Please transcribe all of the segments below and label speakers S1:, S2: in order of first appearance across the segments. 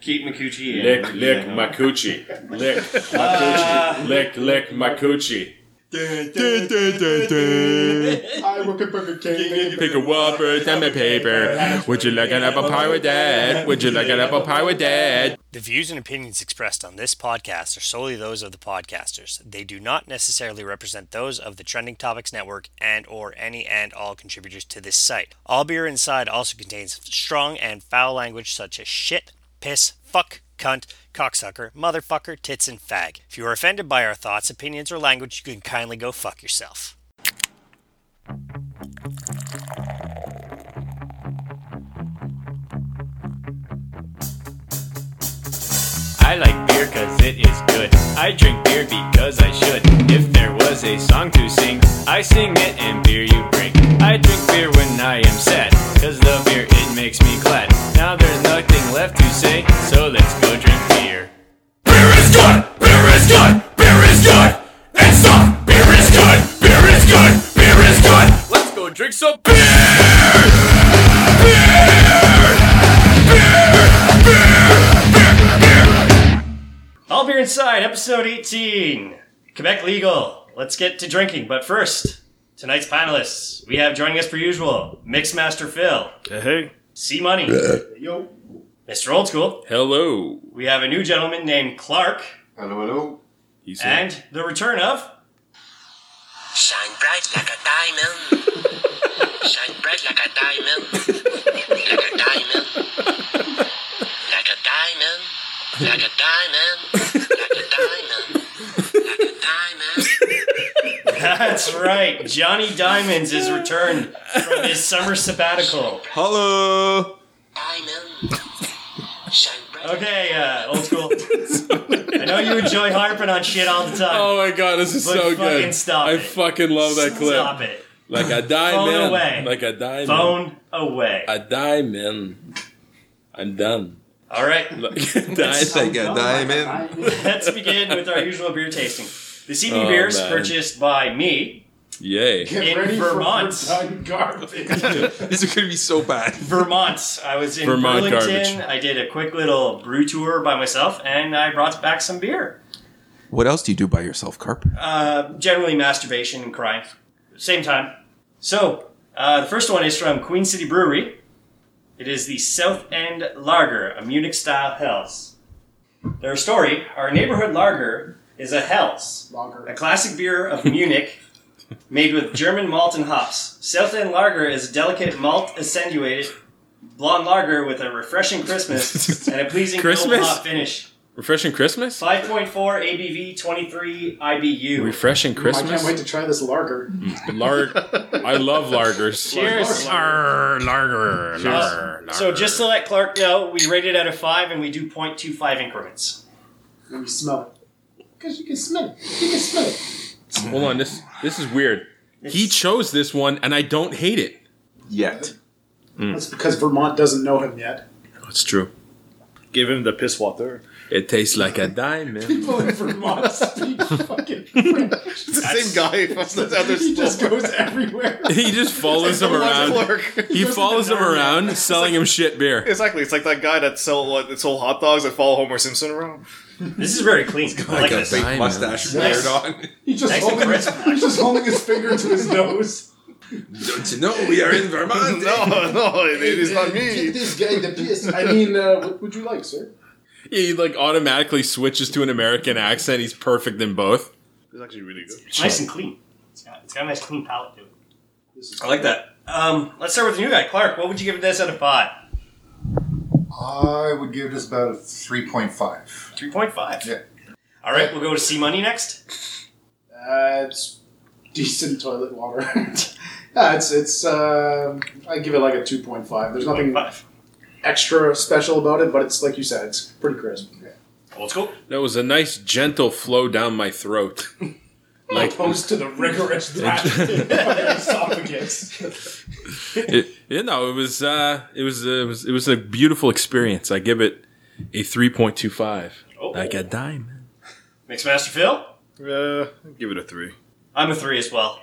S1: Keep Makuchi in.
S2: Lick, lick
S1: Yeah.
S2: my coochie. Lick
S3: Ah.
S2: my coochie. Lick, lick my coochie.
S4: I work at Burger King.
S2: Pick a Whopper, send me paper. Would you like an apple pie with that? Would you like an apple pie with that?
S3: The views and opinions expressed on this podcast are solely those of the podcasters. They do not necessarily represent those of the Trending Topics Network and or any and all contributors to this site. All Beer Inside also contains strong and foul language such as shit, piss, fuck, cunt, cocksucker, motherfucker, tits, and fag. If you are offended by our thoughts, opinions, or language, you can kindly go fuck yourself.
S5: I like beer cause it is good. I drink beer because I should. If there was a song to sing, I sing it and beer you bring. I drink beer when I am sad, cause the beer it makes me glad. Now there's nothing left to say, so let's go drink beer.
S6: Beer is good! Beer is good! Beer is good! It's soft! Beer is good! Beer is good! Beer is good!
S5: Let's go drink some beer!
S3: All Beer Inside, episode 18, Quebec Legal. Let's get to drinking, but first, tonight's panelists. We have joining us per usual, Mixmaster Phil,
S2: Hey.
S3: C Money,
S4: Yo.
S3: Mr. Old School.
S2: Hello.
S3: We have a new gentleman named Clark,
S4: Hello, hello.
S2: He's
S3: and the return of
S7: Shine bright like a diamond. Shine bright like a diamond. Like a diamond. Like a diamond. Like a diamond. Like a diamond. Like a diamond.
S3: That's right, Johnny Diamonds is returned from his summer sabbatical.
S8: Hello.
S7: Diamond. Shine bright.
S3: Okay, uh, Old School. I know you enjoy harping on shit all the time.
S8: Oh my god, this is
S3: But
S8: so
S3: fucking
S8: good.
S3: stop
S8: I
S3: it.
S8: fucking love that clip.
S3: Stop it.
S8: Like a
S3: Phone
S8: diamond.
S3: away.
S8: Like a diamond.
S3: Phone away.
S8: A diamond. I'm done.
S3: All right,
S8: Like a diamond. Like a diamond.
S3: Let's begin with our usual beer tasting. This evening
S8: Oh,
S3: beer is
S8: man.
S3: purchased by me,
S8: Yay.
S4: Get
S3: In
S4: ready
S3: Vermont.
S4: for Vermont garbage.
S8: This is gonna be so bad.
S3: Vermont. I was in
S8: Vermont
S3: Burlington.
S8: garbage.
S3: I did a quick little brew tour by myself, and I brought back some beer. Uh,
S8: What else do you do by yourself, Carp?
S3: Generally, masturbation and crying. Same time. So, uh, the first one is from Queen City Brewery. It is the South End Lager, a Munich style Hells. Their story our neighborhood lager is a Hells. A
S4: Lager.
S3: classic beer of Munich made with German malt and hops. South End Lager is a delicate malt accentuated blonde lager with a refreshing Christmas and a pleasing
S8: Christmas?
S3: cold hop finish.
S8: Refreshing Christmas?
S3: 5.4 ABV, 23 IBU.
S8: Refreshing
S4: I can't wait
S8: Christmas?
S4: to try this lager.
S8: Lar- I love lagers.
S3: Cheers.
S2: Arr, larger,
S3: Uh,
S2: larger,
S3: so just to let Clark know, we rate it out of 5 and we do 0.25 increments.
S4: Let me smell it. Because you can smell it. You can smell it.
S8: Hold on, this this is weird. He chose this one and I don't hate it.
S9: Yet.
S4: That's because Vermont doesn't know him yet.
S8: That's true.
S2: give him the piss water.
S8: It tastes like a diamond.
S4: People in Vermont speak fucking French.
S9: It's the same guy. That's the other
S4: He just
S9: slow-
S4: goes everywhere.
S8: he just follows him around.
S9: Clark.
S8: He follows him around selling him shit beer.
S9: Exactly. It's like that guy that sell what that sold hot dogs that follow Homer Simpson around.
S3: This is very clean. I like this.
S8: big mustache
S3: Nice.
S8: on.
S4: He's just,
S3: Nice and
S4: holding,
S3: crisp.
S4: he's just holding his finger to his nose.
S8: Don't you know we are in
S9: no,
S8: Vermont?
S7: Oh,
S9: no, it is not
S4: Give
S9: me.
S4: this guy the piss. I mean, uh, what would you like, sir?
S8: He like automatically switches to an American accent. He's perfect in both.
S9: It's actually really good.
S3: It's nice and clean. It's got, it's got a nice clean palate to it.
S4: This is
S3: I like that. Um, let's start with the new guy, Clark. What would you give this out of 5?
S10: I would give this about a 3.5.
S3: 3.5.
S10: Yeah.
S3: All right, we'll go to C Money next.
S4: Uh, it's decent toilet water. yeah, it's it's. Uh, I give it like a two point five. There's nothing
S3: 5.
S4: extra special about it, but it's like you said, it's pretty crisp.
S3: Old school.
S8: That was a nice gentle flow down my throat. Like
S4: Opposed to the rigorous draft in my esophagus.
S8: it, you know, it was uh, it was it was it was a beautiful experience. I give it a three point two five. Like a diamond.
S3: Oh. Mixmaster Phil.
S9: Uh, give it a three.
S3: I'm a 3 as well.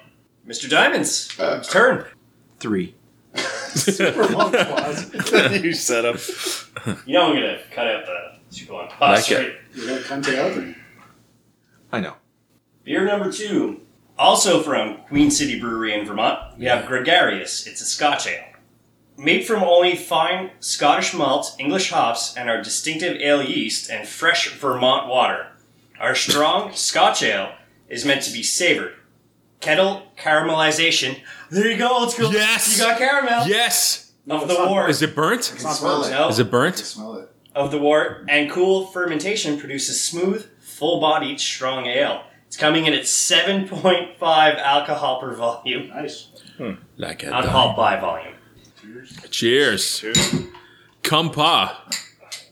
S3: Mr. Diamonds,
S10: Uh,
S3: turn.
S8: Three.
S4: Super long pause.
S9: you set up.
S3: You know I'm going to cut out the
S8: Like
S3: That's
S8: it.
S3: right.
S4: You got Conte Alvin.
S9: I know.
S3: Beer number two, also from Queen City Brewery in Vermont, we have Gregarious. It's a Scotch ale. Made from only fine Scottish malt, English hops, and our distinctive ale yeast and fresh Vermont water. Our strong Scotch ale is meant to be savored. Kettle caramelization. There you go, old school.
S8: Yes!
S3: You got caramel.
S8: Yes.
S3: Of the wort.
S8: Is it burnt?
S10: can smell it.
S3: No.
S8: Is
S10: I
S8: it
S10: can
S8: burnt?
S10: smell it.
S3: of the wort and cool fermentation produces smooth, full-bodied, strong ale. It's coming in at 7.5 alcohol per volume,
S4: Nice.
S8: Like a
S3: alcohol by volume.
S8: dime. Cheers. Compa.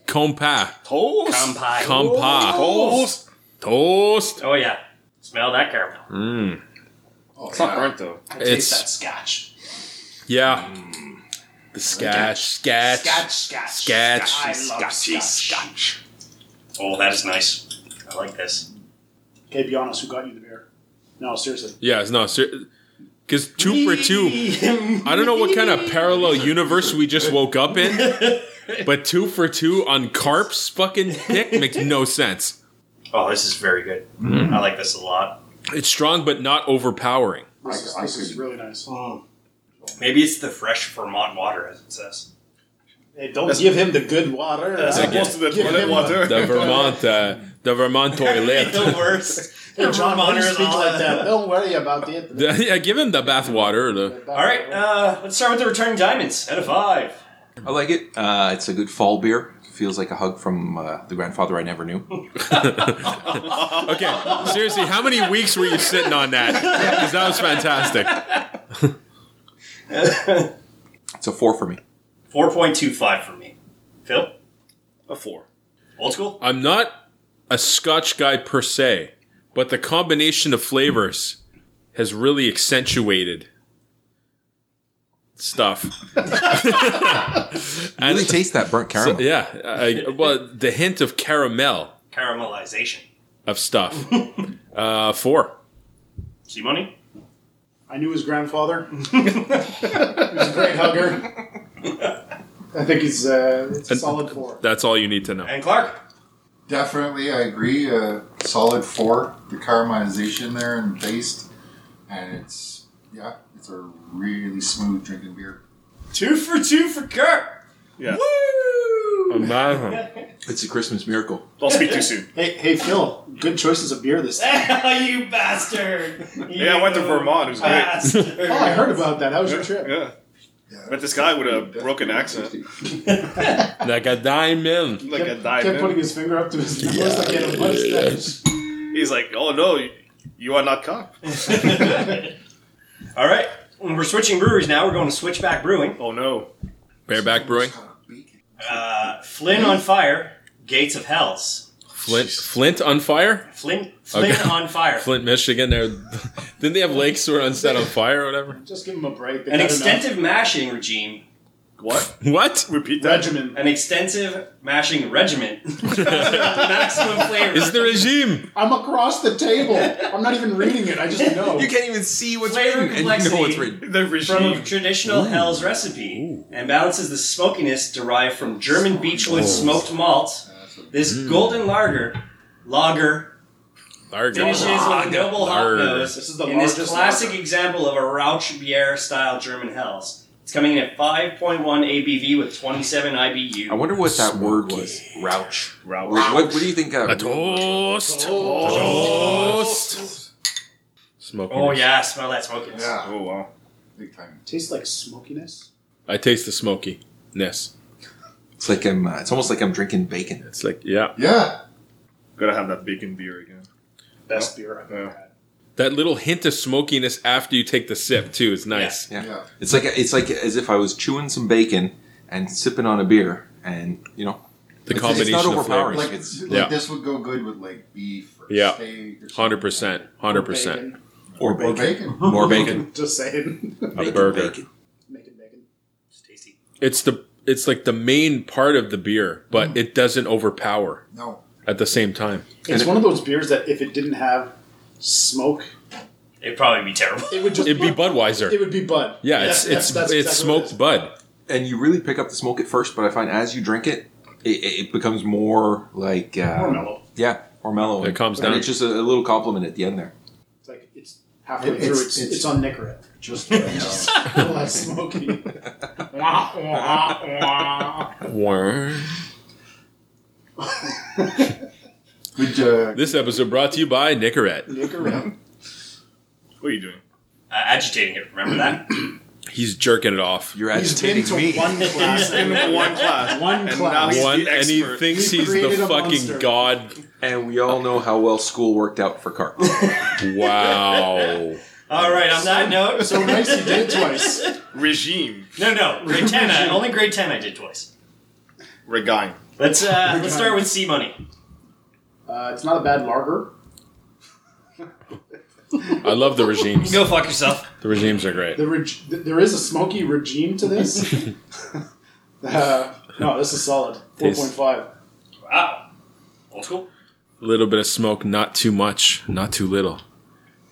S8: Compa.
S7: Toast.
S3: Compai.
S8: Compa.
S7: Toast.
S8: Toast.
S3: oh yeah, smell that caramel.
S10: Oh,
S7: It's
S10: yeah.
S7: not burnt though.
S4: I taste
S8: It's-
S4: that scotch.
S8: Yeah. The scotch. Scotch.
S4: Scotch, scotch.
S8: Scotch.
S4: I love
S7: Scotchy
S4: scotch.
S7: scotch.
S3: Oh, that is nice. I like this.
S4: Okay, be honest. Who got you the beer? No, seriously.
S8: Yeah, no, because two for two. I don't know what kind of parallel universe we just woke up in, but two for two on Carp's fucking dick makes no sense.
S3: Oh, this is very good. I like this a lot.
S8: It's strong but not overpowering.
S4: This, is,
S10: I
S4: this is
S10: couldn't.
S4: really nice.
S3: Maybe it's the fresh Vermont water, as it says.
S4: Hey, don't give him the good water.
S7: As
S4: Uh,
S7: opposed to the
S4: give
S7: toilet
S4: him
S7: water.
S8: The Vermont, uh, the Vermont toilet.
S3: the worst.
S4: Hey, John, why do
S3: Vermonter
S4: you
S3: is
S4: speak
S3: all-
S4: like that? Don't worry about it.
S8: The- yeah, give him the bath water. The,
S3: All right, uh, let's start with the returning diamonds. Out of five.
S9: I like it. Uh, it's a good fall beer. Feels like a hug from uh, the grandfather I never knew.
S8: okay, seriously, how many weeks were you sitting on that? Because that was fantastic.
S9: It's a four for me.
S3: 4.25 for me. Phil?
S7: A four.
S3: Old school?
S8: I'm not a Scotch guy per se, but the combination of flavors has really accentuated stuff.
S9: I
S8: and
S9: really taste that burnt caramel.
S8: so, yeah, I, well, the hint of caramel
S3: Caramelization.
S8: of stuff. Uh, four.
S3: See money?
S4: I knew his grandfather. he was a great hugger. I think he's uh, it's a
S8: And-
S4: solid four.
S8: That's all you need to know.
S3: And Clark?
S10: Definitely, I agree. Uh, solid four. The caramelization there and taste, and it's yeah, it's a really smooth drinking beer.
S3: Two for two for Kirk!
S7: Yeah.
S3: Woo!
S9: It's a Christmas miracle.
S7: Don't speak too soon.
S4: Hey, hey, Phil. Good choices of beer this time.
S3: you bastard!
S7: Yeah, I went to Vermont. It was great.
S4: Oh, I heard about that. That was your trip.
S7: Yeah.
S10: Yeah,
S7: Met this guy with a broken accent.
S8: Like a diamond.
S7: Like a
S4: Kept- Kept putting
S7: diamond.
S4: his finger up to his nose like he had a mustache.
S7: He's like, oh no, you- you are not cock.
S3: All right. We're switching breweries now. We're going to Switchback Brewing.
S7: Oh no.
S8: Bareback Brewing.
S3: Uh, Flynn on Fire, Gates of Hells.
S8: Flint, Flint on fire.
S3: Flynn, Flynn
S8: Okay.
S3: on Fire.
S8: Flint, Michigan. There, didn't they have lakes that were on set on fire or whatever?
S4: Just give him a break. They
S3: An
S4: had enough.
S3: extensive mashing regime.
S7: What?
S8: What?
S7: Repeat that.
S4: regimen.
S3: An extensive mashing regiment. Maximum flavor.
S8: Is the regime?
S4: I'm across the table. I'm not even reading it. I just know.
S9: You can't even see what's
S3: Flavor
S9: written, and you know what's
S3: complexity.
S9: written.
S7: The
S3: from a
S7: regime.
S3: traditional Hell's recipe and balances the smokiness derived from German beechwood smoked malt.
S7: Oh.
S3: This
S7: Mm.
S3: golden lager, lager
S8: Largo.
S3: finishes with a noble hop
S8: Lager.
S3: nose
S4: This is the
S3: in this
S4: largest
S3: classic
S4: lager.
S3: example of a Rauch Bier style German Hell's. It's coming in at 5.1 ABV with 27 IBU.
S9: I wonder what that word was. Rouch.
S7: Rouch.
S9: What, what do you think? That
S8: A toast. Toast. Smoking.
S3: oh yeah, smell that smokiness.
S10: Yeah,
S7: Oh wow.
S10: big time.
S4: Tastes like smokiness.
S8: I taste the smokiness.
S9: It's like I'm. Uh, it's almost like I'm drinking bacon.
S8: It's like yeah,
S10: Yeah,
S7: Gotta have that bacon beer again.
S4: Best beer I've ever
S7: Yeah.
S4: had.
S8: that little hint of smokiness after you take the sip too is nice.
S9: Yeah.
S10: Yeah.
S9: It's like it's like as if I was chewing some bacon and sipping on a beer, and you know,
S8: The
S9: It's-
S8: combination
S9: it's not
S8: of
S9: overpowering.
S8: flavors.
S10: like
S9: It's-
S10: like
S8: yeah.
S10: this would go good with like beef. Or
S8: Yeah.
S10: steak or something.
S8: Hundred percent, hundred percent.
S4: Bacon.
S9: or
S10: Or
S9: bacon,
S10: bacon.
S9: more bacon,
S4: Just saying.
S8: A burger.
S9: bacon.
S4: Making bacon.
S3: It's tasty.
S8: It's the it's like the main part of the beer, but it doesn't overpower
S10: No,
S8: at the same time.
S4: It's one of those beers that if it didn't have smoke,
S3: It'd probably be terrible.
S4: it would just
S8: It'd be Budweiser.
S4: It would be Bud.
S8: yeah, it's
S4: That's-
S8: it's
S4: that's- that's
S8: it's
S4: exactly what
S8: smoked
S4: it is.
S8: Bud.
S9: And you really pick up the smoke at first, but I find as you drink it, it, it becomes more like uh,
S4: More mellow.
S9: Yeah, or mellow.
S8: It calms
S9: And
S8: down.
S9: It's just a, a little compliment at the end there.
S4: It's like it's halfway
S10: It-
S4: through.
S10: it's-
S4: It's,
S10: it's-
S4: it's, on Nicorette. Just just a little less smoky. Wah, wah, wah.
S8: Warm.
S10: Would uh,
S8: This episode brought to you by Nicorette.
S4: Nicorette.
S7: What are you doing?
S3: Uh, agitating it, remember that?
S8: He's jerking it off.
S9: You're
S4: He's been to
S9: agitating me.
S4: one class
S7: In
S4: and
S7: one class.
S4: One
S7: and Now
S4: class.
S7: he's
S8: One,
S7: the
S8: and he
S7: expert.
S8: thinks
S4: He
S8: he's the
S4: created a
S8: fucking
S4: monster.
S8: god.
S9: And we all know how well school worked out for Carp.
S8: Wow.
S3: All right, on that note.
S4: so nice you did it twice.
S7: Regime.
S3: No, no, grade 10. I, only grade 10 I did twice.
S7: Regime.
S3: Let's uh, let's start with C Money.
S4: Uh, it's not a bad lager.
S8: I love the regimes.
S3: Go fuck yourself.
S8: The regimes are great.
S4: The reg- th- there is a smoky regime to this. uh, no, this is solid. Four
S8: Tastes-
S4: point five.
S3: Wow. Old school.
S8: A little bit of smoke, not too much, not too little.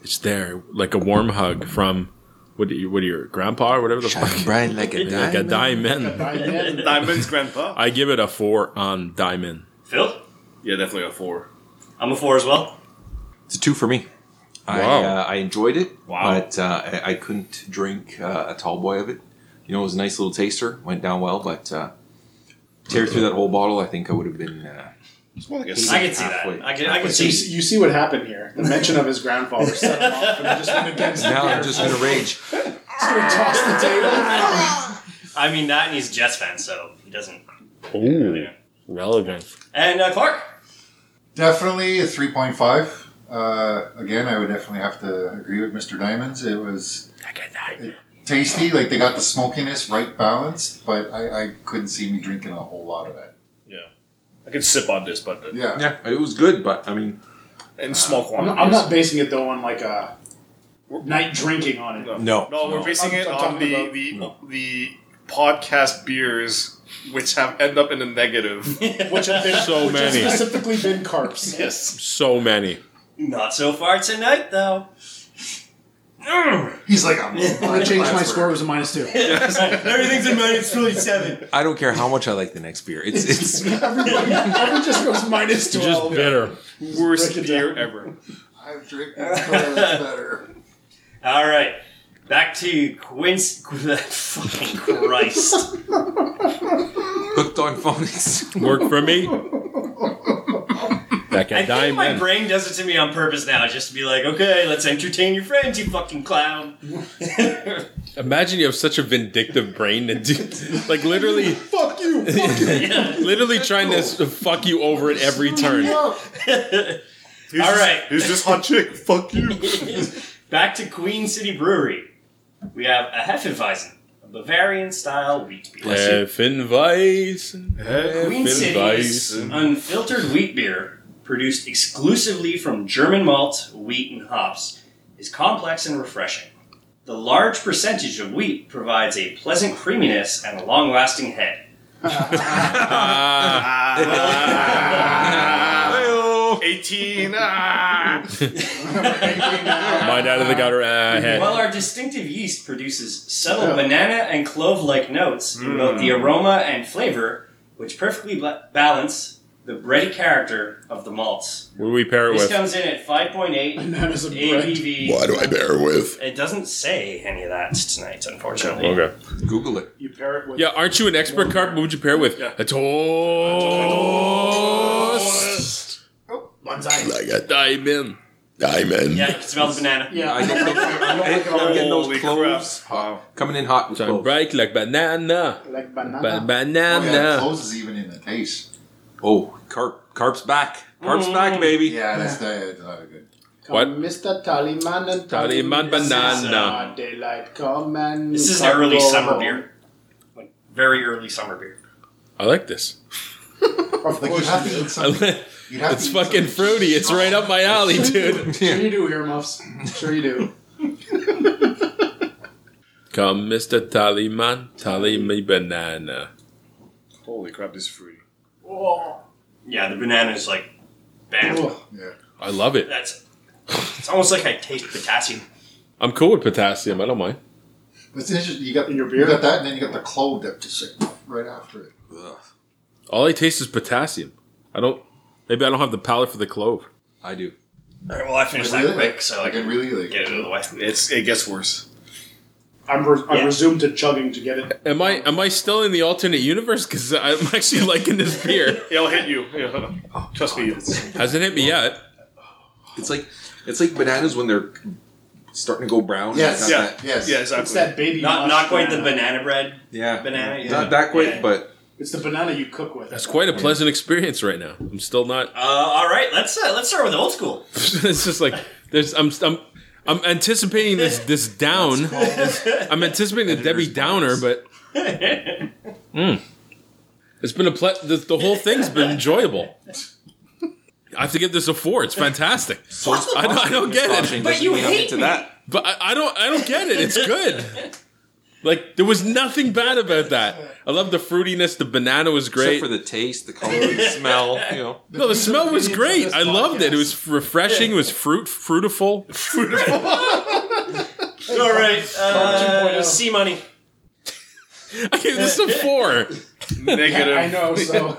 S8: It's there, like a warm hug from what? do you- What are your grandpa or whatever the fuck?
S9: Bright like a
S8: Like a diamond.
S7: Diamond's grandpa.
S8: I give it a four on diamond.
S3: Phil?
S7: Yeah, definitely a four.
S3: I'm a four as well.
S9: It's a two for me. I,
S8: Wow.
S9: uh, I enjoyed it,
S3: Wow.
S9: but uh, I, I couldn't drink uh, a tall boy of it. You know, it was a nice little taster, went down well, but uh, tear through that whole bottle, I think I would have been. Uh,
S7: It's more like a
S3: I
S7: six.
S3: can see
S9: Halfway.
S3: that. I can, I can
S9: Halfway.
S4: You,
S3: see.
S4: see- you see what happened here. The mention of his grandfather set him off, and I just went against the
S9: now I'm
S4: beer.
S9: just going to rage.
S4: Just gonna toss the table.
S3: I mean, that and he's a Jets fan, so he doesn't.
S8: Ooh, relevant.
S3: And uh, Clark?
S10: Definitely a three point five. Uh, again, I would definitely have to agree with Mr. Diamonds. It was tasty. Like they got the smokiness right balanced, but I, I couldn't see me drinking a whole lot of that.
S7: I can sip on this, but uh,
S10: Yeah.
S9: Yeah, it was good, but I mean,
S7: in small
S4: I'm,
S7: quantities.
S4: I'm not basing it though on like a night drinking on it.
S9: no.
S7: No, we're basing
S4: I'm-
S7: it
S4: I'm
S7: on
S4: talking
S7: the the,
S4: about-
S7: the podcast beers, which have end up in the negative.
S4: Which have been
S8: So
S4: which have
S8: many.
S4: specifically been carps.
S7: yes.
S8: So many.
S3: Not so far tonight, though.
S10: He's like, I'm
S4: I changed my score. It was a minus two.
S3: Everything's in minus 27.
S9: I don't care how much I like the next beer. It's it's
S4: Everyone, everyone just goes minus
S8: Just
S4: twelve.
S8: bitter.
S7: Worst
S4: Break it
S7: beer
S4: down.
S7: ever.
S10: I've drinking better.
S3: All right. Back to Quince. Fucking Christ.
S9: hooked on phonics.
S8: Work for me. That
S3: I
S8: guy
S3: think my
S8: diamond.
S3: brain does it to me on purpose now, just to be like, okay, let's entertain your friends, you fucking clown.
S8: Imagine you have such a vindictive brain that, do- like, literally,
S4: Fuck you. Fuck you.
S8: literally trying to s- fuck you over at every turn.
S7: Who's
S3: All
S7: this-
S3: right.
S7: Who's this hot chick? Fuck you.
S3: Back to Queen City Brewery. We have a Hefeweizen, a Bavarian style wheat beer.
S8: Effenweizen.
S3: Queen City's
S8: Effenweizen.
S3: unfiltered wheat beer, produced exclusively from German malt, wheat, and hops, is complex and refreshing. The large percentage of wheat provides a pleasant creaminess and a long lasting head.
S9: Ah.
S7: Eighteen. Ah.
S8: Mind out of the gutter. Uh,
S3: While
S8: head.
S3: our distinctive yeast produces subtle banana and clove like notes in both the aroma and flavor, which perfectly bla- balance the bready character of the malts.
S8: What do we pair it
S3: This
S8: with?
S3: comes in at 5.8
S4: Bananas and bread.
S3: ABV.
S11: Why do I bear with?
S3: It doesn't say any of that tonight, unfortunately.
S8: Okay.
S9: Google it.
S4: You pair it with
S8: Yeah, aren't you an expert carp? What would you pair it with? A toast.
S10: Oh,
S4: bonsai.
S11: Like a
S8: Diamond.
S11: diamond.
S3: Yeah, you can smell the banana.
S4: Yeah,
S9: I don't think I think I'm getting those
S7: Holy
S9: cloves coming in hot with
S8: Shine
S9: cloves.
S8: bright like banana.
S4: like
S8: Ba-
S4: banana.
S10: Oh, yeah,
S8: banana.
S10: close is even in the taste.
S9: Oh, carp, carp's back,
S3: Mm.
S9: carp's back, baby.
S10: Yeah, that's that's not a good.
S4: Come,
S8: What?
S4: Mr. Tallyman and
S8: Tallyman
S4: This is,
S8: banana.
S4: uh, Daylight come and
S3: This is an
S4: come
S3: early
S4: go
S3: summer
S4: home.
S3: beer. Like, very early summer beer.
S8: I like this.
S4: Of
S10: Like you
S4: course
S10: have
S4: you
S10: to
S4: do.
S10: eat
S8: I
S10: something.
S8: li-
S10: You'd have
S8: It's
S10: to eat
S8: fucking
S10: something
S8: fruity. It's right up my alley, dude.
S4: Sure you do, earmuffs. Sure you do.
S8: Come, Mr. Tallyman, tally me banana.
S7: Holy crap! This is fruity.
S4: Oh,
S3: Yeah, the banana is like, bam.
S4: oh.
S10: Yeah.
S8: I love it.
S3: That's. It's almost like I taste potassium.
S8: I'm cool with potassium. I don't mind.
S10: It's interesting. You got
S4: In your
S10: You
S4: beer?
S10: got that, and then you got the clove that just like, right after it.
S9: Ugh.
S8: All I taste is potassium. I don't. Maybe I don't have the palate for the clove.
S9: I do.
S3: All right, well, I finished
S10: Really?
S3: that quick, so I
S10: I
S3: can
S10: can really like.
S3: get it out of the way.
S7: It's it gets worse.
S4: I'm, re-
S3: Yeah.
S4: I'm resumed to chugging to get it.
S8: Am I am I still in the alternate universe? Because I'm actually liking this beer.
S7: It'll hit you. Yeah. Trust me.
S8: Hasn't hit me yet.
S9: It's like it's like bananas when they're starting to go brown.
S10: Yes.
S9: Not
S7: Yeah.
S9: that-
S10: Yes.
S7: Yeah.
S4: It's
S7: Exactly.
S4: that baby.
S3: Not
S4: mush
S3: not quite the
S4: banana.
S3: banana bread
S9: yeah.
S3: banana. Yeah.
S9: Not that quick,
S3: Yeah.
S9: but
S4: It's the banana you cook with.
S8: That's quite a pleasant experience right now. I'm still not.
S3: Uh, all right, let's uh, let's start with old school.
S8: it's just like there's. I'm. I'm. I'm anticipating this this down. I'm anticipating the Debbie Downer, but Mm. it's been a ple- the, the whole thing's been enjoyable. I have to give this a four. It's fantastic.
S9: so it's
S8: I don't, I don't get it,
S9: Doesn't
S3: But you
S9: mean nothing
S3: hate
S9: to
S3: me.
S9: that.
S8: but I, I don't. I don't get it. It's good. Like there was nothing bad about that. I love the fruitiness. The banana was great.
S9: Except for the taste, the color, the smell. You know,
S8: no, the smell was
S10: opinions on
S8: great.
S10: this
S8: I loved it. It
S10: podcast.
S8: was refreshing. It was fruit fruitful.
S3: All right,
S4: oh.
S3: uh, C money.
S8: I gave this a four.
S7: Negative.
S4: I know, so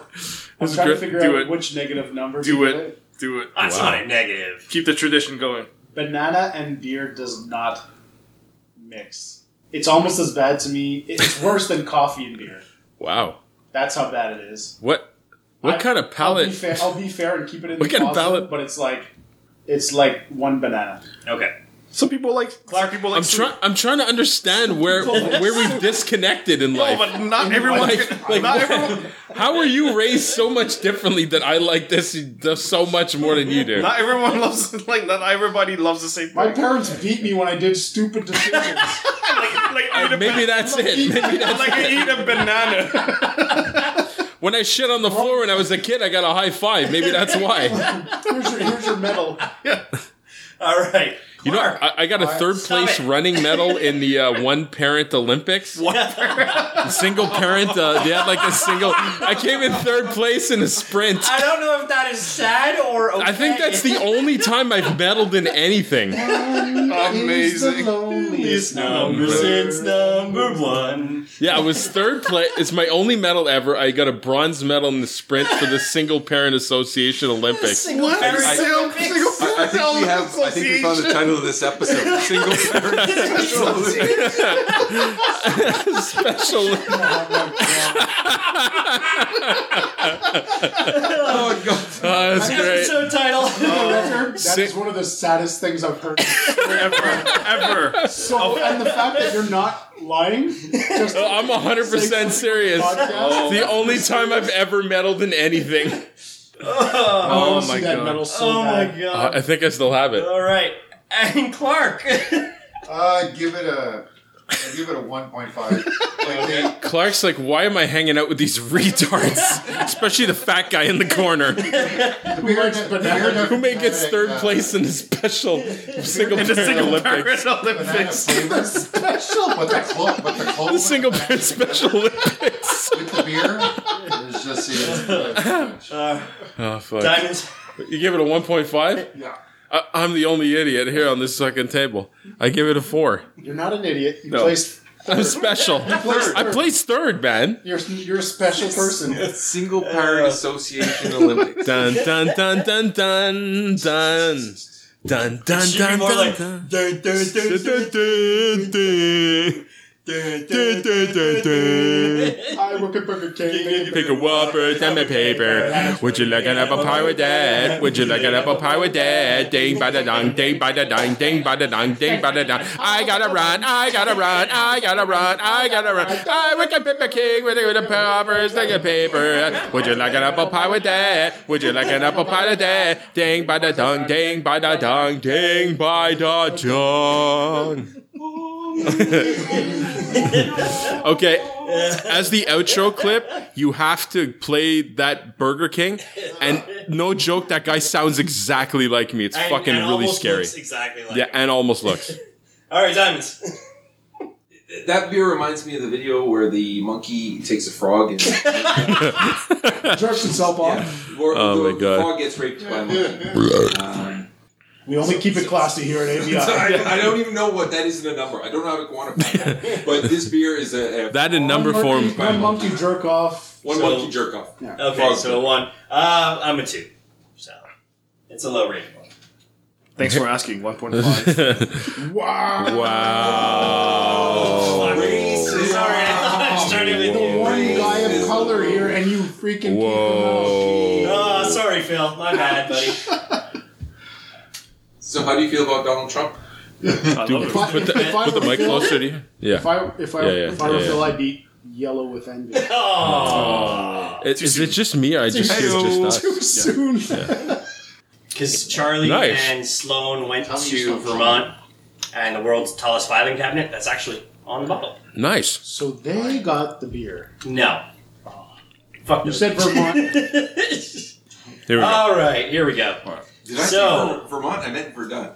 S4: I'm trying to
S8: great.
S4: figure
S7: Do
S4: out
S7: it.
S4: which negative number. to
S7: Do
S4: give
S7: it. Do it.
S3: That's not a negative.
S7: Keep the tradition going.
S4: Banana and beer does not mix. It's almost as bad to me. It's worse than coffee and beer.
S8: Wow.
S4: That's how bad it is.
S8: What? What
S4: I-
S8: kind of
S4: I'll be,
S8: palate?
S4: fair, I'll be fair and keep it in
S8: What
S4: the
S8: kind of
S4: closet,
S8: palate?
S4: but it's like it's like one banana.
S3: Okay,
S7: Some people like Clark. People like
S8: I'm trying. I'm trying to understand where where we've disconnected in
S7: No,
S8: life.
S7: Oh, but not everyone.
S8: Like, like,
S7: not
S8: what-
S7: everyone.
S8: How are you raised so much differently that I like this so much more than you do?
S7: Not everyone loves like not everybody loves the same thing.
S4: My parents beat me when I did stupid decisions.
S7: like, like, eat a
S8: Maybe
S7: ba-
S8: that's it. Maybe that's
S7: like I eat a banana.
S8: when I shit on the floor when I was a kid. I got a high five. Maybe that's why.
S4: here's your here's your medal.
S3: all right.
S8: You know,
S3: Clark.
S8: I, I got a third
S3: Stop
S8: place
S3: it.
S8: running medal in the uh, one parent Olympics. Single parent. Uh, they had like a single. I came in third place in a sprint.
S3: I don't know if that is sad or okay.
S8: I think that's the only time I've meddled in anything.
S7: Amazing.
S4: loneliest
S3: number since number one.
S8: Yeah, I was third place. It's my only medal ever. I got a bronze medal in the sprint for the Single Parent Association Olympics.
S3: Single
S7: What?
S3: parent
S7: I-
S3: Olympics.
S7: Single-
S9: I, I think we have. I think we found the title of this episode. Single parent. Association.
S8: Special.
S9: oh God.
S8: Oh, that's great.
S3: Episode title.
S4: That is
S8: Sick.
S4: one of the saddest things I've heard.
S7: ever, ever.
S4: So, and the fact that you're not lying, just
S8: Oh. Uh, I'm 100% serious.
S4: podcast.
S8: The only time I've ever meddled in anything.
S4: I
S8: Oh
S4: wanna see
S8: my
S4: that
S8: god.
S4: medal so
S3: Oh my
S4: bad.
S8: Uh,
S3: god.
S8: I think I still have it.
S3: All right, and Clark.
S10: Uh, give it a. I give it a one point five. Like they,
S8: Clark's like, why am I hanging out with these retards? Especially the fat guy in the corner
S10: the beer
S4: likes
S10: def-
S4: banana?
S10: beer def-
S8: who may get third
S10: uh,
S8: place in the special Single
S7: In the
S8: Parent
S7: single
S8: Olympics.
S7: parent Olympics.
S10: Banana flavor, but the clove, but the clove,
S8: The Single Parent Special Olympics.
S10: with the beer, it's just it's, uh,
S8: Oh, fuck.
S3: Diamonds.
S8: You give it a 1.5?
S4: Yeah.
S8: I, I'm the only idiot here on this second table. I give it a four.
S4: You're not an idiot. You
S8: No.
S4: placed.
S8: I'm special. I placed third, man.
S4: You're you're a special person.
S9: Single
S10: Uh.
S9: parent association Olympics.
S8: Dun dun dun dun dun dun. Dun dun
S3: Should be
S8: dun
S3: more
S8: dun
S3: like.
S8: dun.
S3: dun, dun, dun,
S8: Dun, dun, dun, dun.
S3: dun,
S8: Dun,
S3: dun,
S8: dun, dun, dun.
S4: I work at Burger King.
S8: Pick a whopper, and a paper. Would you like an apple pie with that? Would you like an apple pie with that? Ding ba da dong, ding ba da dong, ding ba da dong, ding ba da dong. I gotta run, I gotta run, I gotta run, I gotta run. I work at Pippa King with a with a whopper, stick a paper. Would you like an apple pie with that? Would you like an apple pie with that? Ding ba da dong, ding ba da dong, ding ba da dong. Okay, as the outro clip, you have to play that Burger King, and no joke, that guy sounds exactly like me. It's
S3: And-
S8: fucking
S3: and
S8: really
S3: almost
S8: scary.
S3: looks exactly like.
S8: yeah, and almost looks.
S3: All right, diamonds.
S9: That beer reminds me of the video where the monkey takes a frog and
S4: Jerks himself off.
S9: or
S8: Oh
S9: the
S8: my God.
S9: frog gets raped by a monkey. Um,
S12: We only keep it classy here at ABI.
S9: So I, I don't even know what that is in a number. I don't know how to quantify that. But this beer is a, a
S8: That in number
S12: One
S8: form.
S12: monkey- One monkey jerk off.
S9: one
S3: So-
S9: monkey jerk off.
S3: Okay, so a one. Uh, I'm a two. So it's a low rating.
S13: Thanks for asking. 1.5.
S12: Wow.
S8: wow.
S3: Fuck. Sorry, I thought I was turning with you.
S12: One guy of color here, and you freaking
S8: Whoa.
S12: keep him out.
S3: Oh, sorry, Phil. My bad, buddy.
S9: So how do you feel about Donald Trump?
S13: I love
S8: Dude,
S13: it.
S8: put the,
S12: If I
S8: put the
S12: were
S8: mic
S12: Phil-
S8: closer to you.
S12: If
S8: Yeah.
S12: I if I
S8: Yeah, yeah,
S12: if I were
S8: yeah,
S12: Phil,
S8: yeah.
S12: I'd be yellow with envy.
S3: Oh,
S8: Is, is it just me or I just hear just
S12: Too
S8: us?
S12: soon.
S3: because Charlie
S8: Nice.
S3: and Sloan went
S10: Tell me
S3: to
S10: yourself,
S3: Vermont and the world's tallest filing cabinet. That's actually on the bottle.
S8: Nice.
S12: So they got the beer.
S3: No. Fuck.
S12: You
S3: those.
S12: said Vermont.
S8: Here we go.
S3: All right, here we go.
S9: Did I
S3: So-
S9: say Ver- Vermont? I meant Verdun.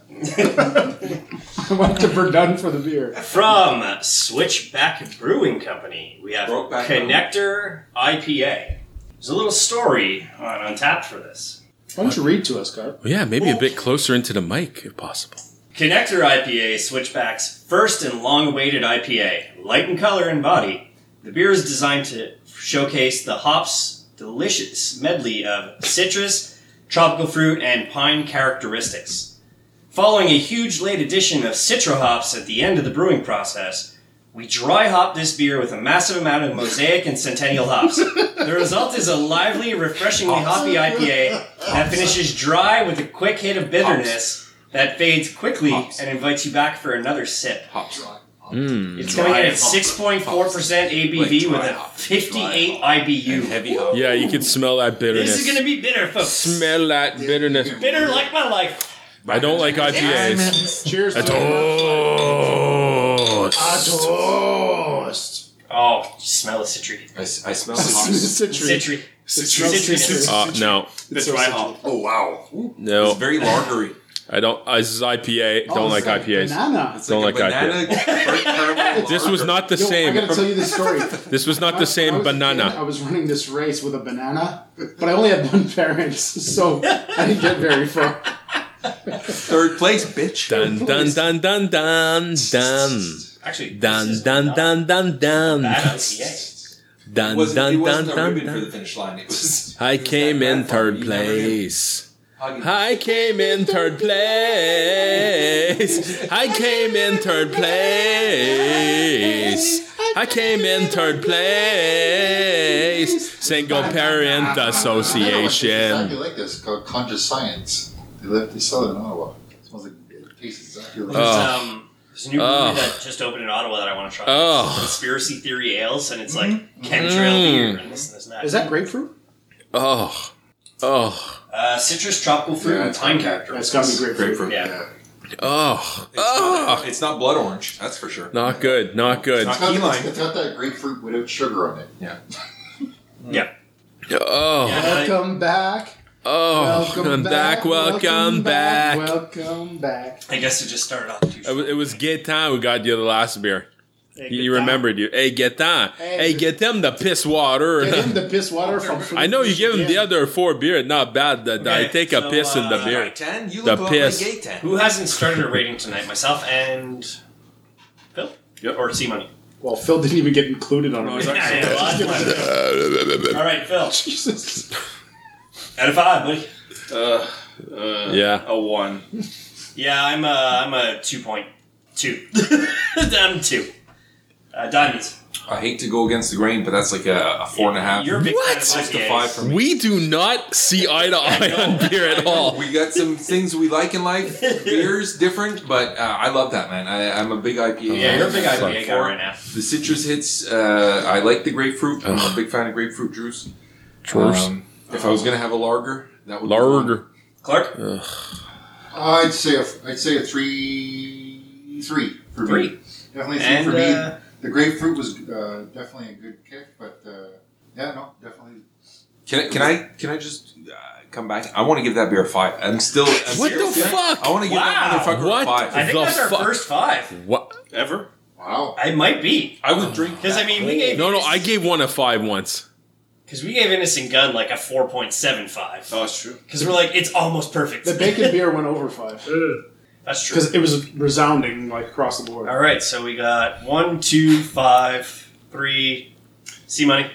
S12: I went to Verdun for the beer.
S3: From Switchback Brewing Company, we have
S9: Brokeback
S3: Connector IPA. There's a little story on Untapped for this.
S12: Why don't you read to us, Carl?
S8: Yeah, maybe a bit closer into the mic if possible.
S3: Connector IPA is Switchback's first and long awaited IPA. Light in color and body, the beer is designed to showcase the hops' delicious medley of citrus, tropical fruit, and pine characteristics. Following a huge late addition of citra hops at the end of the brewing process, we dry hop this beer with a massive amount of mosaic and centennial hops. The result is a lively, refreshingly hoppy IPA that finishes dry with a quick hit of bitterness that fades quickly and invites you back for another sip.
S9: Hops.
S3: It's coming in at
S9: Mm. hops.
S3: 6.4% ABV
S9: Like
S3: with
S9: dry
S3: a
S9: hops.
S3: 58
S9: Dry
S3: IBU.
S9: Heavy hop.
S8: Yeah, you can smell that bitterness.
S3: This is going to be bitter, folks.
S8: smell that bitterness.
S3: Bitter like my life.
S8: I don't like IPAs.
S12: Cheers.
S8: A toast.
S12: A toast.
S3: Oh, smell the citry.
S9: I, s- I smell the hops.
S12: Citry.
S3: Citry.
S12: Citrus.
S3: Citrus.
S8: Uh, no,
S12: It's
S3: dry
S12: so
S3: hop.
S9: Oh wow. It's
S8: no,
S9: very lagery.
S8: I don't. Uh, this is IPA.
S12: Oh,
S8: Don't
S12: it's
S8: like IPAs.
S12: Banana.
S8: Don't like
S9: banana. caramel
S8: This was
S9: lager.
S8: not the
S12: Yo, I
S8: same.
S12: gotta tell you this story.
S8: This was not the
S12: I
S8: same
S12: was a kid, I
S8: banana.
S12: was running this race with a banana, but I only had one parent, so I didn't get very far.
S9: third place, bitch.
S8: Dun dun dun dun dun dun.
S3: Actually,
S8: Dun dun dun dun dun.
S3: Bad IPA.
S8: Dun
S9: was it
S8: dun dun
S9: wasn't a
S8: dun
S9: ribbon for the
S8: dun.
S9: finish line. It was.
S8: I came in third
S9: You never knew.
S8: place.
S9: Hugging.
S8: I came in third place. I came in third place. I came in third place. Single Parent
S10: I know, it's Exactly
S8: Association.
S10: like this. It's called Conscious Science. They, live, they sell it in Ottawa. It smells like it tastes exactly like.
S3: There's,
S8: Oh.
S3: um, there's a new
S8: Oh.
S3: brewery that just opened in Ottawa that I want to try.
S8: Oh.
S3: It's Conspiracy Theory Ales, and it's like chemtrail beer and this and this and Mm-hmm. that.
S12: Is that grapefruit?
S8: Oh, oh,
S3: Uh, citrus, tropical fruit,
S10: Yeah,
S3: and
S10: it's
S3: pine
S10: okay.
S3: character.
S12: It's gotta be grapefruit.
S9: Grapefruit.
S3: Yeah.
S8: oh,
S9: It's,
S8: oh.
S9: not, it's not blood orange. That's for sure.
S8: Not good, not good.
S10: It's got,
S9: Key lime.
S10: that, it's got that grapefruit without sugar on it.
S3: Yeah.
S8: Oh,
S12: Welcome back.
S8: oh.
S12: Welcome
S8: Welcome back, welcome back.
S12: Welcome back.
S3: I guess it just started off too
S8: It was- it was Gaetan who got you the last beer. You- You
S12: Get
S8: remembered you. Hey, Gaetan.
S12: Hey.
S8: Hey, get them the piss water.
S12: Get him the piss water from.
S8: I know you gave him the other four beer. Not bad. That I
S3: Okay,
S8: take a
S3: so,
S8: piss in the
S3: uh,
S8: beer.
S9: Ten. You
S8: The
S9: look
S8: piss.
S9: like gay ten.
S3: Who hasn't started a rating tonight? Myself and Phil? Yep. Or C Money.
S12: Well, Phil didn't even get included on it.
S3: All right, Phil.
S12: Jesus.
S3: Out of five, buddy.
S13: Uh, uh,
S8: Yeah.
S13: A one.
S3: Yeah, I'm a, I'm a 2.2. I'm two. Uh, diamonds.
S9: I hate to go against the grain, but that's like a, a four and a half.
S3: You're a big
S8: What?
S3: fan of
S9: Just a
S3: IPAs.
S9: five for me.
S8: We do not see eye to eye on beer at all.
S9: We got some things we like in life. Beer's different, but uh, I love that man. I, I'm a big IPA.
S3: Yeah,
S9: fan.
S3: you're a big
S9: It's like
S3: IPA guy
S9: four.
S3: right now.
S9: The citrus hits. Uh, I like the grapefruit. I'm a big fan of grapefruit juice. Um, if I was gonna have a lager, that would be
S8: Larger.
S3: Clark?
S10: I'd say a, I'd say a three, three for me.
S3: Three.
S10: Definitely a three
S3: And,
S10: for me.
S3: uh,
S10: the grapefruit was uh, definitely a good kick, but uh, yeah, no, definitely.
S9: Can, I- can I can I just uh, come back? I want to give that beer a five. I'm still. I'm
S8: What the
S9: seriously-
S8: fuck?
S9: I want to give
S3: Wow.
S9: that motherfucker
S8: What?
S9: a five.
S3: I think
S8: The
S3: that's our
S8: fuck?
S3: first five.
S8: What?
S13: Ever?
S10: Wow.
S3: I might be.
S9: I would drink
S3: Because, I mean, we gave.
S8: No, no. I gave one a five once.
S3: Because we gave Innocent Gun like a 4.75.
S14: Oh, it's true.
S3: Because we're like, it's almost perfect.
S4: The bacon beer went over five
S3: That's true.
S4: because it was resounding like across the board.
S3: All right, so we got one, two, five, three. See money.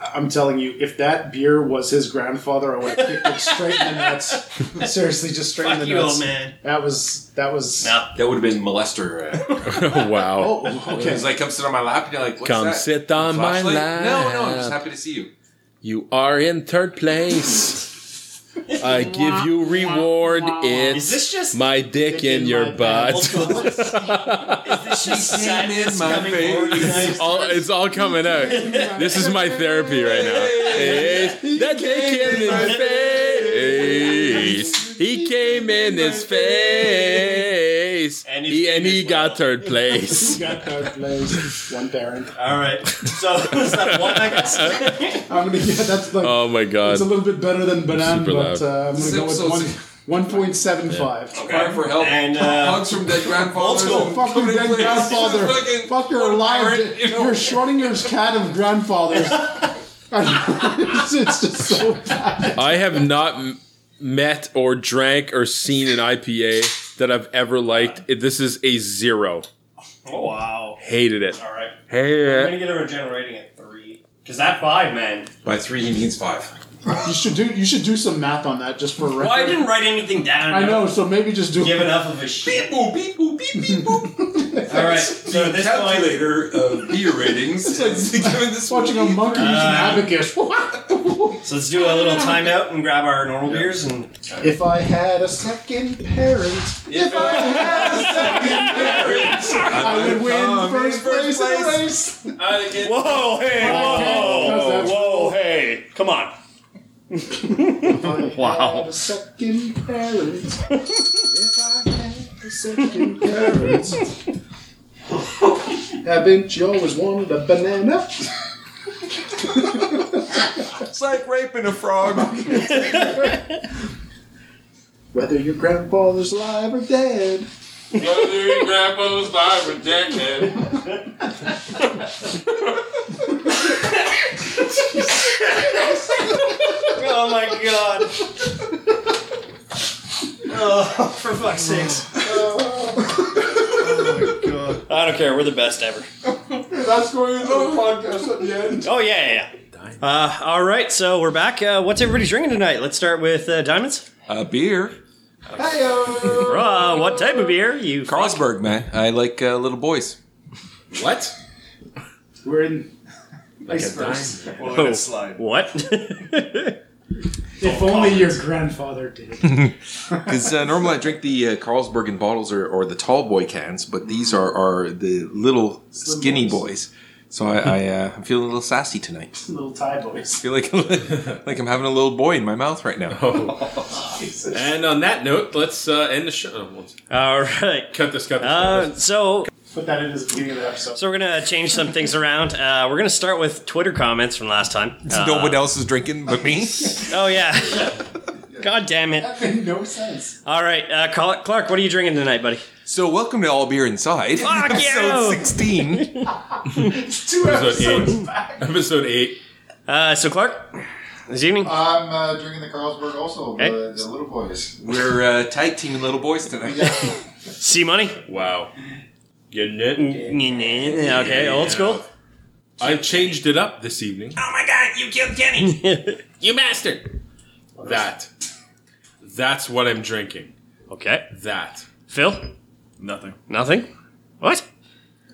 S4: I'm telling you, if that beer was his grandfather, I would have kicked him straight in the nuts. Seriously, just straight in
S3: Fuck
S4: the
S3: you,
S4: nuts.
S3: old man.
S4: That was that was.
S3: No.
S9: That would have been molester. Uh,
S8: wow.
S4: Oh, okay.
S9: He's like, come sit on my lap, and you're like, what's
S8: Come
S9: that?
S8: sit on my
S9: Flashlight?
S8: lap.
S9: No, no, I'm just happy to see you.
S8: You are in third place. I give you reward. It's
S3: Is this just
S8: my dick in your
S3: Old
S8: butt.
S3: school. Is this just sadness coming forward, you guys?
S8: All, it's all coming out. This is my therapy right now. It's that dick in his face. He came in his face.
S3: And he
S8: He, and he
S3: finished well.
S8: got third place.
S4: Got third place, one Baron.
S3: All right. So is that one? I guess.
S4: I'm gonna get that's like
S8: Oh my god.
S4: it's a little bit better than banana,
S8: super
S4: but
S8: loud.
S4: uh, I'm gonna go
S9: So-
S4: with
S9: so-
S4: one one point seven five.
S9: Cry for help.
S3: And, uh,
S9: Hugs from dead grandfathers.
S3: old school.
S9: and
S4: Fuck your
S9: coming
S4: dead
S9: place.
S4: grandfather.
S9: Fucking-
S4: Fuck your alive.
S9: pirate, you know.
S4: You're Schrodinger's cat of grandfathers. it's, it's just so bad.
S8: I have not m- met or drank or seen an IPA that I've ever liked. It- This is a zero.
S3: Oh wow.
S8: Hated it.
S3: All right. I'm
S8: Hey,
S3: gonna get a regenerating at three. Cause that five, man.
S9: By three, he means five.
S4: You should do you should do some math on that just for a record.
S3: Well, I didn't write anything down.
S4: I know, so maybe just do
S3: Give enough of a shit.
S9: Boop, beep, boop, beep, beep, boop.
S3: All right. So at this point,
S9: Calculator of beer ratings. It's like giving this
S4: watching a
S9: movie-
S4: monkey use an abacus.
S3: so let's do a little timeout and grab our normal beers and
S4: if I had a second parent, if I had a second parent, I would win first place in the race.
S3: Whoa, hey,
S4: whoa,
S3: whoa, hey. Come on.
S4: wow. Had a second parent. if I had a second parent. Haven't you always wanted a banana?
S9: It's like raping a frog.
S4: Whether your grandfather's alive or dead.
S3: Oh my god. Oh, for fuck's sakes. Oh my god. I don't care. We're the best ever.
S4: That's going into the podcast at the end.
S3: Oh, yeah, yeah, yeah. Uh, all right, so we're back. Uh, what's everybody drinking tonight? Let's start with uh, Diamonds.
S9: Uh, beer.
S4: Hey,
S3: Uh, what type of beer? You
S9: Carlsberg, man. I like uh, little boys.
S8: what?
S4: We're in.
S8: Like a dime.
S14: Well,
S3: Oh.
S14: let it slide.
S3: What?
S4: If only your grandfather did.
S9: Because uh, normally I drink the uh, Carlsberg in bottles or, or the tall boy cans, but these are, are the little skinny boys. So I, I, uh, I'm feeling a little sassy tonight.
S4: Little Thai boys.
S9: feel like like I'm having a little boy in my mouth right now.
S8: Oh. And on that note, let's uh, end the show. Oh, let's
S3: all right.
S8: cut this. Cut this. cut
S3: Uh,
S8: this.
S3: so
S4: Put that in as the beginning of the episode.
S3: So we're gonna change some things around. Uh, we're gonna start with Twitter comments from last time. Uh,
S9: no one else is drinking but me.
S3: oh yeah. God damn it!
S4: That made no sense.
S3: All right, uh, Col- Clark, what are you drinking tonight, buddy?
S9: So welcome to All Beer Inside,
S3: Fuck
S9: episode
S3: you!
S9: 16.
S4: Two episodes
S8: eight.
S4: back.
S8: Episode eight.
S3: Uh, so Clark, this evening.
S10: I'm uh, drinking the Carlsberg also,
S3: Hey.
S10: the, the little boys.
S9: We're uh, tag teaming little boys tonight.
S3: See money.
S8: Wow. Getting it.
S3: Okay, old school.
S8: I changed it up this evening.
S3: Oh my god, you killed Kenny.
S8: You master. That. That's what I'm drinking.
S3: okay,
S8: That.
S3: Phil.
S14: Nothing.
S3: Nothing. What?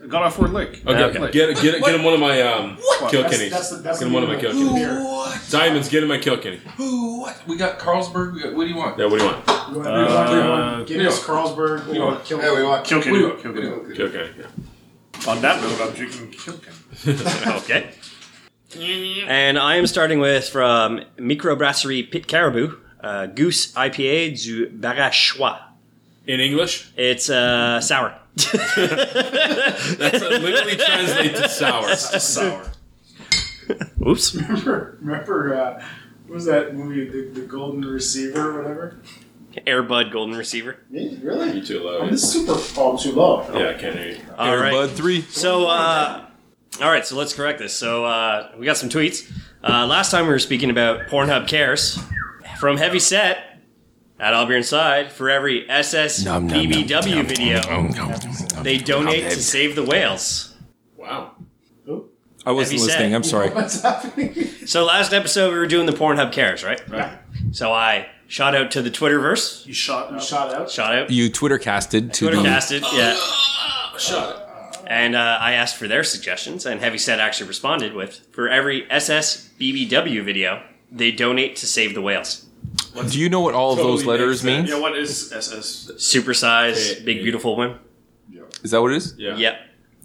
S14: I got off word lick.
S8: Okay.
S3: Okay.
S8: Get get get him one of my um kill
S4: That's-
S8: kitties.
S4: that's the- that's
S8: Get him
S4: the
S8: one of my
S4: name
S8: kill
S4: of the
S8: kitties.
S4: beer.
S8: Diamonds, get him my kill kitty.
S9: Ooh, what? We got Carlsberg. We got, what do you want?
S8: Yeah, what do you want?
S4: You want
S8: Uh,
S4: everyone to Give us Carlsberg or
S9: know,
S4: kill
S10: Yeah, we want
S14: Kilkin.
S8: Kill kitty. Yeah.
S14: On that note, I'm drinking Kilkin.
S3: okay. And I am starting with from Microbrasserie Pit Caribou, uh, Goose IPA du Barachois.
S8: In English,
S3: It's uh, sour.
S8: that's uh, literally translates to sour.
S14: Sour.
S3: Oops.
S4: Remember, remember uh, what was that movie, the, the Golden Receiver or whatever?
S3: Airbud Golden Receiver.
S4: Me? Really?
S8: You too
S4: Oh,
S8: loud.
S4: this is super fall too low.
S8: Yeah, I can't hear you.
S3: All right.
S9: Bud 3.
S3: So uh, All right, so let's correct this. So uh, we got some tweets. Uh, last time we were speaking about Pornhub cares from Heavy Set at All Beer Inside for every
S9: Nom, nom, nom,
S3: SSBBW
S9: nom,
S3: video
S9: nom, nom,
S3: they donate to save the whales.
S15: Wow.
S9: I wasn't
S3: Heavy set.
S9: listening. I'm sorry.
S3: What's So last episode we were doing the Pornhub cares, right? Right. So I shout out to the Twitterverse.
S15: You shot. You
S3: shot out. Shot out.
S9: You Twitter casted to
S3: Twitter
S9: the
S3: casted. Yeah.
S15: Shut up.
S3: And uh, I asked for their suggestions, and Heavy Set actually responded with For every SSBBW video, they donate to save the whales.
S9: Do you know what all of those
S3: Totally makes
S9: letters mean?
S3: sense.
S15: Yeah, what is SS?
S3: Supersize, big, beautiful women.
S9: Is that what it is?
S3: Yeah.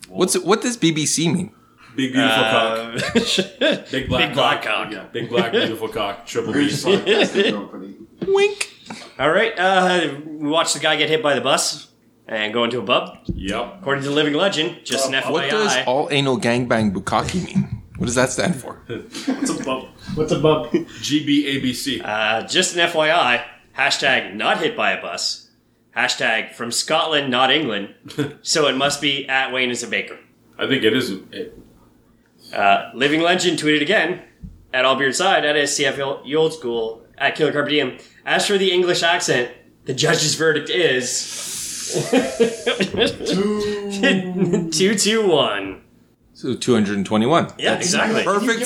S9: What's it, what does BBC mean?
S16: Big beautiful
S3: Uh,
S16: cock. Big black
S3: big
S16: cock.
S3: black cock.
S16: Yeah, big black beautiful cock. Triple B.
S3: Greatest podcasting Wink. All right. Uh, we watched the guy get hit by the bus and go into a pub.
S16: Yep.
S3: According to Living Legend, just an FYI.
S9: What does all anal gangbang bukkake mean? What does that stand for?
S15: What's a bub?
S3: What's a bub? GBABC. Uh, just an FYI. Hashtag not hit by a bus. Hashtag from Scotland, not England. so it must be at Wayne is a baker.
S16: I think it is.
S3: Uh, Living Legend tweeted again at All Beard Side at SCF You Old School at Killer Carpe Diem. As for the English accent, the judge's verdict is two two two one.
S9: So 221.
S3: Yeah, exactly.
S9: Perfect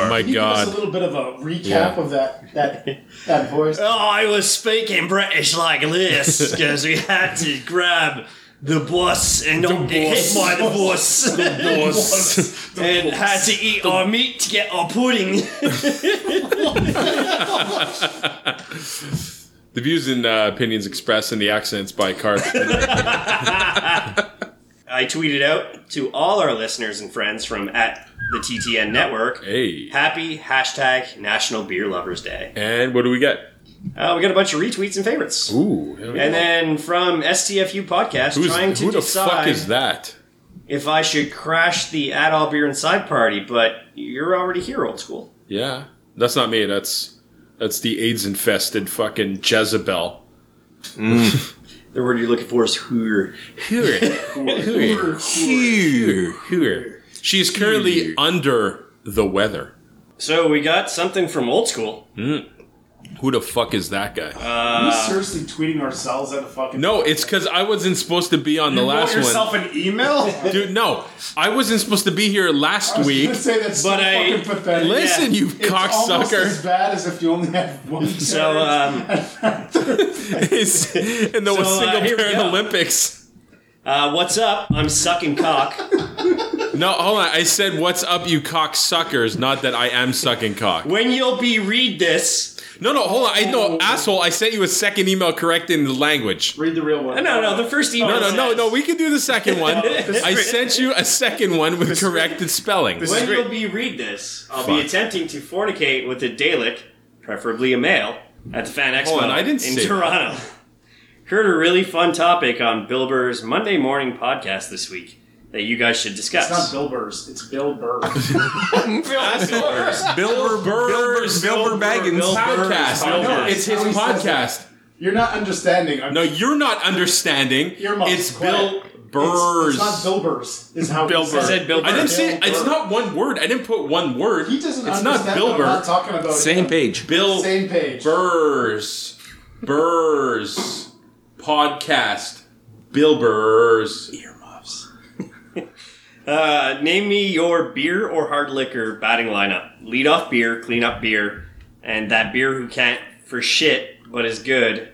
S4: Can you Give us a little bit of a recap
S9: Yeah.
S4: of that that that voice.
S8: Uh,
S3: Oh, I was speaking British like this because we had to grab the bus and not get hit by the bus.
S7: The bus.
S3: and had to eat our meat to get our pudding.
S8: The views and uh, opinions expressed in the accents by Carp.
S3: I tweeted out to all our listeners and friends from at the TTN network.
S8: Hey.
S3: Happy hashtag National Beer Lovers Day.
S8: and what do we get?
S3: Uh, we got a bunch of retweets and favorites.
S8: Ooh.
S3: And then from STFU podcast,
S8: Who's-
S3: trying to
S8: who the
S3: decide
S8: fuck is that?
S3: if I should crash the at all beer inside party, but you're already here, old school.
S8: Yeah. That's not me. That's that's the AIDS infested fucking Jezebel.
S3: the word you're looking for is hooer.
S8: Hooer. Hooer. Hooer. Hooer. She is currently under the weather.
S3: So we got something from old school.
S8: Mm. Who the fuck is that guy?
S4: Are we seriously tweeting ourselves at a fucking.
S8: No, it's because I wasn't supposed to be on the
S4: You wrote
S8: last
S4: yourself
S8: one.
S4: an email?
S8: Dude, no. I wasn't supposed to be here last
S4: I was
S8: week.
S4: gonna say that's so
S8: but I-
S4: fucking pathetic.
S8: Listen, you
S4: it's almost
S8: cocksucker.
S4: as bad as if you only had one.
S3: So,
S8: uh,
S3: um,
S8: and
S4: there was single
S3: parent
S8: Olympics.
S3: Uh, what's up? I'm sucking cock.
S8: No, hold on. I said, "What's up, you cocksuckers?" Not that I am sucking cock.
S3: When you'll be read this.
S8: No, no, hold on. I
S4: Oh.
S8: know, asshole. I sent you a second email correcting the language.
S4: Read the real one.
S3: No, no, the first
S4: Oh,
S3: email
S8: No, no, no,
S3: says-
S8: no. We can do the second one.
S3: This-
S8: I sent you a second one with corrected spelling.
S3: when you'll be read this, I'll be
S8: Fuck.
S3: attempting to fornicate with a Dalek, preferably a male, at the Fan Expo
S8: Hold on, I didn't
S3: in
S8: say that.
S3: Toronto. Heard a really fun topic on Bill Burr's Monday morning podcast this week that you guys should discuss.
S4: It's not Bill Burrs. It's Bill Burr.
S8: Bill Burrs.
S9: Bill Baggins
S8: podcast.
S4: I know,
S8: No, it's his
S4: how he says
S8: podcast.
S4: it. You're not understanding. I'm
S8: No, you're not understanding.
S4: Earmuffs,
S8: It's Bill
S4: quiet.
S8: Burrs.
S4: It's, it's not Bill Burrs. Is how
S8: Bill
S4: he says
S8: Burr.
S4: it.
S8: I didn't say it's not one word. I didn't put one word. He
S4: doesn't
S8: It's not
S4: understand
S8: Bill
S4: what I'm
S8: Burr.
S4: not talking about.
S9: Same page.
S8: Bill
S4: Same page.
S8: Burrs. Burrs. Podcast. Bill Burrs.
S3: Uh, name me your beer or hard liquor batting lineup. Lead off beer, clean up beer, and that beer who can't for shit but is good.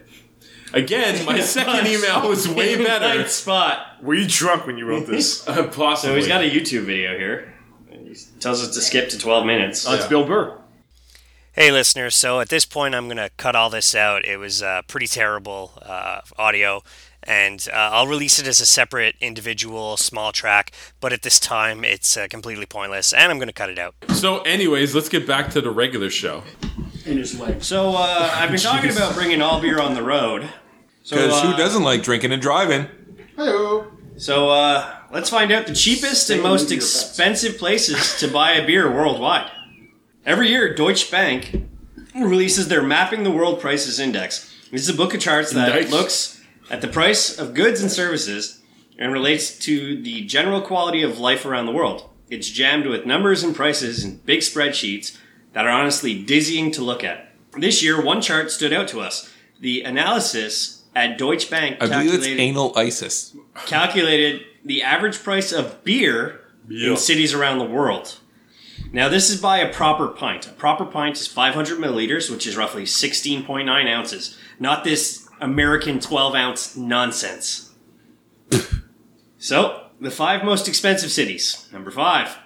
S8: Again, my second email was way better.
S3: Right spot.
S15: Were you drunk when you wrote this?
S17: Uh,
S3: So he's got a YouTube video here. He tells us to skip to 12 minutes.
S15: Oh, it's Bill Burr.
S3: Hey, listeners. So at this point, I'm going to cut all this out. It was uh, pretty terrible uh, audio, and uh, I'll release it as a separate individual small track. But at this time, it's uh, completely pointless, and I'm going to cut it out.
S8: So, anyways, let's get back to the regular show.
S4: In his leg.
S3: So uh, I've been talking about bringing all beer on the road. So,
S9: Because
S3: uh,
S9: who doesn't like drinking and driving?
S3: So uh, let's find out the cheapest and most expensive places to buy a beer worldwide. Every year, Deutsche Bank releases their Mapping the World Prices Index. This is a book of charts that
S8: Index.
S3: looks at the price of goods and services and relates to the general quality of life around the world. It's jammed with numbers and prices and big spreadsheets that are honestly dizzying to look at. This year, one chart stood out to us. The analysis at Deutsche Bank
S9: I believe it's
S3: calculated,
S9: anal ISIS.
S3: calculated the average price of beer
S9: Yeah.
S3: in cities around the world. Now, this is by a proper pint. A proper pint is 500 milliliters, which is roughly 16.9 ounces, not this American 12 ounce nonsense. so, the five most expensive cities. Number five,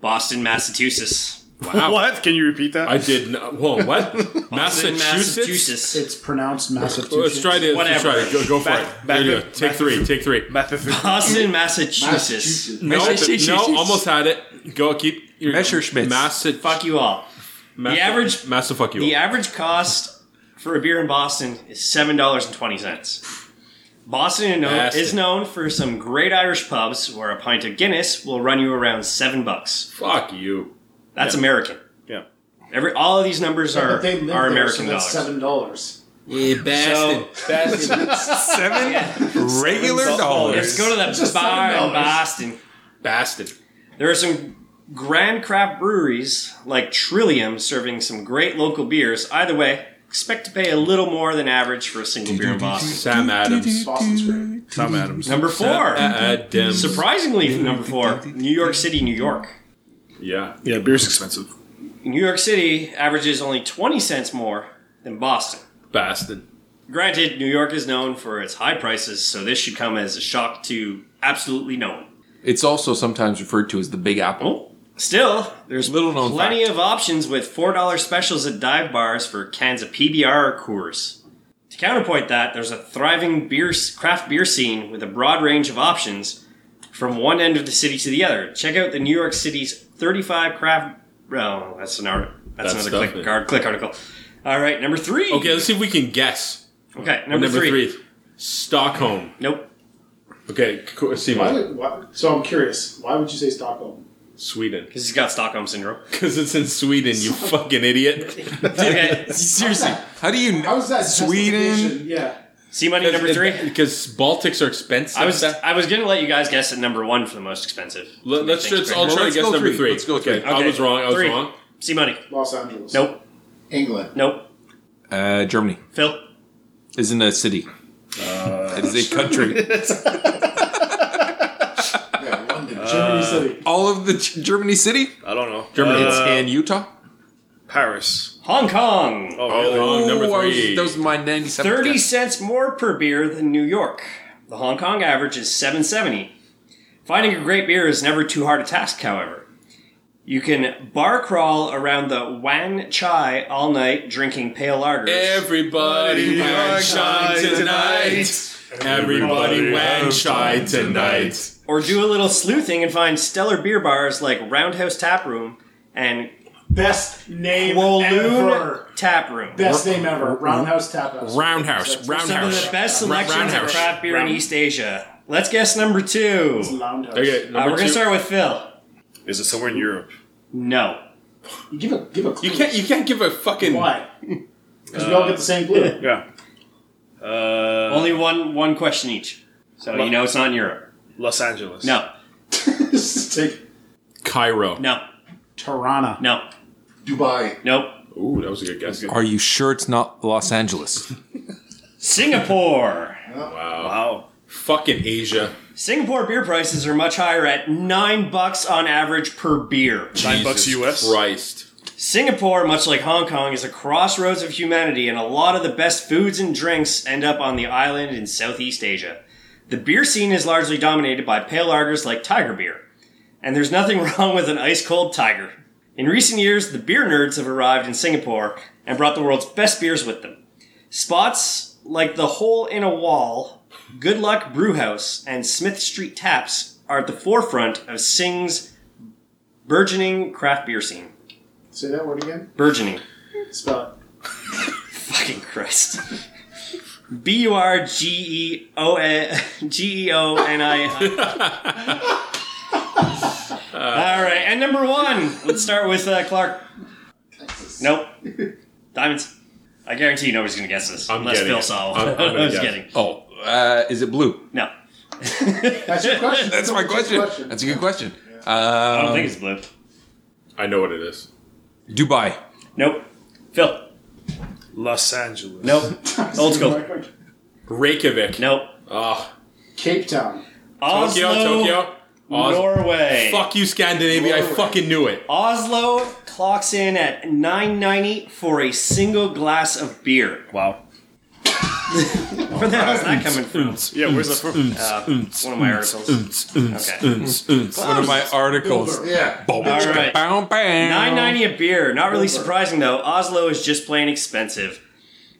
S3: Boston, Massachusetts.
S13: What? Can you repeat that?
S3: I did not- whoa, what?
S13: Boston,
S3: Massachusetts?
S12: It's pronounced Massachusetts.
S17: Let's try to let's try it. Go, go for it. There you go. Take three. Take three.
S3: Boston, Massachusetts.
S17: No, no, almost had it. Go keep your
S9: Messerschmitt.
S17: Massa,
S3: fuck you all. the average
S17: Massa fuck you
S3: The
S17: all.
S3: average cost for a beer in Boston is seven dollars and twenty cents. Boston is known,
S17: Boston.
S3: is known for some great Irish pubs where a pint of Guinness will run you around seven bucks.
S17: Fuck you.
S3: That's
S17: Yeah.
S3: American.
S13: Yeah.
S3: Every all of these numbers
S12: Yeah,
S3: are
S12: but they live
S3: are
S12: there,
S3: American
S12: so that's
S3: dollars.
S12: seven dollars.
S3: Yeah,
S12: bastard.
S9: Seven regular
S3: Let's go-
S9: dollars.
S3: Let's go to the
S9: Just
S3: bar
S9: $7.
S3: in Boston.
S17: Boston.
S3: There are some grand craft breweries like Trillium serving some great local beers. Either way, expect to pay a little more than average for a single beer in Boston.
S17: Sam Adams.
S12: Boston's great.
S17: Sam Adams.
S3: Number four.
S17: Sam Adams.
S3: Surprisingly, number four, New York City, New York.
S17: Yeah.
S13: Yeah, beer's expensive.
S3: New York City averages only 20 cents more than Boston.
S17: Boston.
S3: Granted, New York is known for its high prices, so this should come as a shock to absolutely no one.
S9: It's also sometimes referred to as the Big Apple.
S3: Still, there's
S9: little known
S3: Plenty of options with $4 specials at dive bars for cans of PBR or Coors. To counterpoint that, there's a thriving beer craft beer scene with a broad range of options from one end of the city to the other. Check out the New York City's 35 craft. Oh, that's an art. That's,
S17: That's
S3: another
S17: definitely-
S3: click, card, click article. All right, number three.
S17: Okay, let's see if we can guess.
S3: Okay, number, three.
S17: Stockholm.
S3: Nope.
S17: Okay, co- see
S12: Why
S17: mine.
S12: would- why- so I'm curious. Why would you say Stockholm?
S17: Sweden.
S3: Because he's got Stockholm syndrome.
S17: Because it's in Sweden, you fucking idiot.
S3: Okay,
S9: seriously, how do you know?
S12: How's that
S9: Sweden?
S12: justification? Yeah.
S3: See money number three.
S17: Because Baltics are expensive.
S3: I was I was gonna let you guys guess at number one for the most expensive.
S17: Let- let's
S3: Thanks,
S17: just
S3: Greg.
S17: all try to guess number three.
S9: Let's go
S17: okay.
S9: three.
S17: I
S3: Okay,
S17: was wrong. I was
S3: three.
S17: wrong.
S3: See money.
S12: Los Angeles.
S3: Nope.
S10: England.
S3: Nope.
S9: Uh, Germany
S3: Phil.
S9: isn't a city. it is a country.
S10: Yeah, London.
S12: Germany City.
S9: All of the G- Germany city.
S13: I don't know.
S9: Germany.
S13: Uh,
S9: it's in Utah.
S13: Paris.
S3: Hong Kong.
S17: Oh,
S13: really?
S17: wrong. Number
S9: Ooh, I was-
S17: three.
S9: that was my ninety-seven.
S3: Thirty cents more per beer than New York. The Hong Kong average is seven seventy. Finding a great beer is never too hard a task, however. You can bar crawl around the Wan Chai all night drinking pale lagers.
S17: Everybody wang shy tonight.
S8: Uh,
S17: Everybody wang shy tonight.
S3: Or do a little sleuthing and find stellar beer bars like Roundhouse Tap Room and
S12: Best name
S3: Quoloon
S12: ever.
S3: Tap Rorum.
S12: Best name ever. Roundhouse Tap House.
S17: Roundhouse.
S12: That's-
S3: Some of
S17: Roundhouse.
S3: the best selections
S17: Roundhouse.
S3: of craft beer
S17: Round-
S3: in East Asia. Let's guess number two.
S12: It's Roundhouse.
S17: Okay,
S3: Uh, we're
S17: number
S3: gonna
S17: two.
S3: start with Phil.
S13: Is it somewhere in Europe?
S3: No.
S12: You give a give a clue.
S17: You can't.
S8: e-
S17: You can't give a fucking.
S12: Why? Because we all get the same clue.
S13: Yeah. Uh,
S3: Only one one question each. So you know it's not in Europe.
S13: Los Angeles.
S3: No.
S12: Take
S17: Cairo.
S3: No.
S12: Tirana.
S3: No.
S10: Dubai.
S3: Nope.
S17: Ooh, that was a good guess.
S9: Are you sure it's not Los Angeles?
S3: Singapore.
S13: Wow.
S17: Fucking Asia.
S3: Singapore beer prices are much higher at nine bucks on average per beer.
S13: Nine bucks
S17: Jesus
S13: US.
S17: Christ.
S3: Singapore, much like Hong Kong, is a crossroads of humanity, and a lot of the best foods and drinks end up on the island in Southeast Asia. The beer scene is largely dominated by pale lagers like Tiger Beer, and there's nothing wrong with an ice cold tiger. In recent years, the beer nerds have arrived in Singapore and brought the world's best beers with them. Spots like the Hole in a Wall, Good Luck Brewhouse, and Smith Street Taps are at the forefront of Sing's burgeoning craft beer scene.
S12: Say that word again.
S3: Burgeoning.
S12: Spell
S3: Fucking Christ. B U R G E O N G E O N I. All right, and number one. Let's start with uh, Clark. Nope. Diamonds. I guarantee nobody's gonna guess this
S17: I'm
S3: unless
S17: getting
S3: Phil
S17: it.
S3: saw.
S17: I'm- I'm gonna
S3: I was
S17: guess. Um,
S3: kidding.
S9: Oh, uh, is it blue?
S3: No.
S12: it. That's your question.
S9: That's my
S12: That's your
S9: question. Uh, That's a good question. I
S3: don't think it's Blip.
S8: I know what it is.
S9: Dubai.
S3: Nope. Phil.
S7: Los Angeles.
S3: Nope. Old school.
S8: Reykjavik.
S3: Nope.
S8: Ah.
S4: Cape Town.
S8: Tokyo, Tokyo. Oz-
S3: Norway. Um,
S8: Fuck you, Scandinavia. I
S3: Norway.
S8: fucking knew it.
S3: Oslo clocks in at 9.90 for a single glass of beer. Wow. Where the hell is that coming from?
S7: Yeah, where's that from?
S3: Uh, one of my articles.
S9: It's one of my articles.
S3: Yeah.
S9: Boom. Bow, bow.
S3: Nine ninety a beer. Not really surprising though. Oslo is just plain expensive.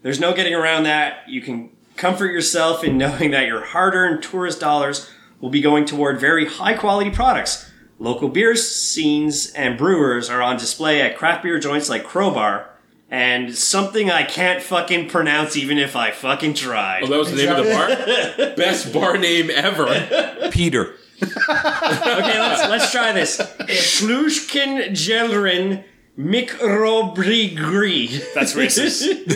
S3: There's no getting around that. You can comfort yourself in knowing that your hard-earned tourist dollars will be going toward very high-quality products. Local beer scenes and brewers are on display at craft beer joints like Crowbar and something I can't fucking pronounce even if I fucking tried.
S8: Oh, that was the name of the bar? Best bar name ever.
S9: Peter.
S3: okay, let's let's try this. Slushkin Gelrin Mikrobrigri.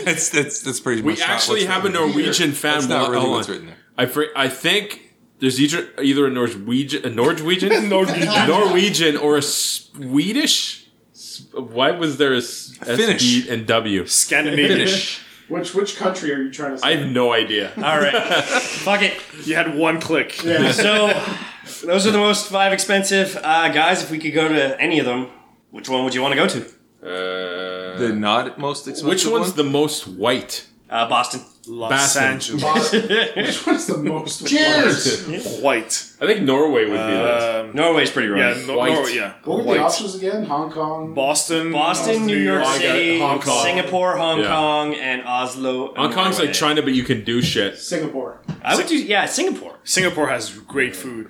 S9: that's that's that's pretty.
S8: We
S9: much not
S8: actually
S9: what's
S8: have a
S9: written there.
S8: Norwegian fan.
S9: That's not
S8: wa-
S9: really
S8: hold
S9: what's
S8: on.
S9: written there.
S8: I fr- I think there's either either a Norwegian, a Norwegian,
S9: Norwegian.
S8: Norwegian, or a Swedish. S- Why was there a S, S,
S7: Finnish.
S8: B, and W?
S4: Which which country are you trying to?
S8: I
S4: Say?
S8: have no idea.
S3: All right, fuck it.
S7: You had one click.
S3: Yeah. So those are the most five expensive uh, guys. If we could go to any of them, which one would you want to go to?
S8: Uh,
S9: the not most expensive.
S8: Which one's
S9: one?
S8: the most white?
S3: Uh, Boston.
S7: Los
S8: Boston.
S7: Angeles.
S4: Which one's the most?
S7: White.
S8: I think Norway would be
S7: Um,
S8: that.
S3: Norway's pretty right.
S7: Yeah, Nor- Norway, yeah.
S4: What were
S7: White.
S4: the options again? Hong Kong,
S7: Boston,
S3: Boston, New York
S8: Hong Kong,
S3: City,
S8: Hong Kong.
S3: Singapore, Hong
S8: Yeah.
S3: Kong, and Oslo. and
S8: Hong Kong's
S3: Norway.
S8: like China, but you can do shit.
S4: Singapore.
S3: I would do yeah, Singapore
S7: Singapore has great food.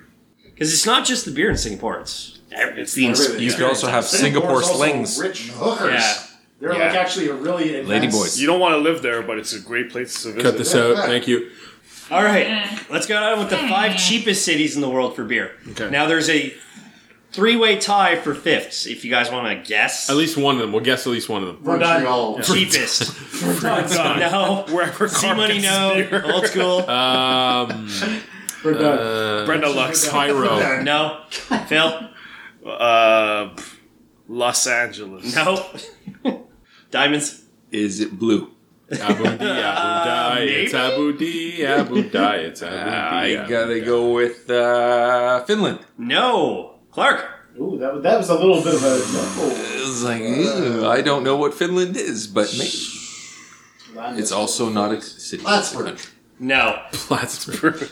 S3: because it's not just the beer in Singapore. It's it's the
S4: Everything.
S9: You could also have Singapore
S4: Singapore's also
S9: slings.
S4: Rich hookers.
S3: Yeah.
S4: They're
S7: Yeah.
S4: like actually a really
S9: Lady
S4: advanced.
S9: boys.
S7: You don't want to live there, but it's a great place to visit.
S8: Cut this out. Thank you.
S3: All right, let's go on with the five cheapest cities in the world for beer.
S8: Okay.
S3: Now there's a three-way tie for fifths. If you guys want to guess,
S8: At least one of them. We'll guess at least one of them.
S3: We're done.
S10: Montreal.
S3: cheapest. Oh,
S7: done.
S3: No,
S7: Wherever
S3: see
S7: Carl
S3: money
S7: gets
S3: no,
S7: beer.
S3: old school.
S8: Um,
S4: We're done.
S8: uh,
S7: Brenda Lux.
S8: Cairo.
S3: No, Phil.
S7: Uh, Los Angeles.
S3: No, diamonds.
S9: Is it blue?
S8: Abu Dhabi, Abu Dhabi, it's Abu Dhabi, Abu Dhabi, it's Abu
S9: I
S8: Dhabi.
S9: gotta go with uh, Finland.
S3: No, Clark.
S4: Ooh, that, was- that was a little bit of a.
S9: It
S4: Oh,
S9: was like ew, I don't know what Finland is, but maybe it's also not a city. It's a
S10: Plattsburgh.
S9: country.
S3: No,
S8: Plattsburgh.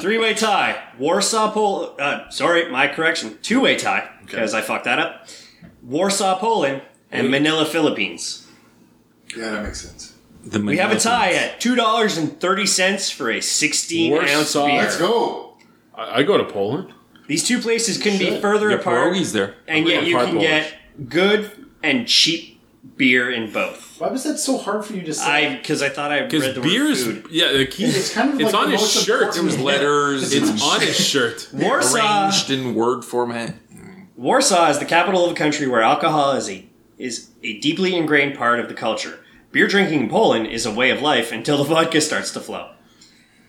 S3: three-way tie. Warsaw, Pol. Uh, sorry, my correction. Two-way tie because I fucked that up. Warsaw, Poland, and Manila, Philippines.
S10: Yeah, that makes sense.
S9: The
S3: We have a
S9: Manila-
S3: tie at two dollars and thirty cents for a sixteen ounce
S8: Warsaw.
S3: beer.
S10: Let's go.
S8: I, I go to Poland.
S3: These two places couldn't be further
S9: Yeah,
S3: apart,
S9: pierogies there.
S3: and yet
S8: Apart
S3: you can
S8: Polish.
S3: get good and cheap beer in both.
S4: why was that so hard for you to say?
S3: I because I thought I
S8: Because
S3: read the
S8: beer
S3: word
S8: is
S3: food.
S8: yeah. The key,
S4: It's kind of
S8: it's
S4: like
S8: on
S4: the
S8: his
S4: most
S8: shirt.
S4: important-
S9: It was letters.
S8: It's on his shirt.
S3: Warsaw,
S9: arranged in word format.
S3: Warsaw is the capital of a country where alcohol is a is a deeply ingrained part of the culture. Beer drinking in Poland is a way of life until the vodka starts to flow.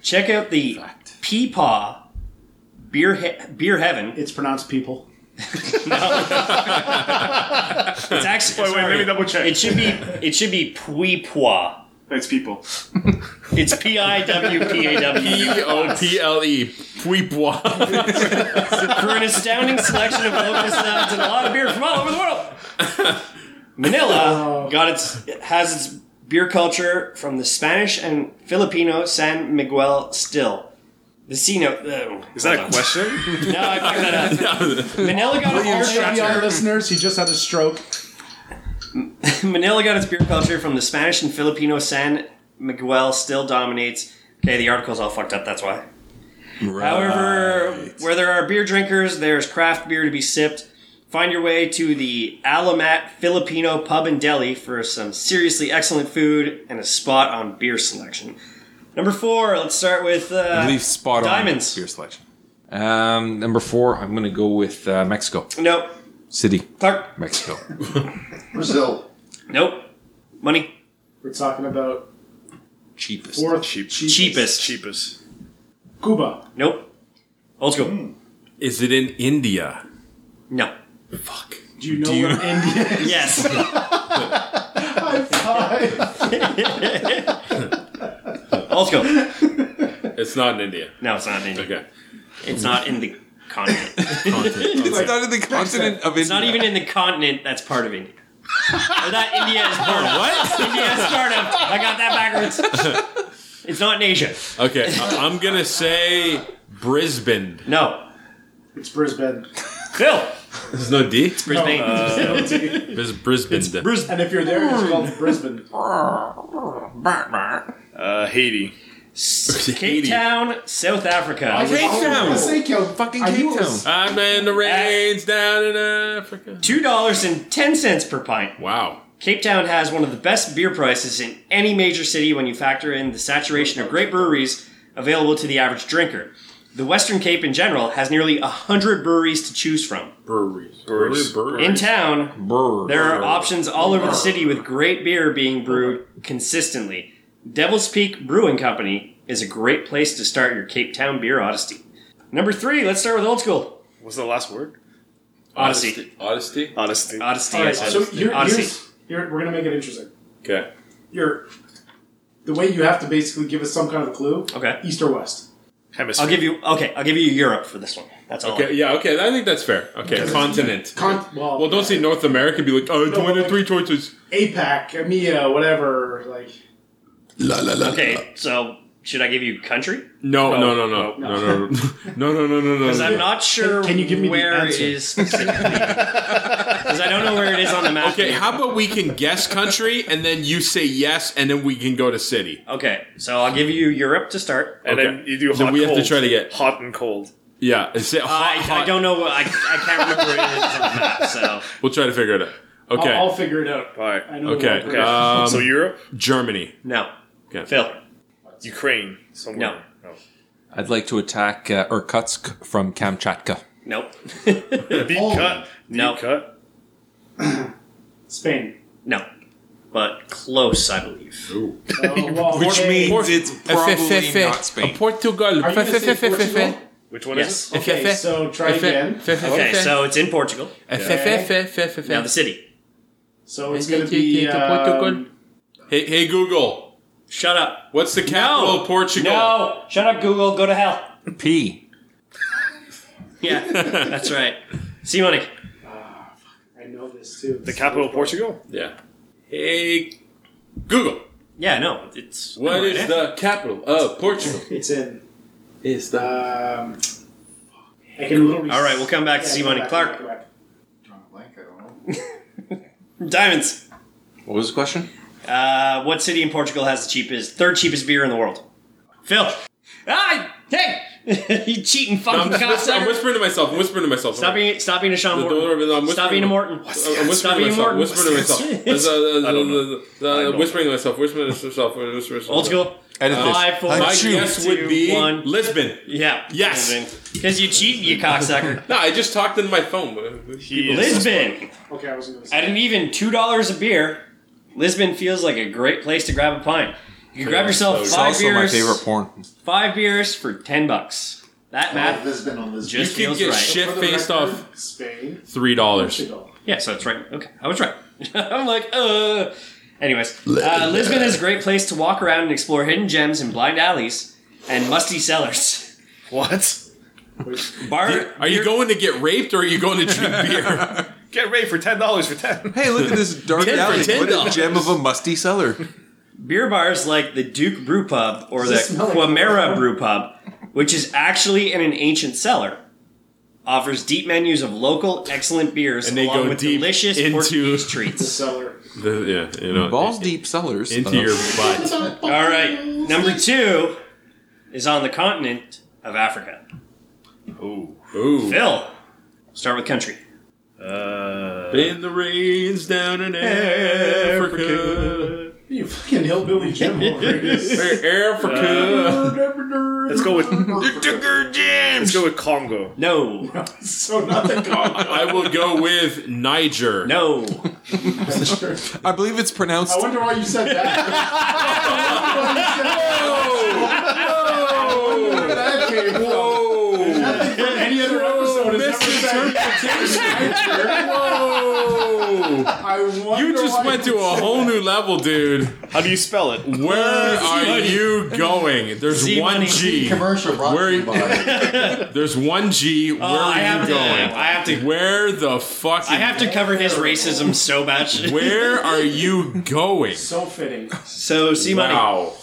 S3: Check out the Peepaw Beer he- Beer Heaven.
S4: it's pronounced people.
S3: It's actually
S7: Wait, wait,
S3: sorry.
S7: let me double check.
S3: It should be it should be Puipois.
S7: It's people.
S3: It's P I W P A
S8: P
S3: W.
S8: O P L E. Puipois.
S3: For an astounding selection of local sounds and a lot of beer from all over the world.
S7: Oh.
S3: Manila got its has its beer culture from the Spanish and Filipino San Miguel still. The Cino. Oh,
S7: Is that a question?
S3: No, I fucked that up. Manila got its beer
S4: FBI
S3: culture.
S4: listeners, he just had a stroke.
S3: Manila got its beer culture from the Spanish and Filipino San Miguel still dominates. Okay, the article's all fucked up. That's why. However, where there are beer drinkers, there's craft beer to be sipped. Find your way to the Alamat Filipino Pub and Deli for some seriously excellent food and a spot on beer selection. Number four, let's start with uh,
S9: Leaf spot
S3: diamonds.
S9: on beer selection. Um, number four, I'm gonna go with uh, Mexico
S3: Nope.
S9: City,
S3: Clark.
S9: Mexico.
S10: Brazil.
S3: Nope. Money.
S4: We're talking about
S9: Cheapest.
S4: fourth
S7: Cheap.
S4: cheapest.
S3: Cheapest.
S7: Cheapest.
S4: Cuba.
S3: Nope. Old school.
S8: Is it in India?
S3: No.
S8: Fuck.
S13: Do you know
S8: Do you-
S13: where India is?
S3: Yes. Let's go.
S8: It's not in India.
S3: No, it's not in India.
S8: Okay.
S3: It's not in the continent.
S8: It's
S3: Okay.
S8: not in the continent of
S3: It's not
S8: India.
S3: even in the continent that's part of India. or that India is part of. What? India is part of. I got that backwards. It's not in Asia.
S8: Okay, I- I'm gonna say Brisbane.
S3: No,
S13: It's Brisbane.
S3: Phil. Oh,
S8: There's no D. It's
S3: Brisbane.
S8: Uh,
S13: It's
S8: Bris- Brisbane.
S13: And if you're there, it's called Brisbane.
S3: Uh, Haiti. Cape
S8: Haiti.
S3: Town, South Africa.
S8: Oh, Cape Town.
S13: Fucking
S8: Cape Town. I'm in the rains down in Africa.
S3: Two dollars and ten cents per pint.
S8: Wow.
S3: Cape Town has one of the best beer prices in any major city when you factor in the saturation of great breweries available to the average drinker. The Western Cape in general has nearly hundred breweries to choose from.
S8: Breweries.
S3: Breweries.
S8: Breweries.
S3: In town,
S8: Brr.
S3: there are options all over the city with great beer being brewed consistently. Devil's Peak Brewing Company is a great place to start your Cape Town beer odyssey. Number three, let's start with old school.
S13: What's the last word?
S3: Odyssey.
S8: Odyssey.
S13: Odyssey.
S3: Odyssey.
S13: All right,
S3: yes,
S13: so
S3: Odyssey.
S13: here,
S3: Odyssey.
S13: here's, here, we're gonna make it interesting.
S8: Okay.
S13: You're the way you have to basically give us some kind of clue.
S3: Okay.
S13: East or west?
S3: I'll give you okay. I'll give you Europe for this one. That's all.
S8: Okay, yeah, okay, I think that's fair. Okay,
S13: Because-
S8: continent.
S13: Con- well,
S8: well, don't say North America and be like, oh, it's
S13: No,
S8: one of
S13: like-
S8: three choices.
S13: APAC, EMEA, E whatever. Like
S3: okay, so should I give you country?
S13: Oh,
S8: No, no, no, no, no, no, no, no, no, no, no.
S3: Because I'm
S8: no.
S3: not sure.
S13: Can- can you give me the
S3: where it
S13: answer?
S3: is specifically? Because I don't know where it is on the map.
S8: Okay, how about we can guess country and then you say yes, and then we can go to city.
S3: Okay, so I'll give you Europe to start.
S13: And
S8: Okay.
S13: then you do
S8: Then
S13: hot,
S8: we have to
S13: cold.
S8: try to get
S13: hot and cold.
S8: yeah. Is it
S13: Uh,
S8: hot,
S3: I, I
S8: hot?
S3: don't know. I, I can't remember where it is on the map. So
S8: We'll try to figure it out. Okay,
S13: I'll, I'll figure it out.
S8: all right.
S13: I know
S8: okay,
S13: where-
S8: Um,
S13: So Europe?
S8: Germany.
S3: no,
S8: Okay.
S3: Phil.
S13: Ukraine somewhere. No.
S9: I'd like to attack uh, Irkutsk from Kamchatka.
S3: Nope.
S13: Deep cut. Deep
S3: No.
S13: cut. Spain.
S3: No, but close, I believe.
S13: Oh, well,
S9: Which
S13: okay.
S9: means it's probably
S8: Fe-fe-fe.
S9: not Spain.
S8: Portugal.
S13: Are you gonna say
S8: Fe-fe-fe-fe-fe.
S13: Portugal? Which one
S3: Yes.
S13: is it? Okay,
S8: Fe-fe-fe.
S13: so try
S8: Fe-fe-
S13: again.
S8: fe-fe-fe.
S3: Okay, so it's in Portugal.
S8: Fe-fe-fe-fe-fe-fe.
S3: Now the city.
S13: So it's gonna be um,
S8: Hey, hey, Google.
S3: Shut up.
S8: What's the capital of Portugal?
S3: No, shut up, Google. Go to hell.
S9: P.
S3: Yeah, that's right. See money.
S13: I know this too.
S17: The capital of Portugal?
S8: Yeah. Hey, Google.
S3: Yeah, no, it's
S8: What
S13: eh?
S8: is the capital of Portugal?
S13: It's in.
S8: Is
S13: Um, I can literally.
S3: All right, we'll come back to
S13: Yeah,
S3: see
S13: go
S3: Money
S13: back,
S3: Clark.
S13: go back.
S10: Drawing a blank, I don't know.
S3: Diamonds.
S9: What was the question?
S3: Uh, what city in Portugal has the cheapest, third cheapest beer in the world? Phil. Ah, hey, you cheating
S8: I'm,
S3: fucking
S8: just whisper- I'm
S3: cocksucker!
S8: whispering to myself. I'm whispering to myself.
S3: Stop being, stop being a Sean
S8: Don't worry, I'm
S3: Morton.
S8: whispering.
S3: Stop being a Morton.
S8: I'm
S3: Stop being
S8: Uh,
S3: a
S8: whispering to
S3: Morton.
S8: myself. Whispering to myself. Uh, uh, uh, uh, uh, Whispering to myself. Whispering to myself. Whispering to myself. Uh,
S3: Old school.
S9: Edit this.
S3: Five, four,
S8: My
S3: two,
S8: guess would be
S3: one.
S8: Lisbon.
S3: Yeah.
S8: Yes.
S3: Because you cheat, you cocksucker.
S8: No, I just talked into my phone.
S3: Lisbon.
S13: Okay, I was gonna say.
S3: At an even two dollars a beer, Lisbon feels like a great place to grab a pint. You can grab yourself
S9: It's
S3: five
S9: also my
S3: beers.
S9: favorite porn.
S3: Five beers for ten bucks. That
S10: Matt
S3: math
S10: Lisbon on Lisbon.
S3: just
S8: You can
S3: feels
S8: get
S3: right.
S8: shit
S13: For the
S8: faced
S13: record,
S8: off
S13: Spain.
S8: three dollars.
S13: Portugal.
S3: Yeah, so it's right. Okay, I was right. I'm like, uh. Anyways, uh, Lisbon is a great place to walk around and explore hidden gems and blind alleys and musty cellars.
S13: What?
S3: Bar.
S8: Are you going to get raped or are you going to drink beer?
S13: Get ready for ten dollars for ten.
S9: Hey, look at this dark
S8: Ten for
S9: alley.
S8: ten
S9: What a
S8: dollars.
S9: gem of a musty cellar.
S3: beer bars like the Duke Brew Pub or the
S13: Does it smell like-
S3: Quimera Brew Pub, which is actually in an ancient cellar, offers deep menus of local excellent beers
S8: And they
S3: along
S8: go
S3: with
S8: deep
S3: delicious
S8: into-
S3: Portuguese treats.
S13: Seller.
S8: The- yeah, you know,
S9: Balls deep cellars.
S8: into your butt.
S3: All right, number two is on the continent of Africa.
S8: Ooh.
S3: Phil, start with country.
S8: In the rains down in Africa.
S13: You fucking hillbilly Jim over here.
S8: Where Africa.
S13: Let's go with Let's go with Congo.
S3: No,
S13: So not the Congo.
S8: I will go with Niger.
S3: no.
S9: I believe it's pronounced.
S13: I wonder why you said that. I wonder why you said that. Where that came from.
S8: Oh.
S13: Nothing from any other episode
S8: Whoa! you just went to a whole new level, dude.
S13: How do you spell it?
S8: Where are you going? There's
S13: Z
S8: one
S13: money.
S8: G.
S10: Commercial brought
S8: Where There's one G. Where
S3: Oh,
S8: are
S3: I
S8: you
S3: have to-
S8: going?
S3: I have to.
S8: Where the fuck?
S3: I have to cover his racism so much.
S8: Where are you going?
S3: So fitting. So, see money.
S8: Wow.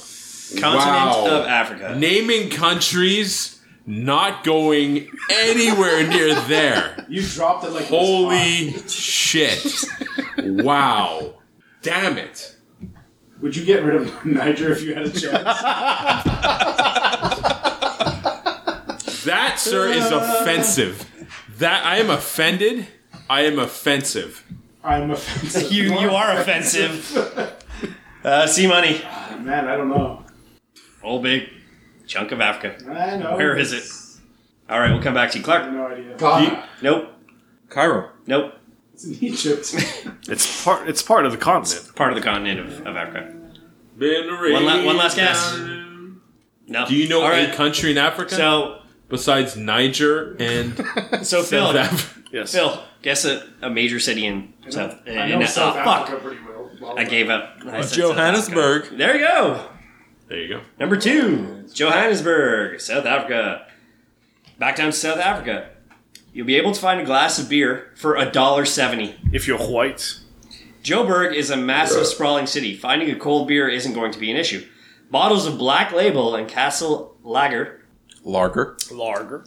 S3: Continent
S8: Wow.
S3: of Africa.
S8: Naming countries not going anywhere near there.
S12: You dropped it like it was
S8: Holy shit. Wow. Damn
S12: hot.
S8: it.
S12: Would you get rid of Niger if you had a chance?
S8: That, sir, is offensive. That I am offended. I am offensive.
S12: I'm offensive.
S3: You- you are Uh, see money.
S12: Man, I don't know.
S3: Whole big chunk of Africa.
S12: I know.
S3: Where is it? All right, we'll come back to you, Clark.
S12: No idea.
S13: Ghana.
S3: Nope.
S9: Cairo.
S3: Nope.
S12: It's in Egypt.
S13: It's part. It's part of the continent.
S3: part of the continent of, of Africa.
S8: One,
S3: la- one last guess. No.
S8: Do you know
S3: All
S8: a
S3: right.
S8: country in Africa?
S3: So-
S8: besides Niger and
S3: So Phil,
S8: South Africa.
S3: Phil, guess a, a major city in South.
S12: I
S3: in-
S12: know South
S3: oh,
S12: Africa
S3: fuck.
S12: pretty well. well
S3: I gave up. I said South
S9: Johannesburg.
S3: Africa. There you go.
S8: There you go.
S3: Number two, Johannesburg, South Africa. Back down to South Africa. You'll be able to find a glass of beer for a dollar seventy
S13: if you're white.
S3: Joburg is a massive, sprawling city. Finding a cold beer isn't going to be an issue. Bottles of Black Label and Castle Lager
S9: Lager.
S3: Lager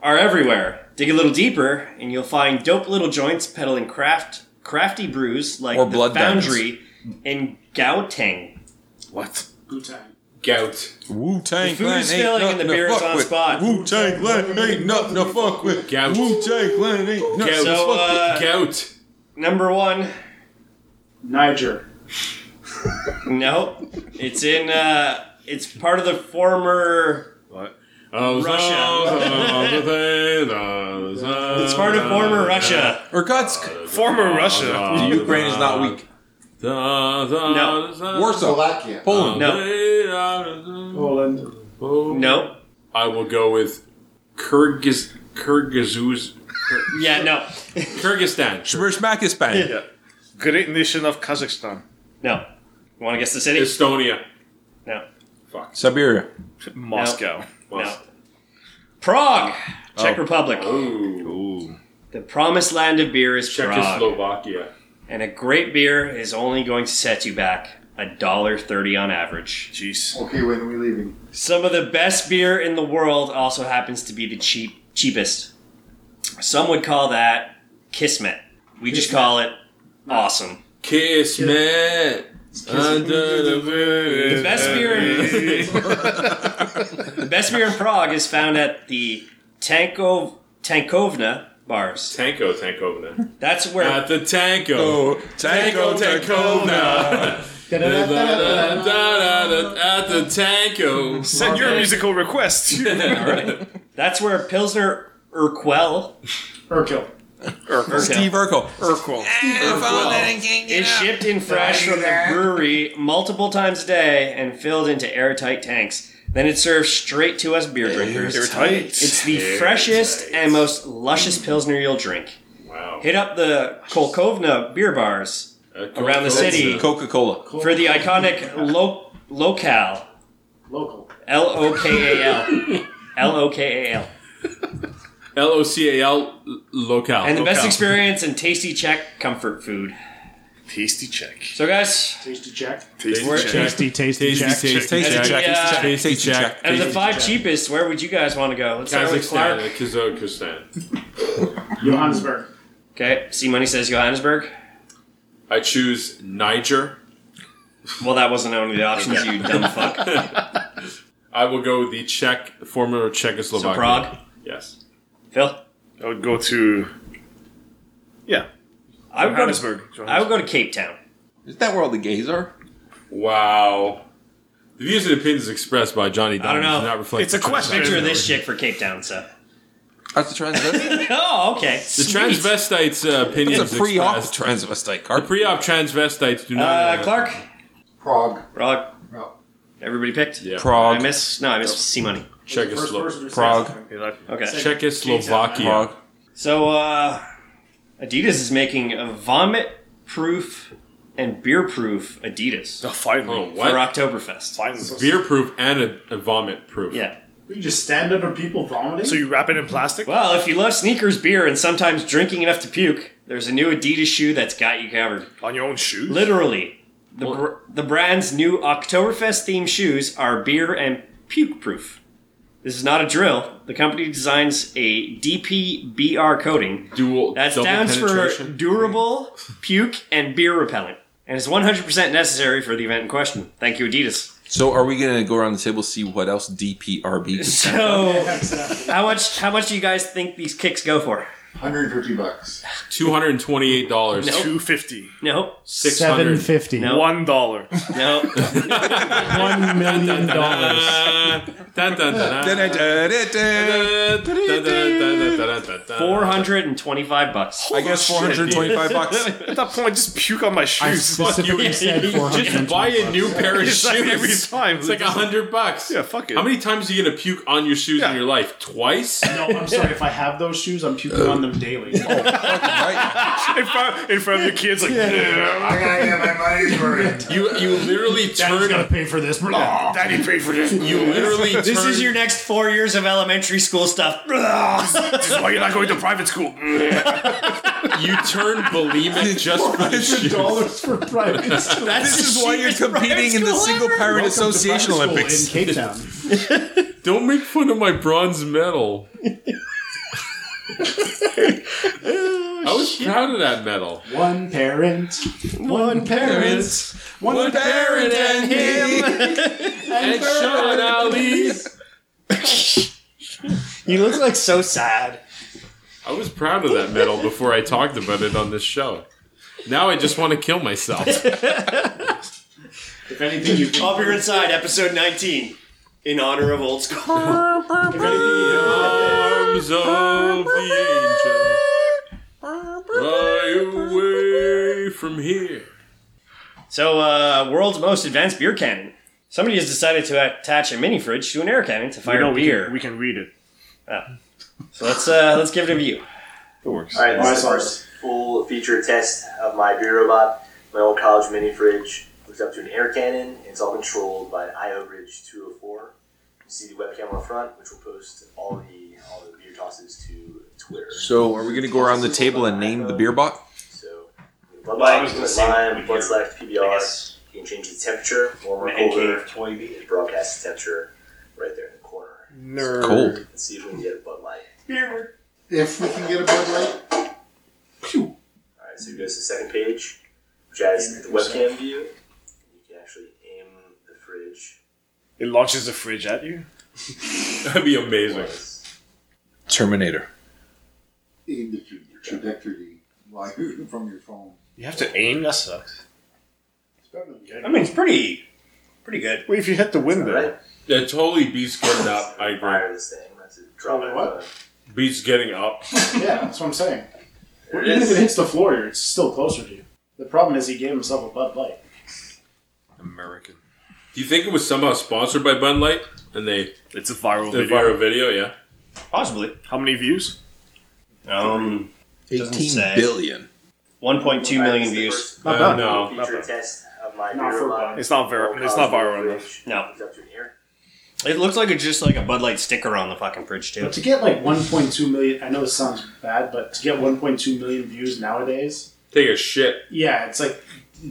S3: are everywhere. Dig a little deeper, and you'll find dope little joints peddling craft, crafty brews like
S9: Or
S3: the
S9: Blood
S3: Foundry in Gauteng.
S8: What?
S12: Bhutan.
S8: Gout.
S9: Wu Tang
S3: The food is filling and the beer is on spot.
S9: Wu Tang Clan ain't nothing to fuck with.
S8: Gout.
S9: Wu Tang Clan ain't nothing to
S3: So, uh,
S9: fuck with.
S8: Gout.
S3: number one,
S12: Niger.
S3: no, it's in. Uh, it's part of the former.
S8: What? Oh,
S3: Russia. It's part of
S8: Oh,
S3: former Russia.
S9: Irkutsk.
S13: Former Russia.
S9: The Ukraine is not weak.
S3: No.
S9: Warsaw.
S10: Slovakia.
S9: Poland.
S3: No,
S12: Poland.
S3: no.
S8: I will go with Kyrgyz Kyrgyzuz
S3: Yeah, no,
S9: Uh,
S8: Kyrgyzstan.
S9: Shmurshmakistan.
S13: Yeah. Great nation of Kazakhstan.
S3: no. You want to guess the city?
S8: Estonia.
S3: No,
S9: Siberia.
S13: Moscow.
S3: no. Prague, Czech
S9: Oh.
S3: Republic.
S8: Ooh.
S3: The promised land of beer is Prague,
S8: Czechoslovakia.
S3: and a great beer is only going to set you back a dollar thirty on average.
S13: Jeez.
S10: Okay, when are we leaving?
S3: Some of the best beer in the world also happens to be the cheap cheapest. Some would call that kismet. We just call it awesome.
S8: Kiss me under the moon.
S3: The best beer The best beer in Prague is found at the Tankov Tankovna bars.
S8: Tanko Tankovna.
S3: That's where
S8: At the
S9: Oh.
S8: Tanko. Tanko Tankovna. Da-da-da-da-da-da. At the Tanko.
S13: Send your musical request.
S3: that's where Pilsner Urquell
S12: Urkel.
S9: Steve Urkel.
S13: Urkel.
S3: is shipped in fresh from the brewery multiple times a day and filled into airtight tanks. Then it's served straight to us beer drinkers. It's the freshest and most luscious Pilsner you'll drink.
S8: Wow.
S3: Hit up the Kolkovna beer bars around the city
S9: Coca Cola.
S3: for the iconic lo- locale.
S12: Local.
S3: L O K A L. L O K A L.
S8: L O C A L locale.
S3: And the best
S8: Locale.
S3: experience in tasty Czech comfort food.
S13: Tasty check.
S3: So, guys,
S12: Tasty check.
S13: Tasty
S3: We're-
S13: check.
S8: Tasty,
S17: tasty,
S8: Tasty, tasty,
S9: Tasty
S3: Yeah.
S9: check.
S3: Yeah.
S9: Tasty check.
S3: out of the five cheapest, where would you guys want to go? Let's start with Clark.
S8: Kazakhstan, Kazakhstan.
S12: Johannesburg.
S3: Okay, C Money says Johannesburg.
S8: I choose Niger.
S3: Well, that wasn't one of the options, you dumb fuck.
S8: I will go with the Czech, former
S3: So
S8: Czechoslovakia.
S3: Prague,
S8: Yes.
S3: Phil.
S13: I would go to. Yeah.
S3: I would go to,
S13: Johannesburg.
S3: I would go to Cape Town.
S9: Is that where all the gays are?
S8: Wow. The views and opinions expressed by Johnny Diamond
S3: don't know.
S8: do not reflect
S13: It's a
S8: the trans-
S13: question.
S3: Picture this chick for Cape Town, so.
S9: That's a transvestite.
S3: Oh, okay.
S8: The transvestites' uh, opinions
S9: That's a free op
S8: expressed.
S9: transvestite
S8: The
S9: card.
S8: pre-op transvestites do not.
S3: Uh, Clark,
S10: Prague.
S3: Prague.
S10: No.
S3: Everybody picked.
S8: Yeah.
S3: I
S9: Prague.
S3: miss. No, I miss C Money.
S12: First
S8: Czechoslo-
S12: person or
S9: Prague.
S12: second?
S3: Okay.
S8: Czechoslovakia.
S9: Prague.
S3: So, uh, Adidas is making a vomit-proof and beer-proof Adidas. Oh, finally!
S8: what?
S3: For Oktoberfest. Finally.
S8: Beer proof and a, a vomit proof.
S3: Yeah.
S4: You just stand under people vomiting.
S3: you wrap it in plastic? Well, if you love sneakers, beer, and sometimes drinking enough to puke, there's a new Adidas shoe that's got you covered. On your own shoes? Literally. The, br- the brand's new Oktoberfest themed shoes are beer and puke proof. This is not a drill. The company designs a DPBR coating.
S8: Dual.
S3: That
S8: double
S3: stands for
S8: penetration.
S3: durable puke and beer repellent, and is 100% necessary for the event in question. Thank you, Adidas.
S9: So are we gonna go around the table see what else DPRB? could stand for?
S3: So, how much? How much do you guys think these kicks go for?
S10: 150 bucks.
S8: Two hundred and twenty-eight dollars.
S3: Nope.
S8: Two fifty.
S3: Nope.
S8: Six
S4: Seven
S8: hundred.
S4: fifty.
S8: One dollar.
S3: No.
S4: One million dollars.
S3: Four hundred and twenty-five bucks.
S8: I guess 425 bucks.
S18: At that point, just puke on my shoes.
S8: I specifically said
S18: Just
S8: 425
S18: buy a new
S8: bucks.
S18: pair of
S8: It's like
S18: shoes
S8: every time. It's like 100 bucks.
S18: Yeah, fuck it.
S8: How many times are you gonna puke on your shoes in your life? Twice.
S4: No, I'm sorry. If I have those shoes, I'm puking on them daily.
S18: in front in front of your kids? Like,
S4: Yeah.
S18: "Yeah."
S4: I gotta get my money's worth.
S8: You you literally
S4: turn. gotta pay for this. Blah.
S18: Daddy paid for this.
S8: You literally.
S3: This
S8: turn-
S3: is your next four years of elementary school stuff.
S18: this is why you're not going to private school.
S8: you turn bulimic just for the shoes.
S4: dollars for private school.
S9: That's This the is why you're cheapest competing private in the school Single ever. Parent Association Olympics.
S4: in Cape Town.
S8: Don't make fun of my bronze medal. I was proud of that medal.
S4: One parent, one parent, one,
S8: parent and him.
S4: and
S8: Sean Ali.
S3: He looks like so sad.
S8: I was proud of that medal before I talked about it on this show. Now I just want to kill myself.
S3: If anything, you Up here inside, episode nineteen, in honor of old school.
S8: Arms of the angel, fly away from here.
S3: So, uh, world's most advanced beer cannon. Somebody has decided to attach a mini fridge to an air cannon to fire
S18: know we can-
S3: beer. we can read it. So let's uh, let's give it a view.
S18: It works.
S7: All right, this is the first full feature test of my beer robot. My old college mini fridge hooks up to an air cannon. It's all controlled by an IO Bridge 204. You see the webcam on front, which will post all the all the beer tosses to Twitter.
S9: So are we gonna go around the table and name the beer bot?
S7: Blood
S9: Well, I
S7: Lime,
S9: was gonna
S7: Blood
S9: say
S7: Lime,
S9: maybe
S7: Blood
S9: here.
S7: Select, PBR. You can change the temperature, warmer,
S3: An NK
S7: colder. It broadcasts the temperature right there in the corner.
S10: Nerd.
S7: Cold. Let's see if we can get a Bud Light.
S10: If we can get a Bud Light.
S7: All right, so it goes to the second page, which has the webcam view. You can actually aim the fridge.
S18: It launches a fridge at you.
S8: That'd be amazing.
S9: Terminator.
S10: in the tra- trajectory like from your phone.
S18: You have to aim. That sucks.
S3: I mean, it's pretty, pretty good.
S18: Wait, if you hit the window,
S8: That totally beats getting up. I agree.
S7: Drop
S4: what?
S8: Beats getting up.
S4: Yeah, that's what I'm saying.
S7: There it
S4: Even if
S7: is.
S4: it hits the floor, it's still closer to you. The problem is he gave himself a Bud Light.
S8: American. Do you think it was somehow sponsored by Bud Light? And they
S18: it's a viral
S8: the
S18: video.
S8: viral video, yeah.
S3: Possibly.
S18: How many views?
S3: Um, doesn't
S9: 18
S3: say.
S9: billion.
S3: 1.2 million views. Oh,
S7: Not
S18: bad.
S8: Uh, no,
S7: Feature test of my
S18: Not
S7: beer
S18: for
S7: robot.
S18: It's not viral. It's not
S7: Oh,
S18: viral enough.
S3: No,
S7: It's up to an air.
S3: it looks like it's just like a Bud Light sticker on the fucking fridge too.
S4: But to get like 1.2 million, I know this sounds bad, but to get 1.2 million views nowadays,
S8: Take a shit.
S4: yeah, it's like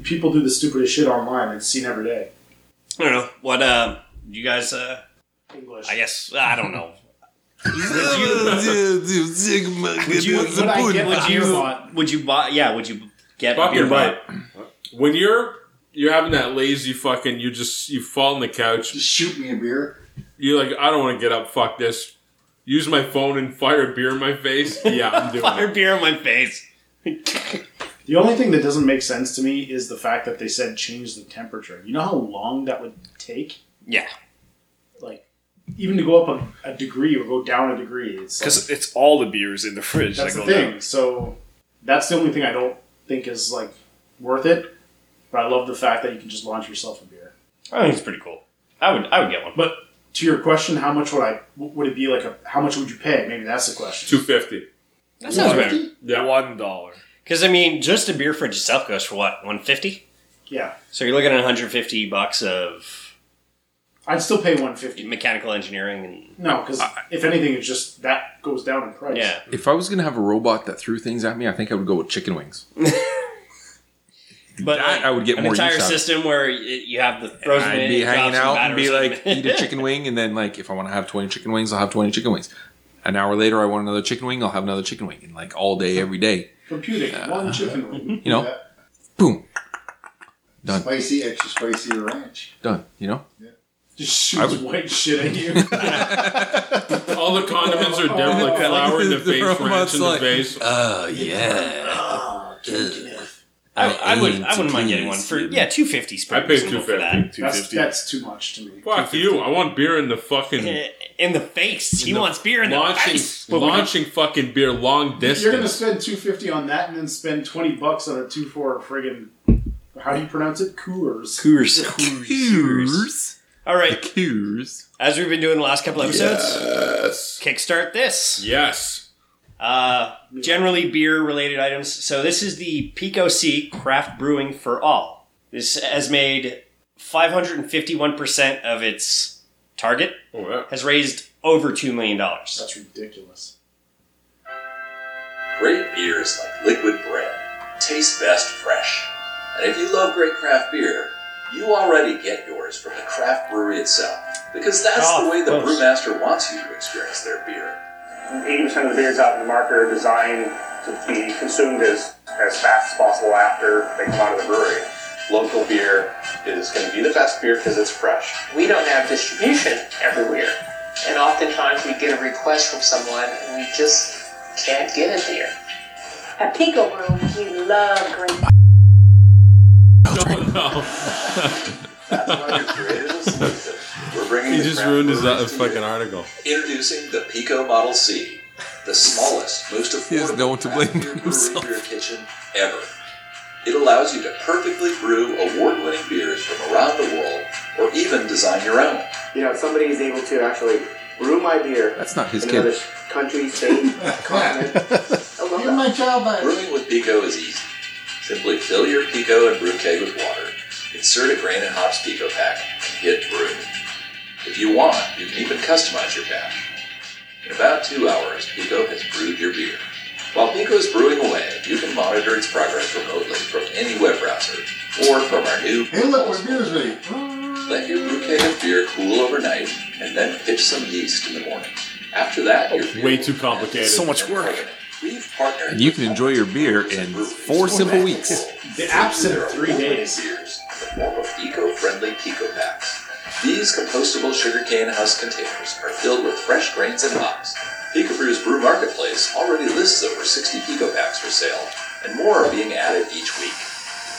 S4: people do the stupidest shit online. It's seen every day.
S3: I don't know what. Um, you guys. Uh,
S4: English.
S3: I guess I don't know.
S9: Would
S3: Would you? Would,
S4: Would I get
S3: would
S4: the
S3: you?
S4: beer
S3: Would you,
S4: bot?
S3: buy? Yeah. Would you get
S8: Fuck
S3: beer
S8: your
S3: bot?
S8: When you're you're having that lazy fucking, you just you fall on the couch. Just
S10: shoot me a beer.
S8: You're like, I don't want to get up. Fuck this. Use my phone and fire a beer in my face. Yeah, I'm doing
S3: Fire
S8: it.
S3: beer in my face.
S4: The only thing that doesn't make sense to me is the fact that they said change the temperature. You know how long that would take?
S3: Yeah.
S4: Like, even to go up a, a degree or go down a degree. It's like,
S18: Because it's all the beers in the fridge.
S4: that's the
S18: that go
S4: thing.
S18: down.
S4: So that's the only thing I don't think is like worth it. But I love the fact that you can just launch yourself a beer.
S3: I think it's pretty cool. I would. I would get one.
S4: But to your question, how much would I? Would it be like a? How much would you pay? Maybe that's the question.
S8: Two fifty.
S3: That sounds better.
S13: Yeah. One dollar.
S3: Because I mean, just a beer fridge itself goes for what, one fifty?
S4: Yeah.
S3: So you're looking at 150 bucks of
S4: I'd still pay one fifty.
S3: mechanical engineering and
S4: No, because if anything, it's just that goes down in price.
S3: yeah.
S9: If I was gonna have a robot that threw things at me, I think I would go with chicken wings.
S3: But
S9: that I would get
S3: an
S9: more
S3: entire
S9: use out of.
S3: system where y- you have the frozen
S9: I'd
S3: in,
S9: be
S3: it drops
S9: hanging out and
S3: batteries
S9: be
S3: come
S9: like,
S3: in.
S9: eat a chicken wing, and then like, if I want to have twenty chicken wings, I'll have twenty chicken wings. An hour later, I want another chicken wing, I'll have another chicken wing, and like all day, every day,
S4: Computing one chicken wing.
S9: you know, boom, done,
S10: Spicy, extra spicy, or ranch.
S9: done, you know.
S4: Just
S9: I
S4: shoots
S9: would-
S4: white shit at you.
S17: All the condiments are down like flour in the face, ranch in the face.
S3: Uh,
S9: Oh
S4: Oh,
S9: yeah.
S3: I, I would. I wouldn't mind getting one for yeah, two fifty.
S17: I paid two fifty. Two
S4: That's,
S17: fifty.
S4: that's too much to me.
S17: Fuck you! I want beer in the fucking
S3: in the face. He wants beer in the
S17: launching,
S3: face. But we-
S17: Launching fucking beer long distance.
S4: You're gonna spend two fifty on that, and then spend twenty bucks on a two four friggin' how do you pronounce it? Coors.
S3: Coors. Coors. All right.
S9: Coors.
S3: As we've been doing the last couple episodes, kickstart this.
S17: Yes.
S3: Uh, generally beer related items. So this is the Pico C Craft Brewing for All. This has made 551% of its target. Has raised over $2 million. That's
S4: ridiculous.
S19: Great beer is like liquid bread. Tastes best fresh. And if you love great craft beer, you already get yours from the craft brewery itself. Because that's
S20: Oh,
S19: the way the
S20: close.
S19: brewmaster wants you to experience their beer.
S20: 80% of the beers out in the market are designed to be consumed as, as fast as possible after they come out of the brewery.
S19: Local beer is going to be the best beer because it's fresh.
S21: We don't have distribution everywhere. And oftentimes we get a request from someone and we just can't get it there.
S22: At Pico Room, we love green.
S19: We're bringing
S17: He
S19: the
S17: just
S19: craft
S17: ruined his
S19: breweries
S17: uh,
S19: to
S17: fucking article.
S19: Introducing the Pico Model C, the smallest, most affordable
S9: no one to blame but
S19: brewery beer kitchen ever. It allows you to perfectly brew award-winning beers from around the world, or even design your own.
S20: You know, if somebody is able to actually brew my beer.
S19: That's not his
S20: in
S19: kid.
S20: another country, state, continent. I love that. my child
S19: Brewing with Pico is easy. Simply fill your Pico and brew keg with water, insert a grain and hops Pico pack, and hit brew. If you want, you can even customize your pack. In about two hours, Pico has brewed your beer. While Pico is brewing away, you can monitor its progress remotely from any web browser or from our new
S10: Hey, look, my beer's ready.
S19: let your bouquet of beer cool overnight, and then pitch some yeast in the morning. After that, your beer
S17: Way too complicated.
S19: So much work. We've partnered
S9: And you can enjoy your beer in four simple weeks.
S4: The app's in three days.
S19: Beers in the form of eco-friendly Pico packs. These compostable sugarcane husk containers are filled with fresh grains and hops. Pico Brew's Brew Marketplace already lists over 60 Pico packs for sale, and more are being added each week.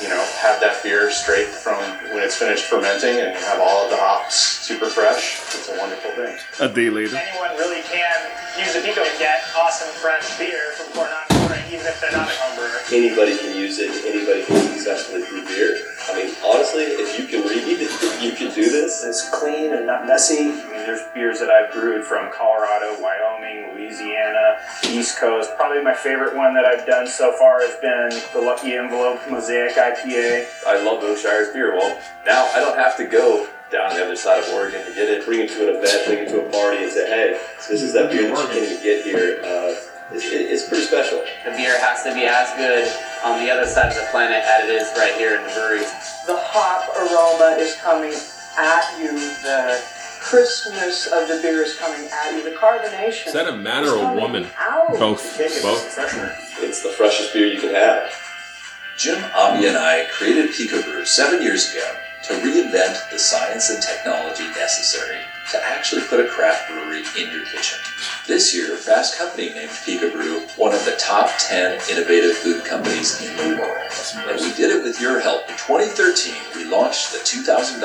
S20: you know, have that beer straight from when it's finished fermenting and have all of the hops super fresh. It's a wonderful thing.
S13: A day later.
S23: Anyone really can use a Pico and get awesome French beer from Cornado, even if they're not at home brewer.
S19: Anybody can use it. Anybody can successfully brew beer. I mean, honestly, if you can read, you can do this.
S20: It's clean and not messy.
S23: I mean, there's beers that I've brewed from Colorado, Wyoming, Louisiana, East Coast. Probably my favorite one that I've done so far has been the Lucky Envelope Mosaic IPA.
S19: I love Oshire's beer. Well, now I don't have to go down the other side of Oregon to get it. Bring it to an event, bring it to a party, and say, "Hey, this is that beer that you can't even get here." Uh, it's, it, it's pretty special.
S21: The beer has to be as good on the other side of the planet as it is right here in the brewery.
S22: The hop aroma is coming at you. The crispness of the beer is coming at you. The carbonation.
S17: Is that a man or a woman?
S22: Ow.
S17: Both. Both.
S19: It's the freshest beer you can have. Jim Abby and I created Pico Brew seven years ago to reinvent the science and technology necessary to actually put a craft brewery in your kitchen. This year, Fast Company named Pico Brew one of the top 10 innovative food companies in the world. And we did it with your help. In 2013, we launched the $2,000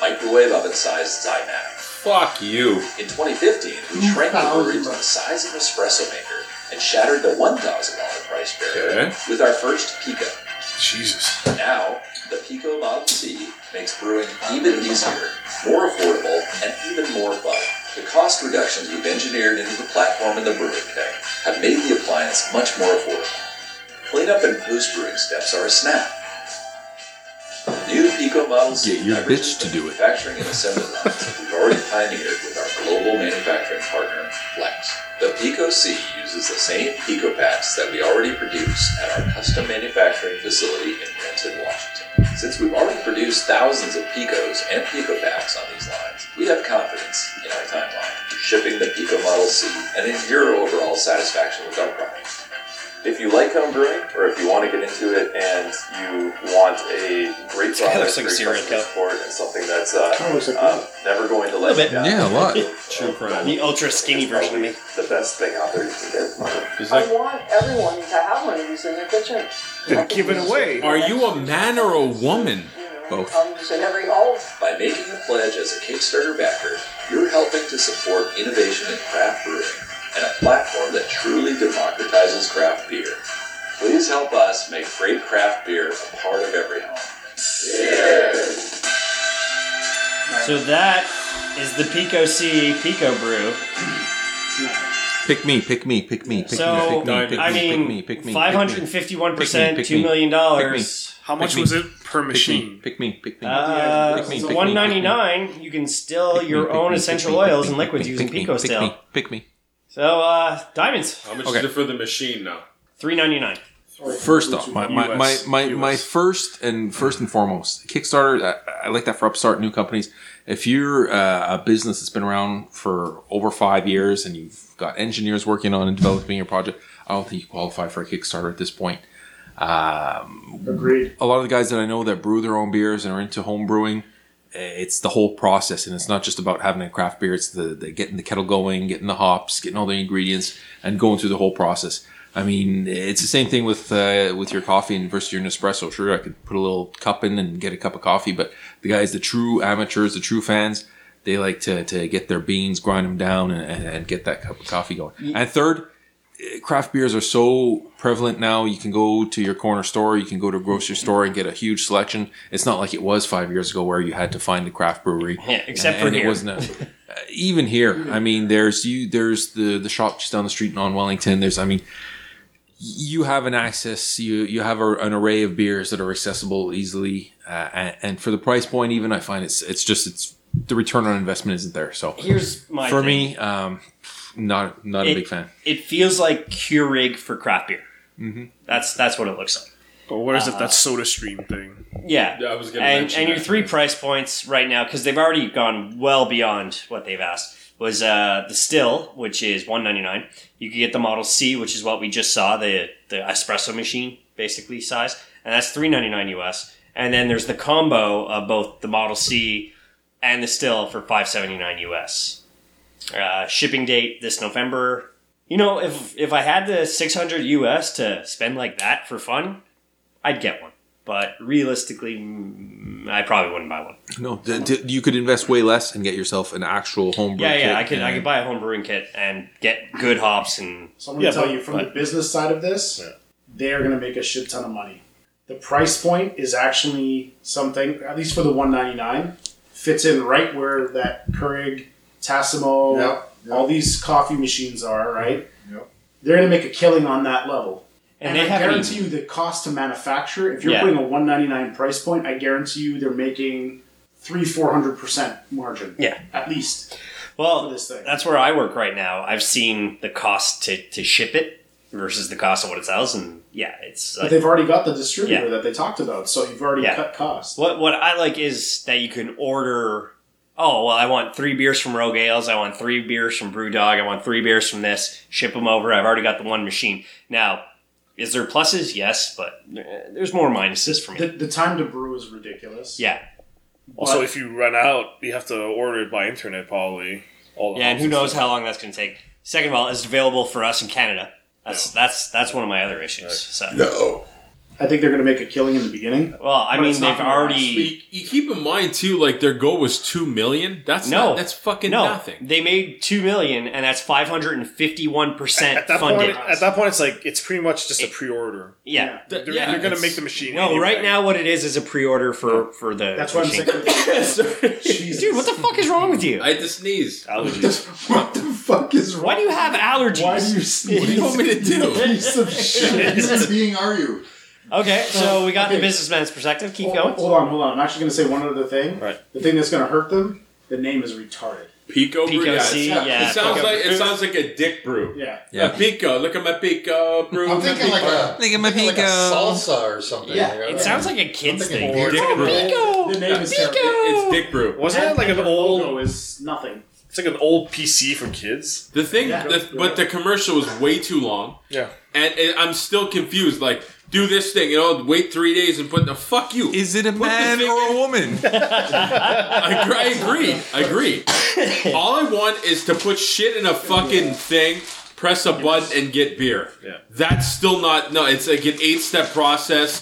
S19: microwave oven sized Zymatic.
S17: Fuck you.
S19: In 2015, we shrank the brewery to the size of an espresso maker and shattered the $1,000 price barrier
S17: Okay.
S19: with our first Pico. Jesus. Now, the Pico Model C makes brewing even easier, more affordable, and even more fun. The cost cost reductions we've engineered into the platform and the brewing keg have made the appliance much more affordable. Cleanup and post-brewing steps are a snap. New Pico models
S9: Get your bitch to do it.
S19: manufacturing and assembly lines we've already pioneered with our global manufacturing partner, Flex. The Pico C uses the same Pico packs that we already produce at our custom manufacturing facility in Renton, Washington. Since we've already produced thousands of Picos and Pico packs on these lines, we have confidence in our timeline for shipping the Pico Model C and in your overall satisfaction with our product.
S24: If you like home brewing, or if you want to get into it and you want a great
S19: guy
S24: product,
S19: looks like
S24: great
S19: serial
S24: customer support, and something that's uh,
S19: Kinda looks like
S24: uh, never going to let you down.
S3: True crime. The ultra skinny version of me.
S24: The best thing out there you can get.
S22: I want everyone to have one of these in their kitchen.
S8: give it away. Are you a man or a woman?
S9: Both.
S22: Um, just in every home.
S19: By making a pledge as a Kickstarter backer, you're helping to support innovation in craft brewing and a platform that truly democratizes craft beer. Please help us make great craft beer a part of every home.
S3: So that is the Pico C Pico Brew.
S9: Pick me, pick me, pick me, pick
S3: so
S9: me, pick me, pick
S3: I
S9: me,
S3: mean,
S9: pick me, pick me,
S3: five hundred and fifty-one percent, two million dollars.
S9: per machine? Pick me, pick me,
S3: Uh,
S9: pick me, pick me,
S3: one
S9: pick me,
S3: ninety-nine. You can still
S9: pick me,
S3: your
S9: pick
S3: own
S9: me,
S3: essential
S9: pick me,
S3: oils
S9: pick
S3: and
S9: me,
S3: liquids
S9: pick
S3: using
S9: me,
S3: Pico
S9: pick
S3: still.
S9: me, Pick me.
S3: So uh, diamonds. How
S17: much is it for the machine now?
S3: Three ninety-nine.
S9: First off, my my, my, my, my first and first and foremost, Kickstarter. I, I like that for upstart new companies. If you're uh, a business that's been around for over five years and you've got engineers working on and developing your project, I don't think you qualify for a Kickstarter at this point. Um,
S4: Agreed.
S9: A lot of the guys that I know that brew their own beers and are into home brewing, eh, it's the whole process, and it's not just about having a craft beer. It's the, the getting the kettle going, getting the hops, getting all the ingredients, and going through the whole process. I mean, it's the same thing with uh, with your coffee and versus your Nespresso. Sure, I could put a little cup in and get a cup of coffee, but the guys, the true amateurs, the true fans, they like to, to get their beans, grind them down, and, and- and get that cup of coffee going. And third, craft beers are so prevalent now. You can go to your corner store, you can go to a grocery store and get a huge selection. It's not like it was five years ago where you had to find a craft brewery.
S3: Yeah, except
S9: And-
S3: for
S9: and
S3: here.
S9: it wasn't a, uh, even here. I mean, there's you, there's the the shop just down the street in on Wellington. There's, I mean, you have an access you you have a, an array of beers that are accessible easily uh, and, and for the price point even i find it's it's just it's the return on investment isn't there so
S3: Here's my
S9: for
S3: thing.
S9: me um not not a
S3: It-
S9: big fan
S3: It feels like Keurig for craft beer.
S9: Mm-hmm.
S3: That's that's what it looks like.
S18: Oh,
S13: But what is
S3: Uh,
S13: it? That soda stream thing.
S3: Yeah,
S13: Yeah, I was gonna
S3: and,
S13: mention
S3: and your
S13: that.
S3: three price points right now because they've already gone well beyond what they've asked. Was uh, the still, which is one ninety nine. You could get the Model C, which is what we just saw the the espresso machine basically size, and that's three ninety nine US. And then there's the combo of both the Model C and the still for five seventy nine US. Uh, shipping date this November. You know, if if I had the six hundred US to spend like that for fun, I'd get one. But realistically, mm, I probably wouldn't buy one.
S9: no d- d- you could invest way less and get yourself an actual home brew
S3: yeah,
S9: kit
S3: yeah, I could I
S9: and-
S3: could buy a home brewing kit and get good hops and.
S4: So I'm going to tell you from the business side of this, they are going to make a shit ton of money. The price point is actually something, at least for the 199, fits in right where that Keurig, Tassimo,
S10: Yep,
S4: all these coffee machines are, right?
S10: Yep.
S4: They're going to make a killing on that level.
S3: And
S4: And,
S3: they
S4: I
S3: haven't
S4: guarantee you the cost to manufacture, if you're
S3: Yeah.
S4: putting a 199 price point, I guarantee you they're making three, 400% margin.
S3: Yeah.
S4: At least.
S3: Well, that's where I work right now. I've seen the cost to, to ship it versus the cost of what it sells, and yeah, it's. uh,
S4: But
S3: like-
S4: they've already got the distributor
S3: Yeah.
S4: that they talked about, so you've already
S3: Yeah.
S4: cut costs.
S3: What what I like is that you can order. Oh well, I want three beers from Rogue Ales. I want three beers from BrewDog. I want three beers from this. Ship them over. I've already got the one machine. Now, is there pluses? Yes, but eh, there's more minuses for me.
S4: The, the time to brew is ridiculous.
S3: Yeah,
S13: Also,
S3: But-
S13: if you run out, you have to order it by internet, probably. All the
S3: yeah, and who
S13: options.
S3: knows how long that's going to take. Second of all, it's available for us in Canada. That's that's that's one of my other issues. So
S13: No.
S4: I think they're going to make a killing in the beginning.
S3: Well, I mean, they've
S8: You, you keep in mind too, like their goal was two million. That's
S3: no,
S8: not, that's fucking
S3: no.
S8: nothing.
S3: They made two million, and that's five hundred and fifty-one percent
S13: At that
S3: funded.
S13: point, at that point, it's like it's pretty much just a pre-order.
S3: yeah,
S13: they're, they're going to make the machine.
S3: No,
S13: anyway.
S3: right now what it is is a pre-order for for the.
S13: That's
S4: what I'm
S3: machine.
S4: saying.
S3: Dude, what the fuck is wrong with you?
S8: I had to sneeze.
S3: Allergies.
S10: what the fuck is wrong?
S3: Why do you have allergies?
S10: Why do you sneeze? What do you want me to do? Piece of shit. What kind of being are you?
S3: Okay, so we got
S4: Okay.
S3: the businessman's perspective. Keep
S4: Hold-
S3: going.
S4: Hold on, hold on. I'm actually going to say one other thing. Right. The thing that's going to hurt them. The name is retarded.
S8: Pico, brew.
S4: Pico
S8: Yeah,
S4: C,
S8: it's-
S4: yeah,
S8: It sounds
S4: Pico
S8: like
S4: brew.
S8: it sounds like a dick brew.
S4: Yeah.
S8: yeah. Pico, look at my Pico brew.
S10: I'm thinking like a,
S8: Look at
S10: I'm
S8: my
S10: thinking like a
S8: Pico.
S10: salsa or something.
S8: Yeah,
S10: Like, I
S8: it
S10: don't
S8: sounds
S10: know.
S8: like a kid's
S10: I'm thinking
S8: thing.
S10: beer
S8: Dick
S10: table.
S8: brew.
S13: Pico!
S4: The name is terrible.
S8: It's Dick Brew.
S13: Wasn't
S4: And-
S13: that like
S4: and
S13: an
S4: the
S13: old?
S4: logo is nothing.
S13: It's like an old PC for kids.
S8: The thing,
S13: Yeah.
S8: the, but the commercial was way too long,
S13: Yeah.
S8: and it, I'm still confused. Like, do this thing, you know, wait three days and put the fuck you. Is it a man or a woman? I, gr- I agree. I agree. All I want is to put shit in a fucking thing, press a button, and get beer.
S13: Yeah.
S8: That's still not no. It's like an eight step process,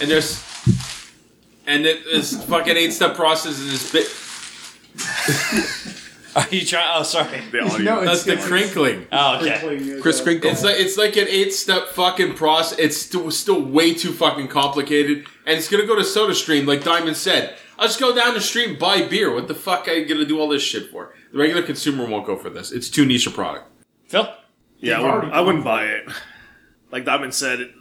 S8: and there's and it is fucking eight step process is this bit.
S3: Are you trying? Oh, sorry.
S8: The
S3: audio. No, it's-
S8: That's the
S3: it's-
S8: crinkling.
S3: Oh, okay. Crinkling is,
S9: Chris uh, Crinkle.
S8: It's like it's like an eight step fucking process. It's still, still way too fucking complicated, and it's gonna go to Soda Stream, like Diamond said. I'll just go down the stream, buy beer. What the fuck are you gonna do all this shit for? The regular consumer won't go for this. It's too niche a product.
S3: Phil?
S13: Yeah, I wouldn't, I wouldn't buy it. Like Diamond said, it-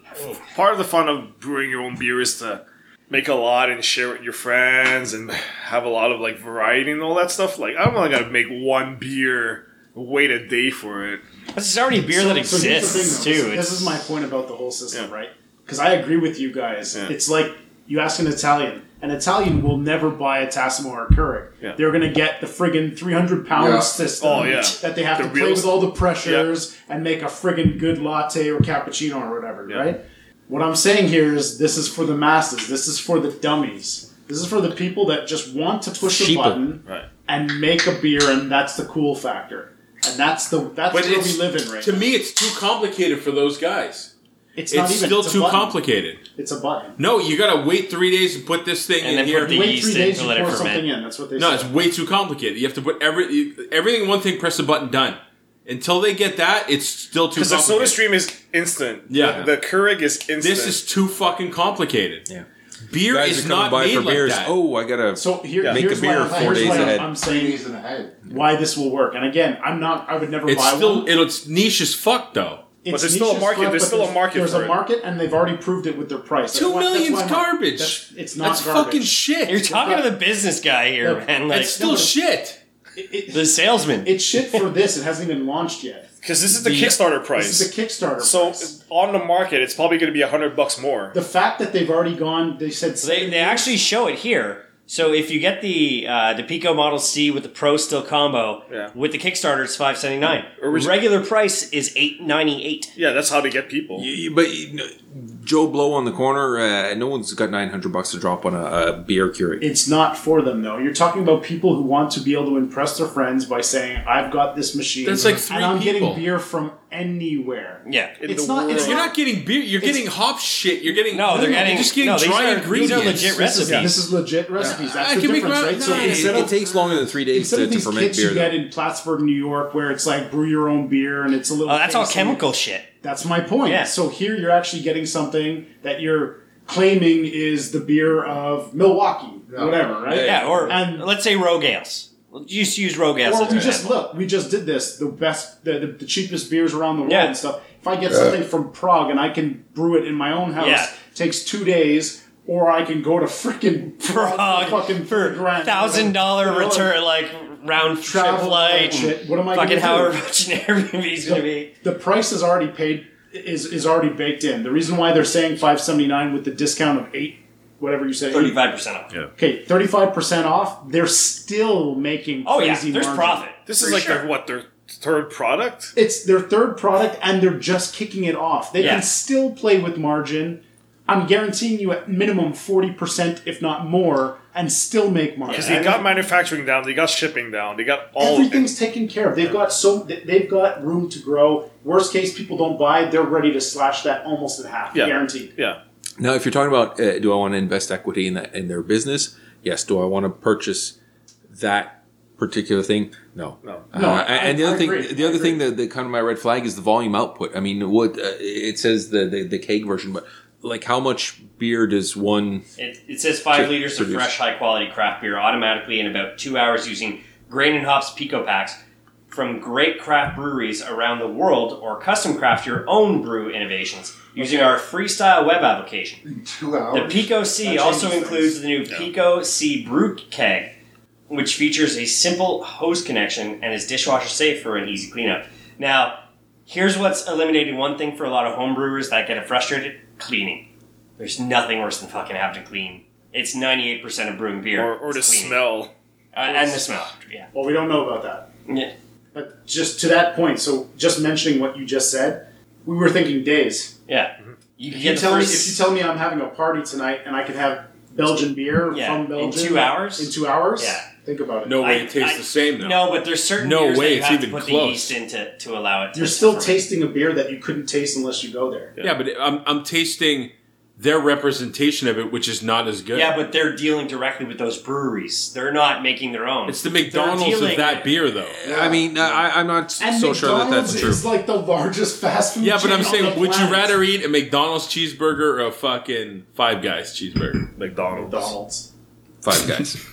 S13: part of the fun of brewing your own beer is to make a lot and share with your friends and have a lot of like variety and all that stuff. Like I'm only gonna make one beer, wait a day for it.
S3: This is already beer that
S4: So here's the
S3: exists
S4: thing, though.
S3: too.
S4: This,
S3: It's-
S4: this is my point about the whole system, right? Because I agree with you guys.
S3: Yeah.
S4: It's like you ask an Italian. An Italian will never buy a Tassimo or a Keurig.
S13: Yeah.
S4: They're going to get the friggin' 300 pound
S13: Yeah.
S4: system
S13: Oh, yeah.
S4: that they have
S13: The
S4: to play
S13: real-
S4: with all the pressures and make a friggin' good latte or cappuccino or whatever, right? What I'm saying here is this is for the masses. This is for the dummies. This is for the people that just want to push a button
S13: Right.
S4: and make a beer, and that's the cool factor. And that's the that's
S8: But
S4: where we
S8: it's-
S4: live in right
S8: To me, it's too complicated for those guys.
S4: It's not even-
S8: still
S4: it's a
S8: too
S4: button.
S8: complicated.
S4: It's a button.
S8: No, you gotta wait three days and put this thing
S4: And
S8: in
S4: then
S8: here.
S4: put the You wait yeast three in days to you let it pour ferment. something in. That's what they
S8: No,
S4: say.
S8: it's way too complicated. You have to put every you- everything in one thing. Press a button. Done. Until they get that, it's still too.
S13: Because the Soda
S8: complicated.
S13: Stream is instant.
S8: Yeah.
S13: the, the Keurig is instant.
S8: This is too fucking complicated.
S9: Yeah.
S8: Beer
S9: Guys
S8: is
S9: are coming
S8: not
S9: by
S8: made
S9: for
S8: like
S9: beers.
S8: that.
S9: Oh, I gotta
S4: So here,
S9: make
S4: here's
S9: a beer
S4: why,
S9: four
S4: here's
S9: days
S4: why
S9: ahead.
S4: I'm saying why this will work. And again, I'm not. I would never
S8: It's
S4: buy
S8: still
S4: one.
S8: it'll, it's niche as fuck though.
S4: niche as fuck, but There's a market, and they've already proved it with their price.
S8: Two
S4: why-
S8: million's
S4: why I'm-
S8: garbage.
S4: that's- It's not
S8: That's
S4: garbage.
S8: fucking shit.
S3: You're talking to the business guy here,
S4: Look,
S3: man. Like,
S4: it's still
S8: shit.
S3: the salesman.
S4: It's shit for this. It hasn't even launched yet.
S13: Because this is the, Kickstarter price.
S4: This is the Kickstarter.
S13: So on the market, it's probably going to be hundred bucks more.
S4: The fact that they've already gone, they said
S3: They, they actually show it here. So if you get the uh, the Pico Model C with the Pro still combo with the Kickstarter, it's five seventy nine. Regular price is eight ninety eight.
S13: Yeah, that's how they get people.
S9: but you know, Joe Blow on the corner. Uh, no one's got nine hundred bucks to drop on a, a beer Keurig.
S4: It's not for them though. You're talking about people who want to be able to impress their friends by saying, "I've got this machine."
S8: That's like three
S4: and I'm
S8: people.
S4: getting beer from anywhere.
S3: Yeah,
S4: it's not. It's
S8: you're
S4: not
S8: not getting beer. You're getting hop shit. You're getting no.
S4: they're getting-
S8: You're just getting
S4: no, these
S8: dry
S4: are- these are
S8: ingredients.
S4: legit This is- recipes. this is legit recipes. That's
S8: I
S4: the
S8: can make
S4: difference,
S8: my-
S4: right? So
S8: no,
S4: instead
S9: it,
S4: of-
S9: takes longer than three days
S4: Instead
S9: to,
S4: of
S9: to
S4: these
S9: ferment
S4: kits you
S9: beer. though.
S4: get in Plattsburgh, New York, where it's like brew your own beer and it's a little.
S3: Oh, that's all
S4: tasty.
S3: chemical shit.
S4: That's my point.
S3: Yeah.
S4: So here you're actually getting something that you're claiming is the beer of Milwaukee, whatever, right?
S3: Yeah, or let's say rogue ales. Let's just use rogue ales.
S4: Or
S3: as
S4: we
S3: an
S4: just
S3: example.
S4: look, we just did this. The best, the, the, the cheapest beers around the world
S3: Yeah.
S4: and stuff. If I get
S3: Yeah.
S4: something from Prague and I can brew it in my own house,
S3: Yeah.
S4: takes two days, or I can go to freaking Prague, fucking for
S3: thousand dollar return, like round trip flight.
S4: shit. What am I
S3: fucking
S4: gonna do?
S3: however much an Airbnb is going to be?
S4: The price is already paid. Is is already baked in. The reason why they're saying five seventy nine with the discount of eight, whatever you say,
S3: Thirty five percent off.
S4: Okay, thirty five percent off. They're still making.
S3: Oh, yeah,
S4: crazy
S3: there's
S4: margin.
S3: profit.
S13: This is like their what their third product.
S4: It's their third product, and they're just kicking it off. They
S13: Yeah.
S4: can still play with margin. I'm guaranteeing you at minimum forty percent, if not more, and still make margin.
S13: Because they got manufacturing down, they got shipping down, they got all.
S4: Everything's taken care of. They've got so th- they've got room to grow. Worst case, people don't buy. They're ready to slash that almost in half,
S13: Yeah.
S4: guaranteed.
S13: Yeah.
S9: Now, if you're talking about, uh, do I want to invest equity in that in their business? Yes. Do I want to purchase that particular thing? No.
S7: No.
S9: Uh,
S7: No, I-
S9: and the other
S7: I
S9: thing,
S7: agree.
S9: the other thing that, that kind of my red flag is the volume output. I mean, what uh, it says the, the the keg version, but like how much beer does one?
S3: It, it says five
S9: Sure,
S3: liters of
S9: produce.
S3: fresh, high quality craft beer automatically in about two hours using grain and hops pico packs from great craft breweries around the world or custom craft your own brew innovations using our freestyle web application.
S25: Two
S3: The
S25: hours.
S3: Pico C
S25: That
S3: also
S25: changes
S3: includes the new Pico C brew keg, which features a simple hose connection and is dishwasher safe for an easy cleanup. Now, here's what's eliminated one thing for a lot of homebrewers that get frustrated cleaning. There's nothing worse than fucking having to clean. It's 98% of brewing beer.
S7: Or- or
S3: is
S7: the
S3: cleaning.
S7: smell.
S3: Uh, and the smell, yeah.
S4: Well, we don't know about that.
S3: Yeah.
S4: But just to that point, so just mentioning what you just said, we were thinking days.
S3: Yeah. You
S4: If
S3: can
S4: you,
S3: get the
S4: tell me,
S3: first-
S4: if you tell me I'm having a party tonight and I could have Belgian beer
S3: Yeah,
S4: from
S3: in
S4: Belgium
S3: two hours?
S4: in two hours,
S3: Yeah.
S4: think about it.
S8: No way it tastes the same though.
S3: No, but there's certain
S8: No
S3: beers
S8: way
S3: that you
S8: it's
S3: have
S8: even
S3: to put the
S8: close.
S3: yeast in to, to allow it to
S4: You're still tasting a beer that you couldn't taste unless you go there.
S8: Yeah, but I'm, I'm tasting their representation of it, which is not as good.
S3: Yeah, but they're dealing directly with those breweries. They're not making their own.
S8: it's the
S3: They're
S8: McDonald's of
S3: dealing-
S8: that beer, though.
S9: I mean, I, I'm not so sure that that's true.
S4: It's like the largest fast food.
S8: Yeah, but
S4: chain
S8: I'm
S4: on
S8: saying,
S4: the
S8: would you
S4: planet.
S8: rather eat a McDonald's cheeseburger or a fucking Five Guys cheeseburger?
S7: McDonald's.
S4: McDonald's.
S9: Five Guys.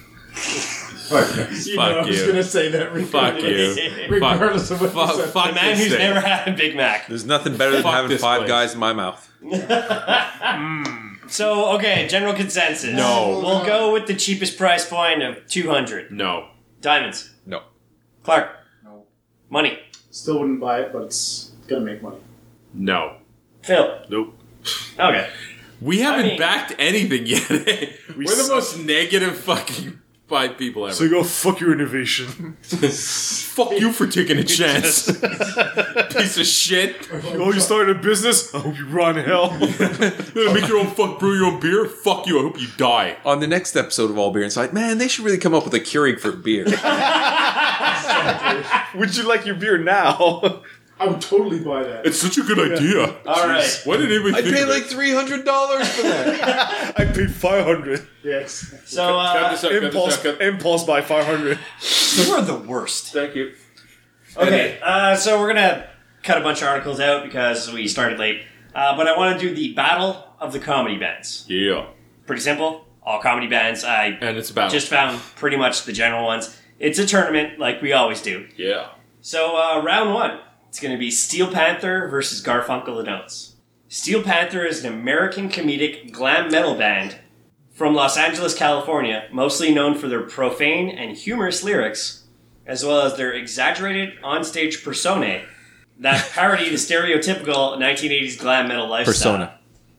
S4: You know, I
S8: Fuck
S4: was
S8: you.
S4: gonna say that. Regardless,
S8: Fuck you.
S4: Regardless
S8: Fuck-
S4: of what
S8: fuck-
S4: you said.
S8: fuck The man this who's thing. never
S3: had a Big Mac.
S9: There's nothing better than
S8: Fuck
S9: having
S8: this
S9: five
S8: place.
S9: guys in my mouth.
S3: So okay, general consensus.
S9: No.
S3: we'll go with the cheapest price point of two hundred.
S8: No,
S3: diamonds.
S9: No.
S3: Clark. No. Money.
S4: Still wouldn't buy it, but it's gonna make money.
S8: No.
S3: Phil.
S8: Nope.
S3: Okay.
S8: We haven't
S4: mean-
S8: backed anything yet. eh? We're the most negative fucking five people ever.
S7: So go fuck your innovation.
S8: fuck you for taking a chance. Piece of shit.
S7: Oh, you started a business? I hope you rot in hell.
S8: You make your own fuck, brew your own beer. Fuck you. I hope you die.
S9: On the next episode of All Beer Inside, man, they should really come up with a Keurig for beer.
S7: Would you like your beer now?
S4: I would totally buy that.
S8: It's such a good idea.
S4: All right.
S8: Jeez, Why did anybody
S4: I'd
S8: think
S4: pay
S8: of
S4: like
S8: it?
S9: three hundred dollars for that.
S7: I paid five hundred.
S4: Yes.
S3: So uh,
S7: impulse, impulse by five hundred.
S3: You are the worst.
S8: Thank you.
S3: Okay, uh, so we're gonna cut a bunch of articles out because we started late. Uh, but I want to do the battle of the comedy bands.
S8: Yeah.
S3: Pretty simple. All comedy bands. I
S8: and it's about
S3: just found pretty much the general ones. It's a tournament like we always do.
S8: Yeah.
S3: So uh, round one, it's going to be Steel Panther versus Garfunkel and Oates. Steel Panther is an American comedic glam metal band from Los Angeles, California, mostly known for their profane and humorous lyrics, as well as their exaggerated onstage personae that parody the stereotypical 1980s glam metal lifestyle
S9: Persona.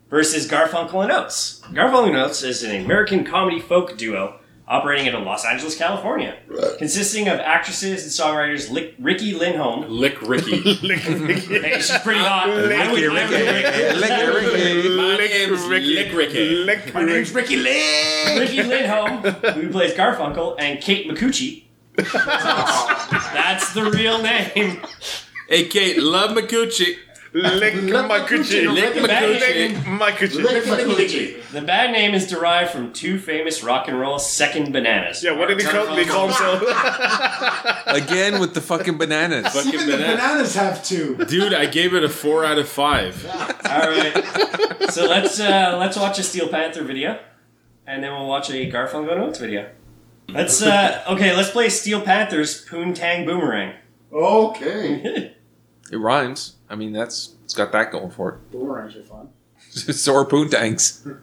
S3: versus Garfunkel and Oates. Garfunkel and Oates is an American comedy folk duo operating out of Los Angeles, California, consisting of actresses and songwriters Lick, Ricky Lindholm.
S8: Lick Ricky.
S7: Lick
S3: Ricky. Hey, she's pretty hot. I would-
S8: Licky
S3: I would-
S8: Ricky. Lick Ricky. Lick Ricky.
S3: My name's Ricky Lynn. Ricky Lindholm, who plays Garfunkel, and Kate McCucci. That's the real name.
S8: Hey, Kate, love my coochie.
S7: Lick my coochie.
S3: Lick my coochie.
S7: Lick my coochie.
S3: The band name is derived from two famous rock and roll second bananas. Yeah,
S7: what did they call- they call themselves?
S9: Again with the fucking bananas.
S8: Fucking
S4: Even the bananas have two.
S8: Dude, I gave it a four out of five.
S3: All right. So let's uh, let's watch a Steel Panther video, and then we'll watch a Garfunkel and Oates video. Let's uh, okay. Let's play Steel Panther's Poontang Boomerang.
S4: Okay.
S9: It rhymes. I mean, that's it's got that going for
S4: Boomerangs are fun.
S9: it. Sore poontangs.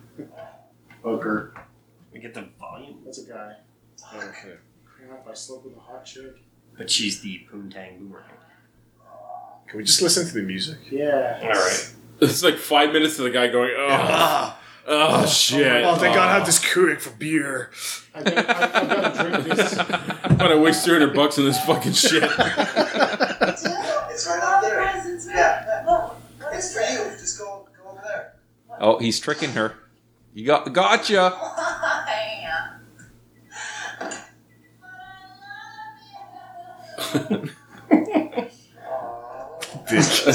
S4: Booker.
S3: We get the volume.
S4: That's a guy. Okay. Crap, I slept with a hot chick.
S3: But she's the Poontang Boomerang.
S7: Can we just listen to the music?
S4: Yeah.
S3: All right.
S8: It's like five minutes of the guy going, oh, oh shit.
S7: Oh, thank God, I
S8: Oh.
S4: Uh,
S7: have this Keurig for beer.
S8: I'm gonna waste 300 bucks on this fucking shit.
S26: It's right up there. yeah. It's for you. Just go, go over there.
S9: Oh, he's tricking her. You got gotcha.
S7: Bitch.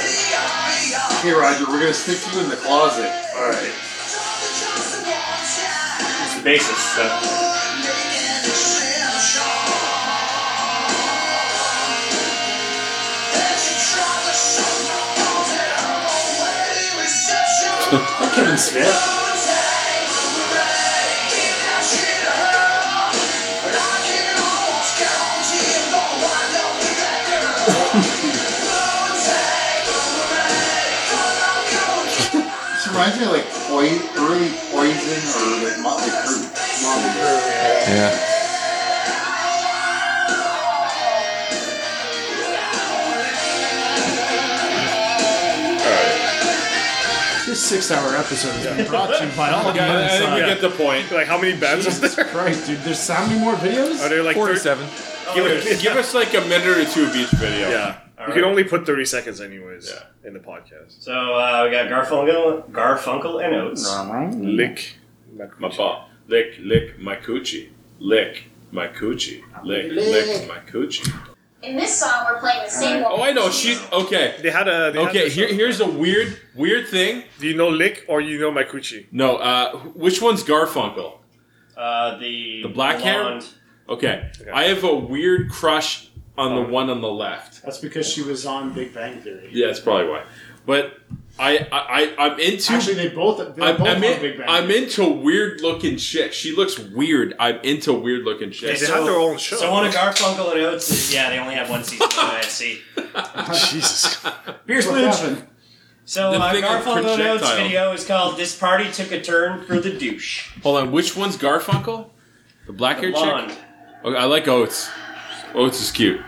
S10: Hey, Roger, we're gonna stick you in the closet. All right.
S3: It's the basis stuff.
S13: Kevin Smith.
S10: This reminds me of like poi- early Poison or like Motley Crue. Motley Crue.
S9: Yeah.
S4: This six-hour episode has been brought to you by all
S13: Yeah, I
S4: the
S13: think we get
S4: inside.
S13: the point. Like, how many beds is there?
S4: Christ, dude, there's how many more videos?
S13: Are there like
S9: 47?
S13: give,
S8: us-
S13: give us like a minute or two of each video. Yeah.
S3: All
S13: we
S3: right.
S13: can only put 30 seconds, anyways, in the podcast.
S3: So uh, we got Garfunkel, Garfunkel and Oates.
S17: Lick my paw. Lick, lick my coochie. Lick my coochie. Lick, lick my coochie.
S27: In this song, we're playing the same
S8: Oh, I know. She okay.
S13: They had a.
S8: okay, here, here's a weird weird thing.
S13: Do you know Lick or you know my coochie?
S8: No. Uh, which one's Garfunkel?
S3: Uh, the
S8: The black hair.
S3: blonde-
S8: Okay. I have a weird crush on the one on the left.
S4: That's because she was on Big Bang Theory.
S8: Yeah, that's probably why. But I I, I I'm into.
S4: Actually, they both. They
S8: I'm,
S4: both
S8: I'm,
S4: on
S8: in-
S4: Big Bang.
S8: I'm into weird looking shit. She looks weird. I'm into weird looking shit.
S3: So- Simone Garfunkel and Oates. Is, yeah, they only had one season of IFC.
S8: Jesus.
S3: Beer smooch. So
S8: The
S3: uh,
S8: thing on
S3: Garfunkel and Oates
S8: projectile.
S3: video is called "This Party Took a Turn for the Douche."
S8: Hold on, which one's Garfunkel? The black hair
S3: The blonde.
S8: chick? Okay, I like Oates. Oates is cute.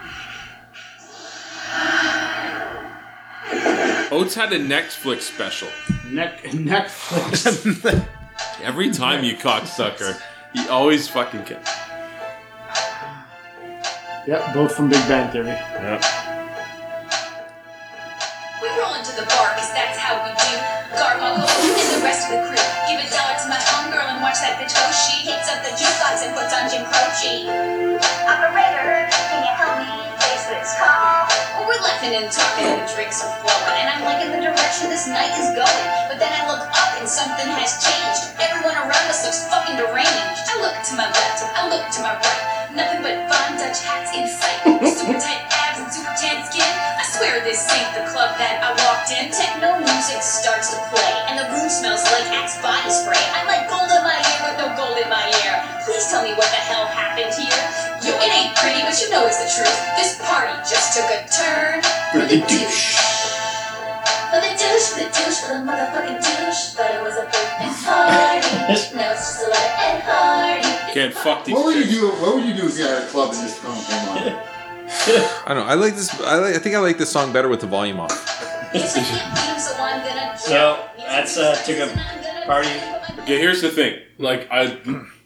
S8: Oates had a Netflix special.
S4: Neck, Netflix.
S8: Every time you cocksucker, he always fucking can.
S4: Yep, both from Big Bang Theory. Uh,
S27: We roll into the bar because that's how we do. Garfunkel and the rest of the crew. Give a dollar to my homegirl and watch that bitch go. She hits up the jukebox and puts on Jim Croce. Operator, can you help me place this call? Well, we're laughing and talking and the drinks are flowing. And I'm liking the direction this night is going. But then I look up and something has changed. Everyone around us looks fucking deranged. I look to my left, I look to my right. Nothing but fine Dutch hats in sight. Super tight abs and super tan skin. I swear this ain't the club that I walked in. Techno music starts to play, and the room smells like Axe body spray. I'm like gold in my hair with no gold in my ear. Please tell me what the hell happened here. Yo, it ain't pretty, but you know it's the truth. This party just took a turn for the douche. For the douche, for the douche, for the motherfucking douche. But it was a birthday party. now it's just a lot of Ed Hardy.
S8: Can't fuck these
S10: What would you do? What would you do if you had a club and this song came on?
S9: I don't know. I like this. I, like, I think I like this song better with the volume off.
S27: It's a hit theme, so I'm gonna.
S3: So that's uh, took a party.
S8: Okay, here's the thing. Like I,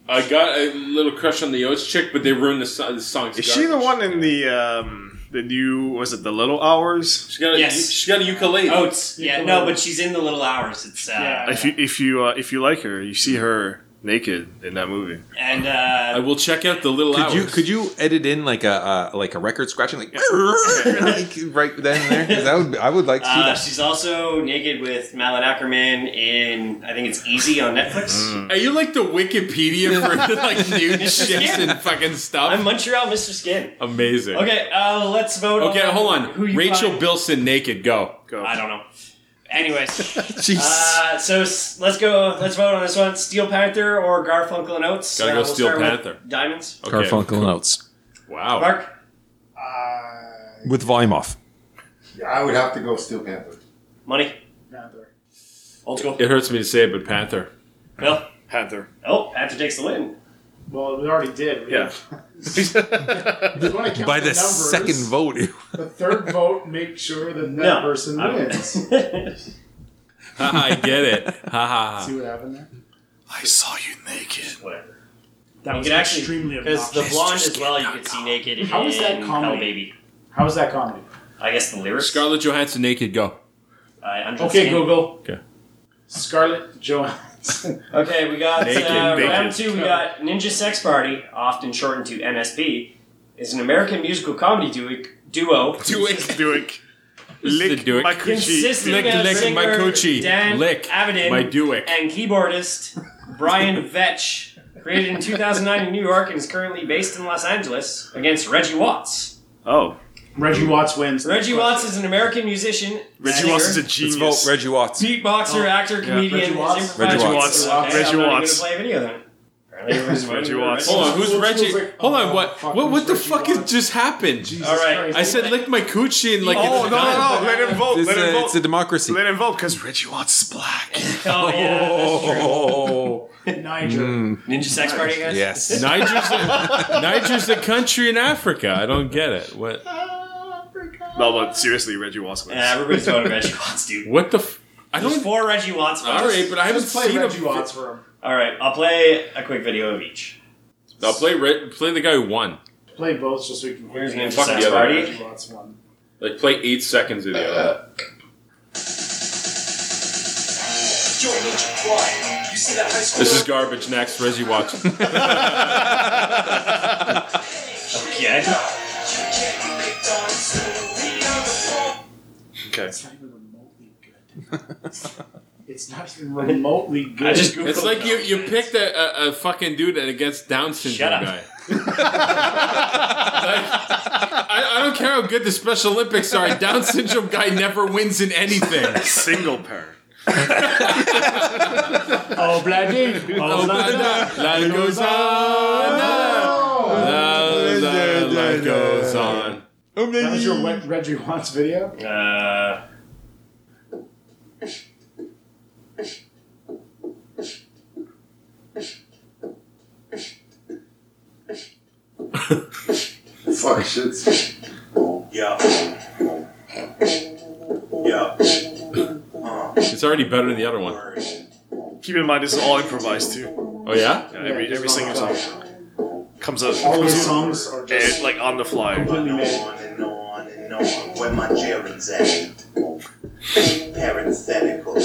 S8: I got a little crush on the Oates chick, but they ruined the, so- the song.
S13: Is she the one in the um the new was it the Little Hours?
S8: She got a,
S3: Yes.
S8: she got a ukulele.
S3: Oates. Yeah, no, but she's in the little hours. It's uh,
S13: If you if you uh, if you like her, you see her naked in that movie.
S3: and uh,
S8: I will check out the little
S9: Could you
S8: hours.
S9: could you edit in like a uh, like a record scratching like, like, right then and there? 'Cause that would be- I would like to see
S3: uh,
S9: that.
S13: Ah,
S3: she's also naked with Malin Ackerman in I think it's Easy on Netflix.
S28: Mm.
S8: Are you like the Wikipedia for like nude chicks and fucking stuff?
S3: I'm Montreal, Mr. Skin.
S8: Amazing.
S3: Okay, uh, let's vote.
S8: Okay,
S3: on
S8: hold on.
S3: Who you
S8: Rachel
S3: find-
S8: Bilson naked. Go.
S13: Go.
S3: I don't know. Anyways, Uh, so s- let's go. Let's vote on this one: Steel Panther or Garfunkel and Oates.
S8: Gotta go
S3: Uh, we'll
S8: Steel
S3: start with
S8: Panther. Oh.
S3: Diamonds.
S9: Garfunkel notes
S8: Wow.
S3: Mark.
S9: with volume off.
S10: Yeah, I would have to go Steel Panther.
S3: Money.
S4: Panther.
S3: Old school.
S8: It hurts me to say it, but Panther.
S3: Bill.
S13: Panther.
S3: Oh, Panther takes the win.
S4: Well, we already did.
S13: Yeah.
S4: You wanna count
S9: By the
S4: numbers.
S9: second vote, it-
S4: the third vote, make sure that that
S3: No,
S4: person
S3: I won't.
S4: wins.
S8: I get it. Ha ha.
S4: See what happened there?
S13: I saw you naked.
S3: Whatever.
S4: That
S3: you
S4: was
S3: could actually
S4: extremely
S3: because the
S4: obnoxious.
S3: blonde as well. You could see naked.
S4: How is that
S3: in
S4: comedy?
S3: Hell Baby.
S4: How is that comedy?
S3: I guess the lyrics.
S8: Scarlett Johansson naked. Go.
S3: I understand.
S4: Okay, Google.
S8: Okay.
S4: Scarlett Johansson.
S3: Okay, we got
S4: Naked,
S3: uh,
S4: naked.
S3: round two. We got Ninja Sex Party, often shortened to NSP, is an American musical comedy duo. Duo.
S13: Duick. Duick.
S3: Lick
S8: Duick.
S3: my
S8: coochie.
S3: coochie.
S8: Lick, lick my coochie.
S3: Dan
S8: Lick
S3: Avedon
S8: my Duick.
S3: And keyboardist Brian Vetch. Created in 2009 in New York and is currently based in Los Angeles against Reggie Watts.
S13: Oh.
S4: Reggie Watts wins.
S3: Reggie Watts is an American musician.
S13: Reggie
S3: singer,
S13: Watts is a
S9: Let's
S13: genius.
S9: vote Reggie Watts.
S3: Beatboxer, actor, comedian,
S4: Reggie
S3: is
S4: Watts.
S3: improviser.
S9: Reggie Watts.
S3: Okay, I'm not
S13: Reggie
S3: even gonna
S13: Watts.
S3: play a video then. Apparently everybody's voting for
S8: Hold on, who's Reggie? Hold on, what? What? What the fuck has just happened?
S3: All right,
S8: I said lick my coochie and like.
S13: Oh, no, no, no, let him vote,
S8: It's
S9: uh,
S13: let him
S8: a-
S13: vote.
S8: It's a democracy.
S13: Let him vote because Reggie Watts is black.
S3: Oh,
S8: Oh.
S4: Niger.
S3: Ninja Sex Party again?
S8: Yes. Niger's a, Niger's a country in Africa. I don't get it. What?
S13: No, but seriously, Reggie Watts wins.
S3: Yeah, everybody's voting Reggie Watts, dude.
S8: What the? F-
S3: I don't. Four Reggie Watts. votes.
S8: All right, but I haven't
S4: Just play
S8: seen
S4: Reggie
S8: a.
S4: Watts for him.
S3: All right, I'll play a quick video of each.
S8: I'll play Re- play the guy who won.
S4: Play both just so we can hear
S3: Here's an
S4: Ninja
S8: fuck
S4: Sex
S8: the other
S4: Party.
S8: guy.
S4: Reggie Watts won.
S8: Like play eight seconds of the uh, other.
S28: Yo, Ninja Prime, you see that high school?
S8: This is garbage. Next, Reggie Watts.
S3: okay.
S13: Okay.
S4: It's not even remotely good. Oh,
S8: It's like you, you picked a, a, a fucking dude that against Down syndrome
S4: up.
S8: guy. Like, I, I don't care how good the Special Olympics are. Down syndrome guy never wins in anything.
S13: Single parent.
S4: Oh, bloody.
S8: Oh, Life goes on. Life goes on.
S4: That was your wet Reggie Watts video?
S3: Uh,
S10: Fuck shit.
S8: Yeah. Yeah. It's already better than the other one.
S13: Keep in mind, this is all improvised too.
S8: Oh yeah.
S13: Yeah, every every single song comes out.
S4: All
S13: comes
S4: his
S13: out-
S4: songs are
S13: eh, like on the fly.
S20: Where my Jerry's at. Parenthetical. Uh,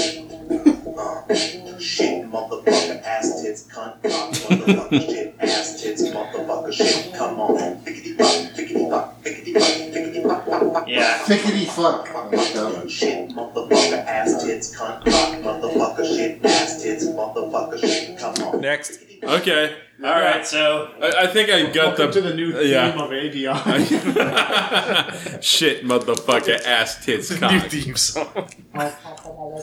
S20: shit, motherfucker, ass tits, cunt, cock, motherfucker, shit, ass tits, motherfucker, shit, come on. Pickety pop, pickety pop, pickety pop, pickety pop, pop, pop.
S3: Yeah.
S10: Pickety fuck. I like that one.
S20: Shit, motherfucker, ass tits, cunt, cock, motherfucker, shit, ass tits, motherfucker, shit, come on.
S8: Next. Okay.
S3: all right, so
S8: I, I think I got
S4: Welcome
S8: the
S4: to the new theme
S8: yeah.
S4: of ADR.
S8: shit, motherfucker, ass tits cock.
S13: New theme song.
S10: Pickety fuck.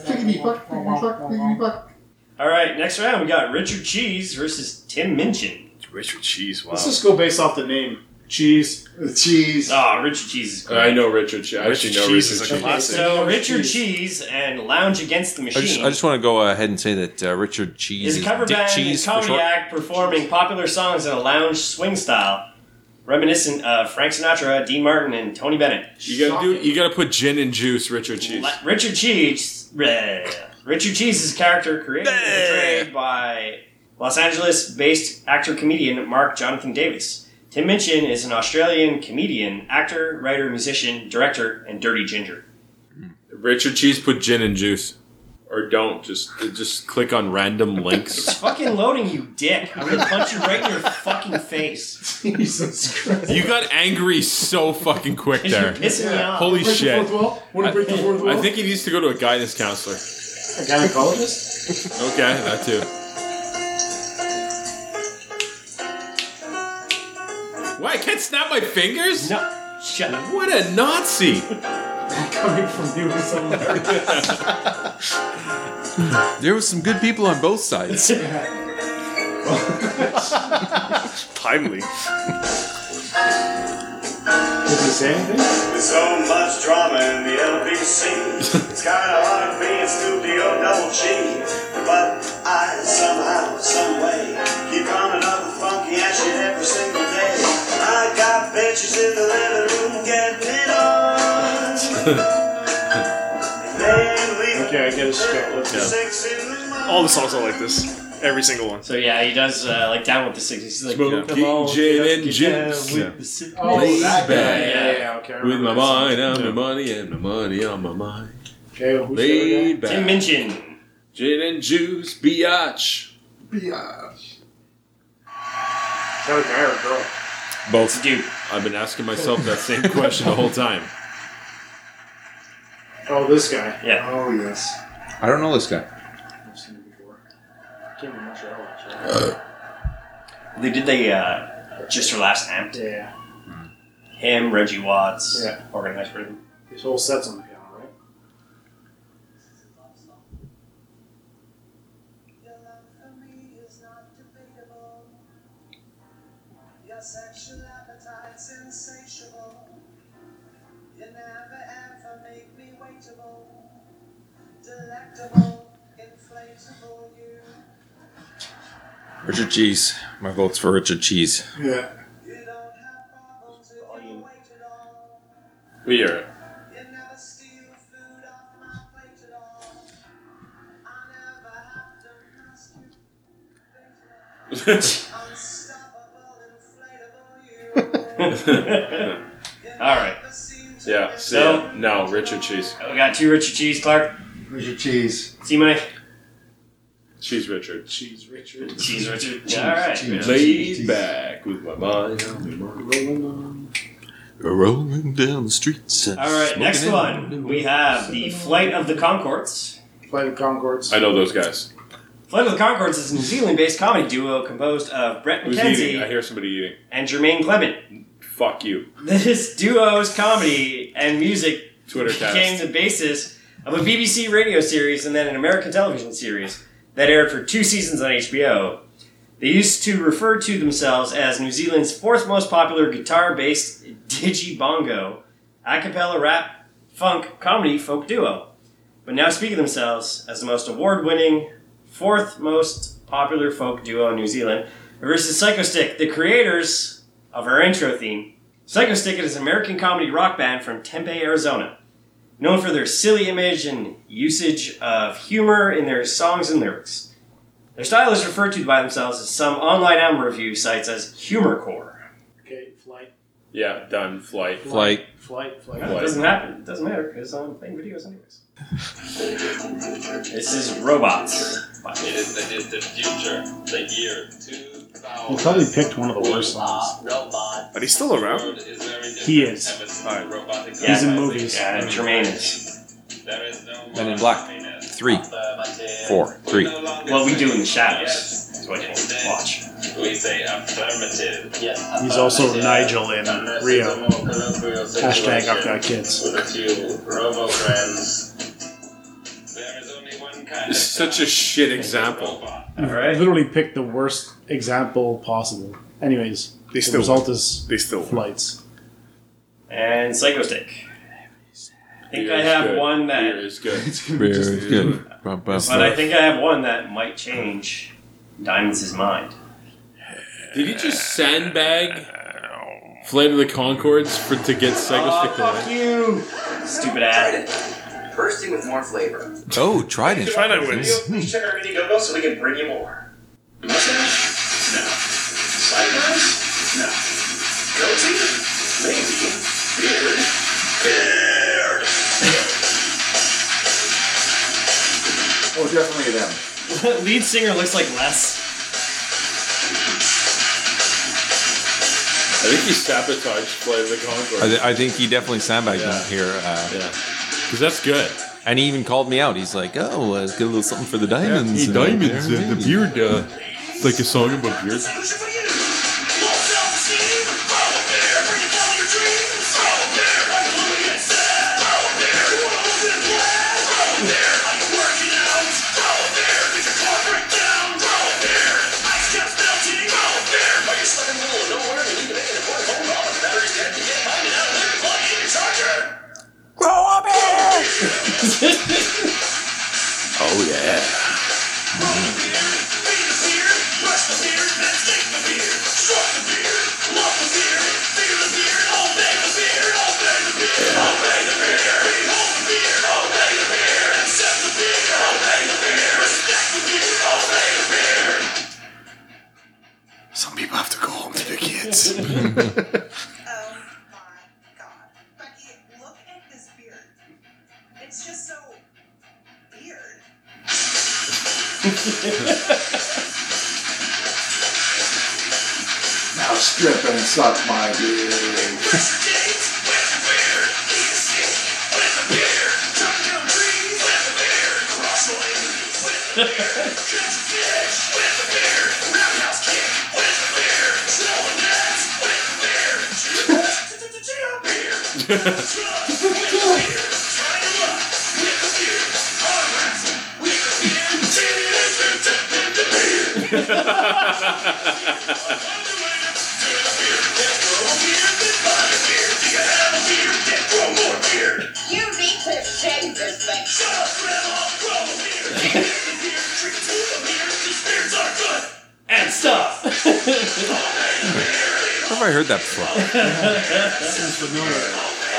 S10: Pickety fuck. Pickety fuck.
S3: all right, next round we got Richard Cheese versus Tim Minchin.
S13: Richard Cheese. Wow.
S4: Let's just go based off the name. Cheese.
S10: Cheese.
S3: Ah, Richard Cheese is great.
S8: I know Richard. Che- I
S13: Richard
S8: actually know
S13: Cheese is
S8: Richard.
S13: a
S8: Cheese.
S13: classic.
S3: So Richard Cheese and Lounge Against the
S9: I
S3: Machine
S9: just, I just want to go ahead and say that uh, Richard Cheese
S3: is a cover
S9: Dick
S3: band
S9: Cheese
S3: and
S9: for
S3: comedy
S9: short.
S3: act performing popular songs in a lounge swing style, reminiscent of Frank Sinatra, Dean Martin, and Tony Bennett.
S8: You gotta do. You gotta put gin and juice, Richard Cheese.
S3: La- Richard Cheese. bleh. Richard Cheese's character created and portrayed by Los Angeles-based actor-comedian Mark Jonathan Davis. Tim Minchin is an Australian comedian, actor, writer, musician, director, and Dirty Ginger.
S8: Richard Cheese put gin and juice, or don't. Just just click on random links.
S3: Fucking loading you, dick! I'm gonna punch you right in your fucking face.
S4: Jesus Christ.
S8: you got angry so fucking quick
S3: You're
S8: there.
S3: pissing me off.
S8: Holy
S4: Break the
S8: shit!
S4: fourth wall? Wanna break the fourth wall?
S8: I think he needs to go to a guidance counselor.
S4: A gynecologist?
S8: Okay, that too. Why I can't snap my fingers?
S3: No, shut up.
S8: What a Nazi!
S4: Coming from you is hilarious.
S9: There was some good people on both sides.
S13: Timely.
S4: Did he say anything?
S28: There's so much drama in the LBC. It's kinda hard being Studio Double G. But I somehow, some way, keep coming up with funky ass shit every single day. I got bitches in the living room getting it on.
S4: Okay, I get a script. Let's go.
S13: All the songs are like this.
S29: Every single one.
S3: So yeah, he does uh, like down with the sixties. He's like
S29: Smoking gin and juice.
S3: Yeah.
S29: Oh, that guy.
S4: Yeah, yeah, yeah, okay, I
S9: With
S4: remember
S9: my
S4: that song.
S9: mind on
S4: Yeah.
S9: my money and my money on my mind.
S4: Okay, who's the other guy?
S9: Laid back.
S4: Tim
S3: Minchin.
S9: Gin and juice, biatch.
S4: Biatch. That was guy or girl?
S30: Both.
S3: Dude.
S30: I've been asking myself that same question the whole time.
S4: Oh, this guy.
S3: Yeah.
S4: Oh, yes.
S9: I don't know this guy.
S4: I've seen it before. Can't remember much at all, actually.
S3: They did the uh, just her last name.
S4: Yeah.
S3: Him, Reggie Watts,
S4: Yeah.
S3: organized rhythm.
S4: His whole set's on the piano, right?
S7: Your sexual appetite's insatiable. You never ever make me waitable. Delectable, inflatable you.
S9: Richard Cheese. My vote's for Richard Cheese.
S4: Yeah.
S8: We are
S3: All right. So-
S8: Yeah. So no, Richard Cheese.
S3: We got two Richard Cheese, Clark.
S31: Richard Cheese.
S3: See Mike.
S8: Cheese Richard. Cheese
S3: Richard. Cheese Richard. All right.
S8: Laid back with my mind on my Rolling down the streets.
S3: All right. Next one, we have the Flight of the Concords.
S4: Flight of the Concords.
S8: I know those guys.
S3: Flight of the Concords is a New Zealand-based comedy duo composed of Brett
S8: Who's eating? I
S3: McKenzie
S8: hear somebody eating.
S3: and Jermaine Clement.
S8: Fuck you.
S3: This duo's comedy and music
S8: Twitter cast.
S3: became the basis of a BBC radio series and then an American television series that aired for two seasons on HBO. They used to refer to themselves as New Zealand's fourth most popular guitar based digibongo, a cappella rap, funk, comedy folk duo, but now speak of themselves as the most award winning, fourth most popular folk duo in New Zealand versus Psycho Stick, the creators of our intro theme. Psycho Stick is an American comedy rock band from Tempe, Arizona. Known for their silly image and usage of humor in their songs and lyrics. Their style is referred to by themselves as some online album review sites as humorcore.
S4: Okay, flight.
S8: Yeah, done. Flight.
S9: Flight.
S4: Flight, flight.
S3: No, it doesn't happen. It doesn't matter because I'm playing videos anyways. This is robots.
S32: It is the distant future, the year uh, 2000.
S4: He probably picked one of the worst songs.
S29: But he's still around.
S4: He is. He's in movies.
S3: Yeah, Jermaine is.
S9: Men in Black. Three. Four. Three.
S3: What we do in the shadows is what you watch.
S32: We say affirmative. Yes.
S4: He's also Nigel in Rio. Hashtag I've got kids.
S32: With a few robo friends.
S8: It's such a shit example.
S4: Literally picked the worst example possible. Anyways,
S29: They
S4: the
S29: still
S4: result
S29: won.
S4: is
S29: they still
S4: flights.
S3: And Psycho Stick. I think I have one that.
S8: is good.
S9: Very good. Bum, bum,
S3: But I
S9: bum.
S3: think I have one that might change Diamonds' his mind.
S8: Did he just sandbag Flight of the Concords for to get Psycho Stick to win?
S3: Oh, you! Stupid ad.
S33: Bursting with more flavor.
S9: Oh, Trident.
S33: Trident We check our Indiegogo so we can bring you more. Mustache? No. Sideburns? No. Goatee? Maybe. Beard? Beard!
S31: Oh, definitely them.
S3: Lead singer looks like Les.
S8: I think he sabotaged Flight of the Concords.
S9: I, th- I think he definitely sandbagged me here. Uh,
S8: yeah. Because that's good.
S9: And he even called me out. He's like, oh, uh, get a little something for the diamonds.
S30: Hey, diamonds, uh, the beard,
S8: uh, it's like a song about beard.
S7: Grow up here!
S8: Oh, yeah.
S7: Rush the beard, then stick the
S13: Yes.
S27: It's just so weird.
S10: Now strip and suck my beard.
S27: You need to shave this thing. Shut up, Grandma! Grow a beard!
S3: And stuff.
S9: Where have I heard that before?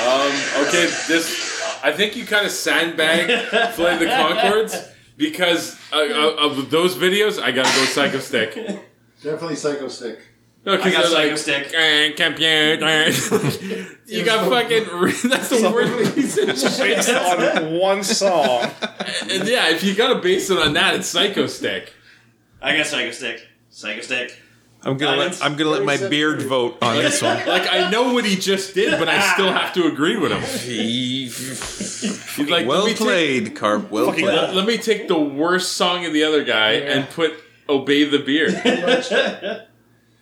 S8: Um, okay, this. I think you kind of sandbag Flay the Concords because uh, uh, of those videos. I gotta go Psycho Stick.
S10: Definitely psycho stick.
S8: No, 'cause they're like,
S3: Stick.
S8: "Eh, computer." you got fucking. that's the word he said.
S13: Based on one song.
S8: And yeah, if you gotta base it on that, it's Psycho Stick.
S3: I got Psycho Stick. Psycho Stick.
S9: I'm gonna let I'm gonna let my beard vote on this one.
S8: Like I know what he just did, but I still have to agree with him. He's like,
S9: well
S8: let me take-
S9: played, Carp. Well
S8: Fucking-
S9: played.
S8: let, let me take the worst song of the other guy and put "Obey the Beard."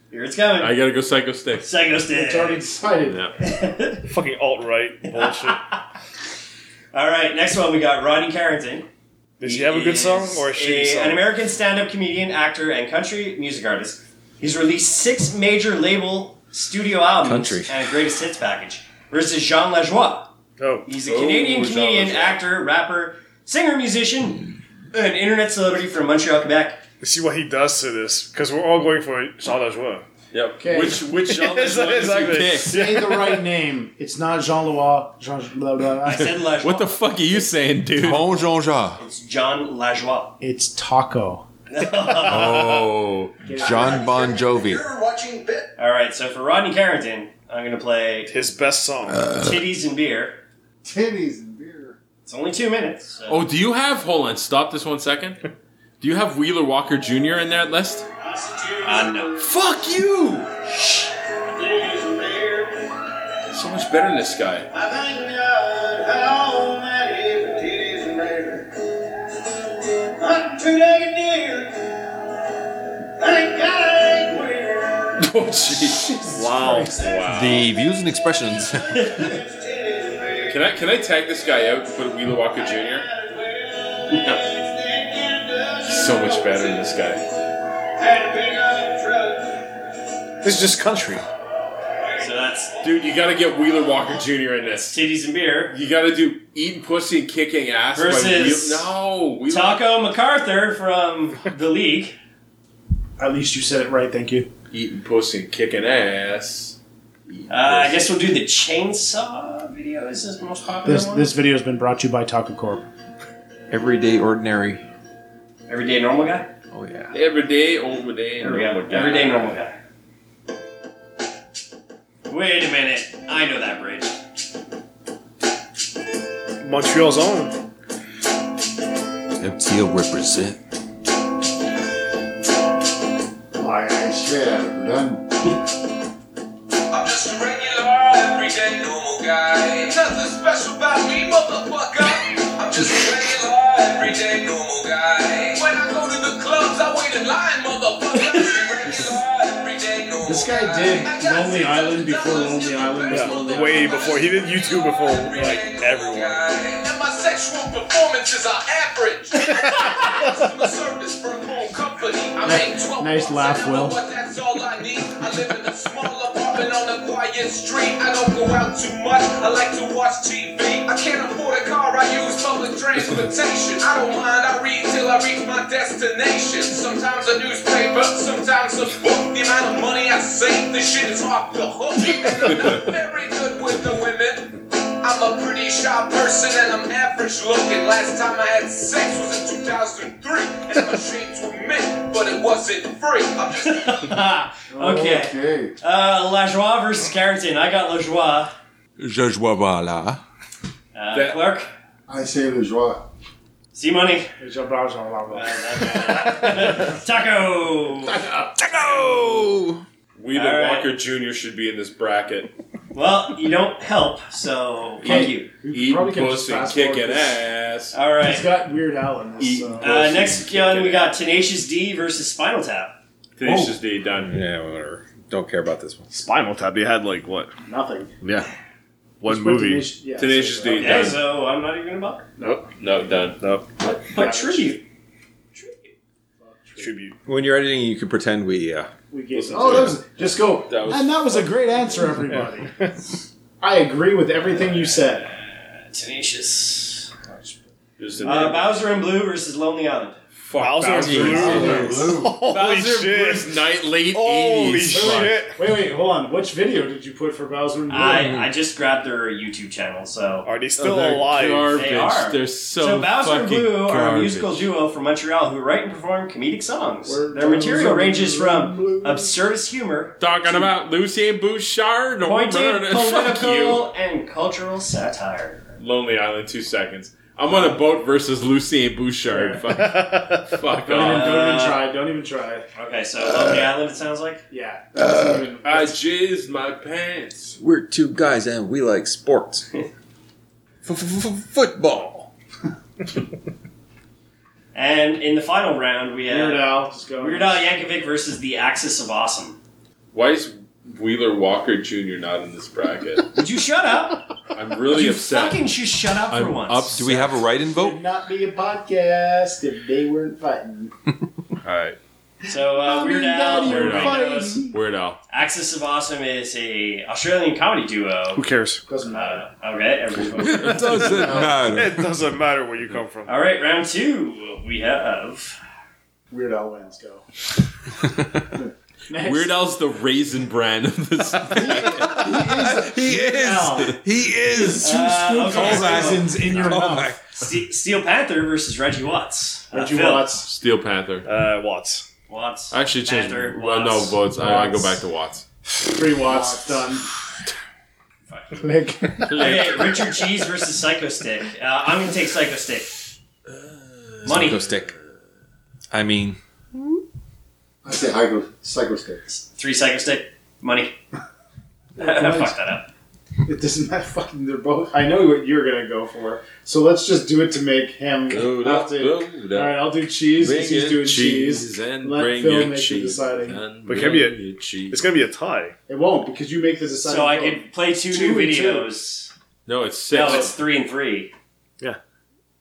S3: Here it's coming.
S8: I gotta go Psycho Stick.
S3: Psycho Stick.
S4: It's already decided.
S13: Fucking alt right bullshit.
S3: All right, next one we got Rodney Carrington.
S13: Does he have a good song or a shitty
S3: is
S13: song?
S3: An American stand-up comedian, actor, and country music artist. He's released six major label studio albums
S9: Country.
S3: and a greatest hits package. Versus Jean Lajoie.
S13: Oh.
S3: He's a Canadian comedian, actor, rapper, singer, musician, an internet celebrity from Montreal, Quebec.
S13: See what he does to this, because we're all going for Jean Lajoie.
S8: Yep.
S4: Okay.
S8: Which which genre is
S13: Exactly.
S4: Say the right name. It's not Jean Lois. Jean blah, blah.
S3: I said Lajoie.
S8: What the fuck are you saying, dude?
S9: Bon Jean Jean.
S3: It's John Lajoie.
S4: It's Taco.
S9: Oh, John Bon Jovi.
S3: watching Bit. All right, so for Rodney Carrington, I'm going to play
S13: his best song,
S3: "Titties and Beer."
S10: Titties and beer.
S3: It's only two minutes. so-
S8: Oh, do you have? Hold on, stop this one second. Do you have Wheeler Walker Jr. in that list?
S3: Uh, no.
S8: Fuck you! So much better than this guy. Oh jeez!
S13: Wow!
S8: Wow!
S9: The views and expressions.
S8: Can I can I tag this guy out and put Wheeler Walker Jr.? so much better than this guy.
S13: This is just country.
S3: So that's
S8: Dude, you gotta get Wheeler Walker Jr. in this.
S3: titties and beer
S8: You gotta do eating pussy and kicking ass. by
S3: versus
S8: Wheel- no Wheeler-
S3: Taco MacArthur from the league.
S4: At least you said it right. Thank you.
S8: eating pussy and kicking ass.
S3: Uh, I guess we'll do the chainsaw video. Is this the most popular
S4: This
S3: one?
S4: this video has been brought to you by Taco Corp.
S9: Everyday ordinary.
S3: Everyday normal guy.
S9: Oh yeah.
S8: Every day, over day,
S3: There we go. Everyday normal guy. Wait a minute. I know that bridge.
S13: Montreal's own.
S9: MTL represent.
S10: Like I said, we're done.
S28: I'm just a regular, everyday, normal guy. Nothing special about me, motherfucker. I'm just a regular, everyday, normal guy. When I go to the clubs, I wait in line, motherfucker.
S4: This guy did Lonely Island before Lonely Island was Lonely Island.
S13: Way before he did YouTube before like everyone.
S28: And my sexual performances are average. I'm a service for home company. I make 12
S4: Nice laugh, Will.
S28: But that's all I need. I live in a small apartment on a quiet street. I don't go out too much. I like to watch TV. I can't afford a car. I use public transportation. I don't mind. I read till I reach my destination. Sometimes a newspaper, sometimes a book. The amount of money I save, this shit is off the hook. And I'm very good with the women. I'm a pretty shy person and I'm average looking. Last time I had sex was in 2003, and I'm ashamed to admit.
S19: but it wasn't free. I'm just
S3: okay. Uh, La Joie versus Carrington. I got La Joie.
S9: Je joie voilà.
S3: Uh,
S9: That-
S3: Clerk.
S10: I say the joie.
S3: See money.
S8: Taco! Taco! Wheeler
S3: All right.
S8: Walker Jr. should be in this bracket.
S3: Well, you don't help, so thank you.
S8: Eat pussy, kicking ass.
S3: All right.
S4: He's got Weird Al in this. So.
S3: Uh, next one, we got Tenacious D versus Spinal Tap.
S8: Tenacious D done.
S9: Yeah, whatever. Don't care about this one.
S13: Spinal Tap. They had like what?
S4: Nothing.
S13: Yeah. One
S4: Just put
S13: movie.
S4: Tenacious- yeah, Tenacious
S3: D, Okay, done. so I'm not even gonna bother.
S8: Nope. No, done.
S13: Nope.
S3: But, but tribute.
S13: Tribute.
S9: When you're editing, you can pretend we. Uh,
S4: We gave oh, that was, just go.
S9: That was-
S4: and that was a great answer, everybody. I agree with everything you said.
S3: Uh, Tenacious. Uh, Bowser and Blue versus Lonely Island.
S8: Bowser and Bowser. Blue. Bowser. Holy Bowser shit. Bruce Night late Holy 80s. shit.
S4: Wait, wait, hold on. Which video did you put for Bowser and Blue?
S3: I, I just grabbed their YouTube channel, so are they
S4: still Oh, they're alive?
S3: They
S4: garbage.
S3: are.
S4: They're so
S3: Bowser and
S4: fucking
S3: Blue are a
S4: garbage.
S3: musical duo from Montreal who write and perform comedic songs.
S13: We're
S3: their material
S13: Bowser
S3: ranges
S13: and
S3: from absurdist humor,
S8: Talking
S3: to
S8: about Lucien Bouchard, no
S3: pointed
S8: murder. Fuck you.
S3: political and cultural satire.
S8: Lonely Island, two seconds. I'm on a boat versus Lucien Bouchard. Fuck, fuck
S4: Don't, even, don't even
S8: off.
S4: try. Don't even try.
S3: Okay, so Lonely Island, it sounds like.
S4: Yeah. uh,
S8: I jizzed my pants.
S9: We're two guys and we like sports. Football.
S3: And in the final round, we have
S8: Weird
S4: Al. Just go.
S3: Weird Al Yankovic versus the Axis of Awesome.
S8: Why is Wheeler Walker Jr. not in this bracket?
S3: Would you shut up?
S8: I'm really
S3: you
S8: upset.
S3: fucking just shut up for
S8: I'm
S3: once.
S8: up- do we have a
S9: write-in vote?
S4: Would not be a podcast if they weren't fighting.
S8: All right.
S3: So uh,
S4: Mommy
S3: Weird
S4: and
S3: Al,
S4: Daddy
S3: Weird
S4: are
S3: Al.
S8: Weird Al.
S3: Axis of Awesome is a Australian comedy duo.
S13: Who cares?
S4: Doesn't
S3: matter. okay, everybody.
S13: It doesn't matter where you come from.
S3: All right, round two. We have.
S4: Weird Al wins. Go.
S8: Weird Al's the raisin brand of this.
S9: he
S3: is.
S9: He is.
S3: Two
S9: scoops of raisins
S3: in
S9: your
S8: Oh
S9: mouth.
S3: uh, Ste- Steel Panther versus Reggie Watts. Uh,
S8: Reggie
S3: Phil.
S8: Watts. Steel Panther.
S13: Uh, Watts.
S3: Watts.
S8: I actually changed.
S3: Panther,
S8: well, no
S3: Watts.
S8: votes. I, I go back to Watts.
S4: Three watts done. Click.
S3: Okay, Richard Cheese versus Psycho Stick. Uh, I'm gonna take Psycho Stick. Money.
S9: Psycho stick. I mean,
S10: I say I go psycho stick.
S3: Three Psycho Stick. Money.
S4: Nice.
S3: Fuck that up.
S4: It doesn't matter. Fucking, they're both. I know what you're gonna go for. So let's just do it to make him
S8: Go
S4: have to.
S8: da, go da.
S4: All right, I'll do cheese
S8: Bring
S4: because he's
S8: your
S4: doing
S8: cheese
S4: cheese.
S8: and
S4: Let
S8: bring
S4: Phil
S8: your
S4: make
S8: cheese
S4: the deciding.
S13: But it can be a, it's gonna be a tie.
S4: It won't because you make the deciding.
S3: So I
S4: vote.
S3: could play two, new
S4: and
S3: videos.
S8: No, it's six.
S3: No, it's three and three.
S13: Yeah.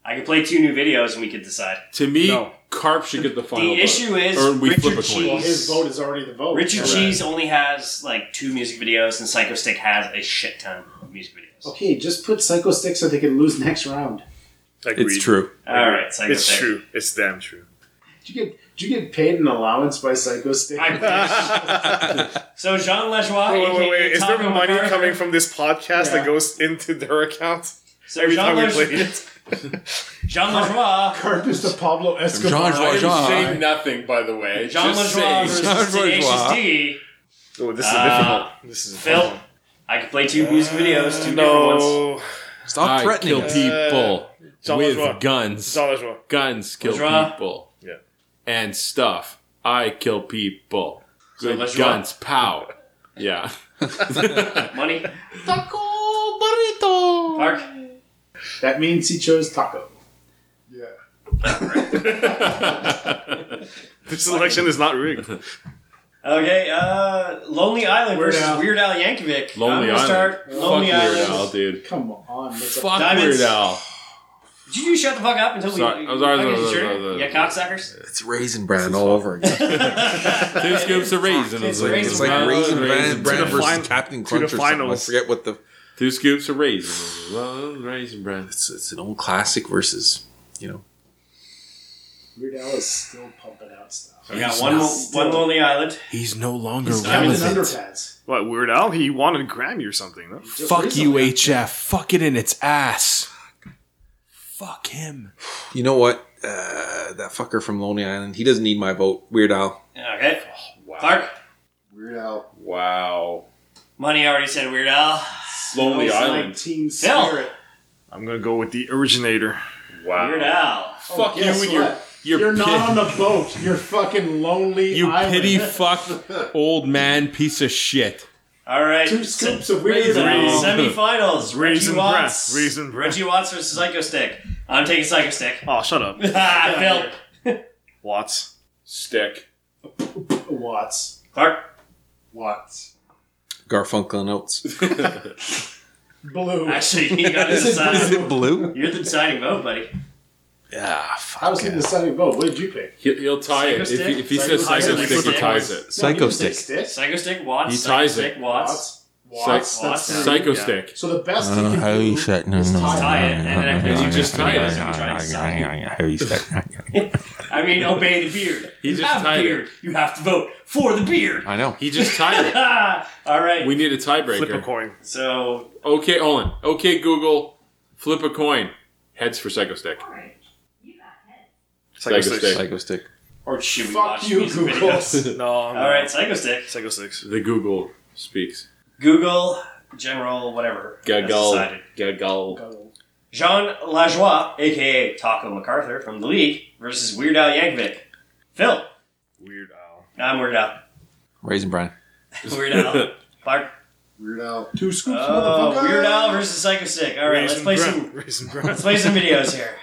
S3: I could play two new videos and we could decide.
S8: To me, Carp should get the final. vote.
S3: issue is
S8: or we flip a
S3: Richard
S8: coin.
S4: Well, his vote is already the vote.
S3: Richard
S4: Alright.
S3: Cheese only has like two music videos, and Psycho Stick has a shit ton of music videos.
S4: Okay, just put Psycho Stick so they can lose next round.
S13: Agreed.
S9: true.
S3: All right, Psycho
S13: it's
S3: Stick.
S13: true. It's damn true.
S4: Did you get did you get paid an allowance by Psycho Stick?
S3: so Jean Lajoie.
S13: Wait, wait, wait, wait.
S3: aka
S13: Is there
S3: Taco
S13: money
S3: McCarthy-
S13: coming from this podcast
S3: Yeah.
S13: that goes into their account
S3: So
S13: every
S3: Jean
S13: time we
S3: Laj-
S13: play it?
S3: Jean Lajoie.
S4: Carp is the Pablo Escobar.
S8: I didn't say nothing, by the way.
S3: Jean
S8: Just
S3: Lajoie
S8: saying.
S3: versus Tenacious D.
S13: Oh,
S8: this is a
S3: Uh,
S8: difficult- this is a
S3: Phil.
S8: tough one.
S3: I could play two music videos, two different ones.
S8: Stop I threatening kill
S3: us.
S8: people
S3: Uh, Jean
S8: with
S3: Lajoie.
S8: guns.
S13: Jean Lajoie.
S8: Guns kill
S3: Lajoie.
S8: people.
S13: Yeah.
S8: And stuff. I kill people.
S3: So
S8: Good
S3: Lajoie.
S8: guns. Pow. Yeah.
S3: Money.
S4: Taco burrito.
S3: Mark.
S4: That means he chose taco.
S13: This election is not rigged.
S3: Okay, uh, Lonely Island
S13: Weird
S3: versus
S13: Al.
S3: Weird Al Yankovic.
S8: Lonely
S3: I'm gonna
S8: Island.
S3: Start
S8: Fuck
S3: Lonely
S8: Weird
S3: Island.
S8: Al, dude.
S4: Come on. that's a-
S8: Fuck
S3: Diamonds.
S8: Weird Al.
S3: Did you shut the fuck up until
S8: Sorry,
S3: we?
S8: I'm sorry,
S3: okay,
S8: sorry,
S3: you
S8: sorry,
S3: sure?
S8: sorry, sorry.
S3: Yeah, cocksuckers.
S9: it's raisin bran all over again.
S8: Two scoops of raisin.
S9: It's like, it's like raisin bran, bran versus Captain Crunch or something. I forget what the
S8: two scoops of raisin. Love raisin bran.
S9: It's, it's an old classic versus you know.
S4: Weird Al is still pumping out stuff.
S3: We got one, one Lonely Island.
S13: He's no longer
S4: He's covered in relevant. underpants.
S13: What Weird Al? He wanted a Grammy or something. No?
S8: UHF. Fuck it in its ass. Fuck him.
S9: You know what? uh, that fucker from Lonely Island. He doesn't need my vote. Weird Al.
S3: Okay. Clark?
S10: Weird Al.
S9: Wow.
S3: Money already said Weird Al.
S13: Lonely
S3: Feels like
S13: Island.
S3: Teen
S13: Phil.
S3: Spirit.
S13: I'm gonna go with the originator. Wow.
S3: Weird Al.
S8: Fuck you and your- your
S4: Oh, You're
S8: pit.
S4: not on the boat. You're fucking lonely.
S34: You
S4: island.
S34: pity fuck old man piece of shit.
S3: All right.
S4: Two scoops of Weird
S3: Reason.
S34: Al.
S3: Semifinals.
S34: Reason
S3: Reggie Watts.
S34: breath. Reason breath.
S3: Reggie Watts versus Psycho Stick. I'm taking Psycho Stick.
S13: Oh, shut up.
S3: Phil.
S13: Watts.
S8: Stick.
S4: Watts.
S3: Clark.
S10: Watts.
S9: Garfunkel and Oates.
S4: Blue.
S3: Actually, you got to
S4: Is it-
S3: decide.
S4: is it
S9: blue?
S3: You're the deciding vote, budody.
S9: Yeah, fuck.
S4: I was in the deciding vote. What did you pick?
S8: He'll, he'll tie it. If he, if he says psycho stick, he ties it.
S9: Psycho Stick.
S3: Psycho Stick, Watts.
S8: He
S3: Psycho
S8: ties
S3: Stick,
S8: it.
S3: Watts.
S8: Watts.
S3: Watts.
S8: That's Psycho
S3: Yeah.
S8: Stick.
S4: So the best
S9: Uh, how you shut? No, no, no,
S3: tie it,
S9: no,
S3: and
S9: no,
S3: then
S9: no,
S3: you
S9: no,
S3: just
S9: no,
S3: tie it,
S9: no,
S3: so you
S9: no,
S3: try to
S9: no,
S3: suck.
S9: no, no, How you shut?
S3: I mean, obey the beard.
S8: He
S3: you
S8: just
S3: have
S8: tied
S3: the beard. You have to vote for the beard.
S9: I know.
S8: He just tied it.
S3: All right.
S8: We need a tiebreaker.
S3: Flip a
S13: coin.
S3: So
S8: okay, hold on. Okay, Google, flip a coin. Heads for Psycho Stick.
S13: Psycho
S8: Psycho
S13: Stick.
S8: Stick.
S9: Psycho Stick.
S3: Or should we
S13: Fuck
S3: watch
S13: you,
S3: music
S13: Google.
S3: videos?
S13: No,
S3: All
S13: I'm not.
S3: right, Psycho Stick.
S13: Psycho Six.
S8: The Google speaks.
S3: Google, general, whatever. has
S8: Gagal.
S3: decided.
S8: Gagal.
S3: Jean Lajoie, aka Taco MacArthur from The League, versus Weird Al Yankovic. Phil.
S13: Weird
S3: Al. I'm Weird Al.
S9: Raisin Brian.
S3: Weird Al. Clark.
S10: Weird Al.
S4: Two scoops,
S3: Oh, Weird Al versus Psycho Stick. All right, let's
S13: Raisin
S3: play
S13: breath. Raisin
S3: some.
S13: breath.
S3: Let's play some videos here.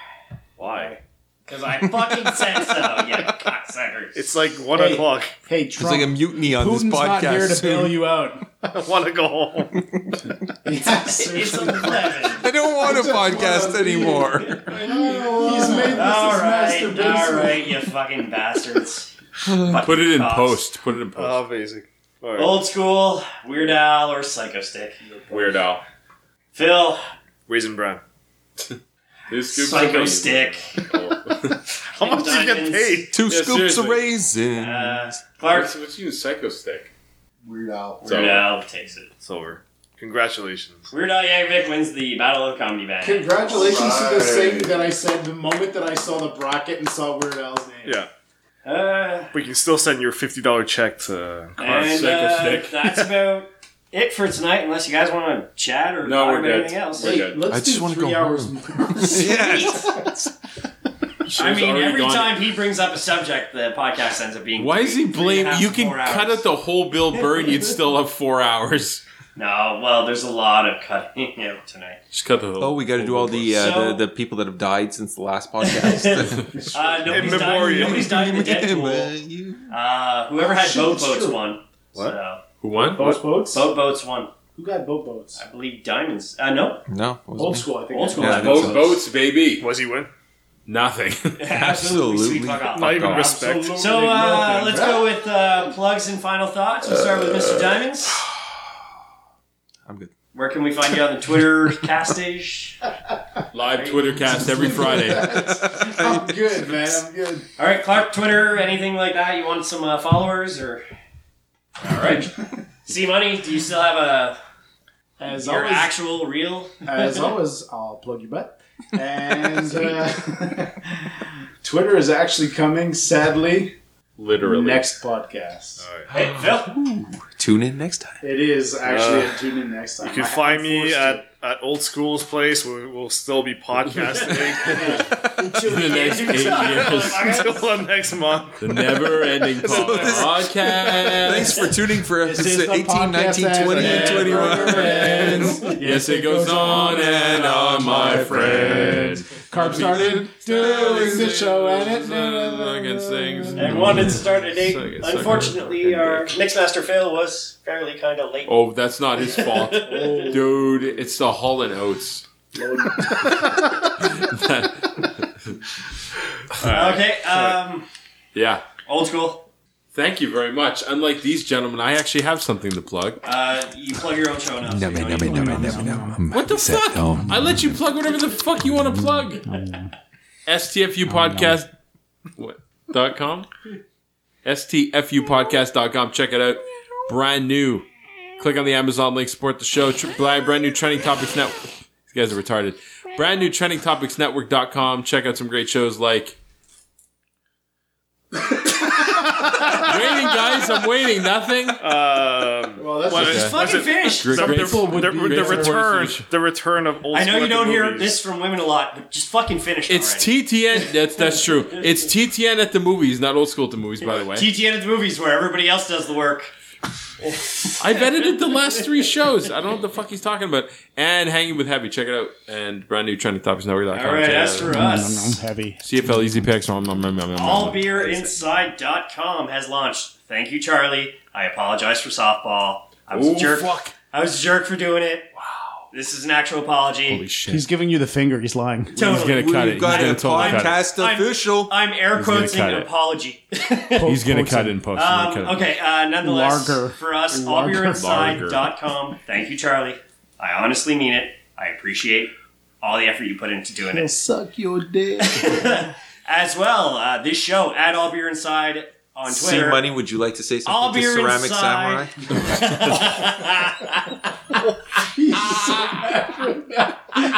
S13: Why?
S3: Because I fucking said so, you cocksuckers.
S13: It's like one
S4: Hey,
S13: o'clock.
S4: Hey, Trump.
S9: mutiny
S4: Putin's not here to bail you out.
S13: I want to go home.
S3: it's eleven.
S9: I don't want a podcast anymore.
S4: He's made
S3: all right,
S4: this his
S3: all
S4: masturbation.
S3: right, you fucking bastards.
S8: Put it in
S3: Fucking
S8: post. Put it in post.
S13: Oh, basic. All right.
S3: Old school, Weird Al or Psycho Stick.
S8: Weird Al.
S3: Phil,
S13: Raisin Brown.
S8: This scoops of
S3: Psycho
S8: raisin.
S3: Stick.
S8: Oh.
S13: How much do you get paid?
S9: Two
S8: Yeah,
S9: scoops
S8: seriously.
S9: of raisin.
S3: Uh, Clark.
S8: What's, what's you use Psycho Stick?
S10: Weird Al.
S8: It's
S3: Weird
S8: over.
S3: Al takes it.
S13: It's over. Congratulations.
S3: Weird Al Yankovic wins the Battle of the Comedy Band.
S4: Congratulations to the
S13: Right.
S4: thing that I said the moment that I saw the bracket and saw Weird Al's name.
S13: Yeah.
S3: Uh,
S13: We can still send your fifty dollar check to Clark.
S3: and
S13: Psycho
S3: uh,
S13: Stick.
S3: that's about it for tonight, unless you guys want to chat or
S13: No,
S3: talk
S13: we're
S3: about
S13: good.
S3: anything else.
S13: We're Wait, good.
S4: Let's
S9: I just
S4: do
S9: want to
S4: three
S9: go
S4: hours
S9: home.
S4: more.
S9: Yes.
S3: I
S8: Show's
S3: mean,
S8: already
S3: every
S8: gone.
S3: time he brings up a subject, the podcast ends up being.
S8: Why is he
S3: three- three and a
S8: blaming?
S3: half,
S8: You can
S3: four hours.
S8: cut out the whole Bill Burr, and you'd still have four hours.
S3: No, well, there's a lot of cutting out tonight.
S8: Just cut the whole.
S9: Oh, we got to do all the, uh,
S3: So-
S9: the the people that have died since the last podcast.
S3: Uh, nobody's
S13: In
S3: dying.
S13: memoriam.
S3: Nobody's dying in Deadpool.
S9: But you-
S3: Uh, whoever had
S4: Oh, Shit,
S3: boat
S4: it's
S3: boats
S4: true.
S3: won.
S13: What?
S3: So,
S8: Who won?
S4: Boat boats?
S3: boat boats won.
S4: Who got boat boats?
S3: I believe diamonds. Uh, no,
S9: No, it wasn't
S4: Old
S9: me.
S4: school, I think.
S3: old school.
S9: Yeah, I
S3: had
S9: think
S3: boat
S9: so.
S3: boats.
S8: Boats,
S3: Oh.
S8: baby.
S13: Was he win?
S8: Nothing.
S3: Absolutely.
S9: Absolutely.
S3: Fuck off.
S13: Not even
S9: off.
S13: respect.
S3: So uh, let's go with uh, plugs and final thoughts. We'll start with Mr. Diamonds.
S9: I'm good.
S3: Where can we find you on the Twitter castage?
S8: Live Twitter cast every Friday.
S4: I'm good, man. I'm good.
S3: All right, Clark, Twitter, anything like that? You want some uh, followers or? All right, C Money, do you still have a
S4: As
S3: your
S4: always,
S3: actual real?
S4: as always, I'll plug your butt. And uh, Twitter is actually coming, sadly,
S8: Literally.
S4: next podcast.
S3: Hey, Phil.
S9: Tune in next time.
S4: It is actually
S8: Uh,
S4: a tune in next time.
S13: You can
S4: I-
S13: find
S4: I'm
S13: me
S4: forced
S13: at, at Old School's place where we'll still be podcasting
S8: the next eight years.
S13: until next month.
S8: The never-ending podcast.
S9: Thanks for tuning for
S4: This is
S9: episode
S4: the
S9: 18,
S4: podcast
S9: 19, 20,
S4: that
S9: and 21.
S8: Yes, it goes on and on, my friend.
S4: Carb started doing the show and it.
S8: Against things.
S3: And wanted to start at eight.
S8: Suck it, suck it.
S3: Unfortunately, our mixmaster Phil was fairly kind of late.
S8: Oh, that's not his fault, dude. It's the Hall and Oates.
S3: okay, um,
S8: Yeah.
S3: old school.
S8: Thank you very much. Unlike these gentlemen, I actually have something to plug.
S3: Uh, you plug your own show now. so
S9: No,
S3: you
S9: man,
S3: know
S9: no,
S3: you-
S9: man, no, man, no, man, no, man.
S8: What the fuck? I let you plug whatever the fuck you want to plug. STFU podcast. What? Dot com? STFUpodcast.com. Check it out. Brand new. Click on the Amazon link, support the show. Tr- brand brand new Trending Topics Network. These guys are retarded. Brand new Trending Topics Network.com. Check out some great shows like waiting, guys. I'm waiting. Nothing.
S13: Um,
S4: well,
S3: that's okay. Just fucking finish.
S13: The, the,
S3: Grateful would
S13: the-
S3: be
S13: the
S3: grateful.
S13: return, the return of old.
S3: I know you
S13: Spooky
S3: don't hear
S13: movies.
S3: this from women a lot, but just fucking finish it
S8: It's TTN. That's that's true. It's TTN at the movies, not old school at the movies. By the way,
S3: already. TTN at the movies where everybody else does the work.
S8: I've edited the last three shows. I don't know what the fuck he's talking about. And Hanging with Heavy, check it out. And brand new Trending Topics Network.com.
S3: All right,
S8: Check it
S3: that's
S8: out.
S3: for us.
S4: heavy.
S8: CFL Easy Picks. Nom, nom, nom, nom, nom, nom.
S3: AllBeerInside.com has launched. Thank you, Charlie. I apologize for softball. I was
S4: Ooh,
S3: a jerk. I was a jerk for doing it. Wow. This is an actual apology. Holy
S8: shit.
S4: He's giving you the finger. He's lying.
S3: Totally. official. I'm, air
S4: He's gonna
S3: quoting
S4: cut
S3: an
S4: it.
S3: apology.
S4: He's gonna cut
S3: in
S4: in
S3: post.
S4: post.
S3: Um,
S4: He's gonna cut it.
S3: okay, uh, nonetheless,
S4: Larger.
S3: for us,
S4: Larger.
S3: allbeerinside.com. Thank you, Charlie. I honestly mean it. I appreciate all the effort you put into doing
S4: He'll
S3: it.
S4: suck your dick.
S3: As well, uh, this show at All Beer Inside on
S9: C
S3: Twitter.
S9: money. Would you like to say something
S3: All
S9: to
S3: beer
S9: Ceramic
S3: inside.
S9: Samurai?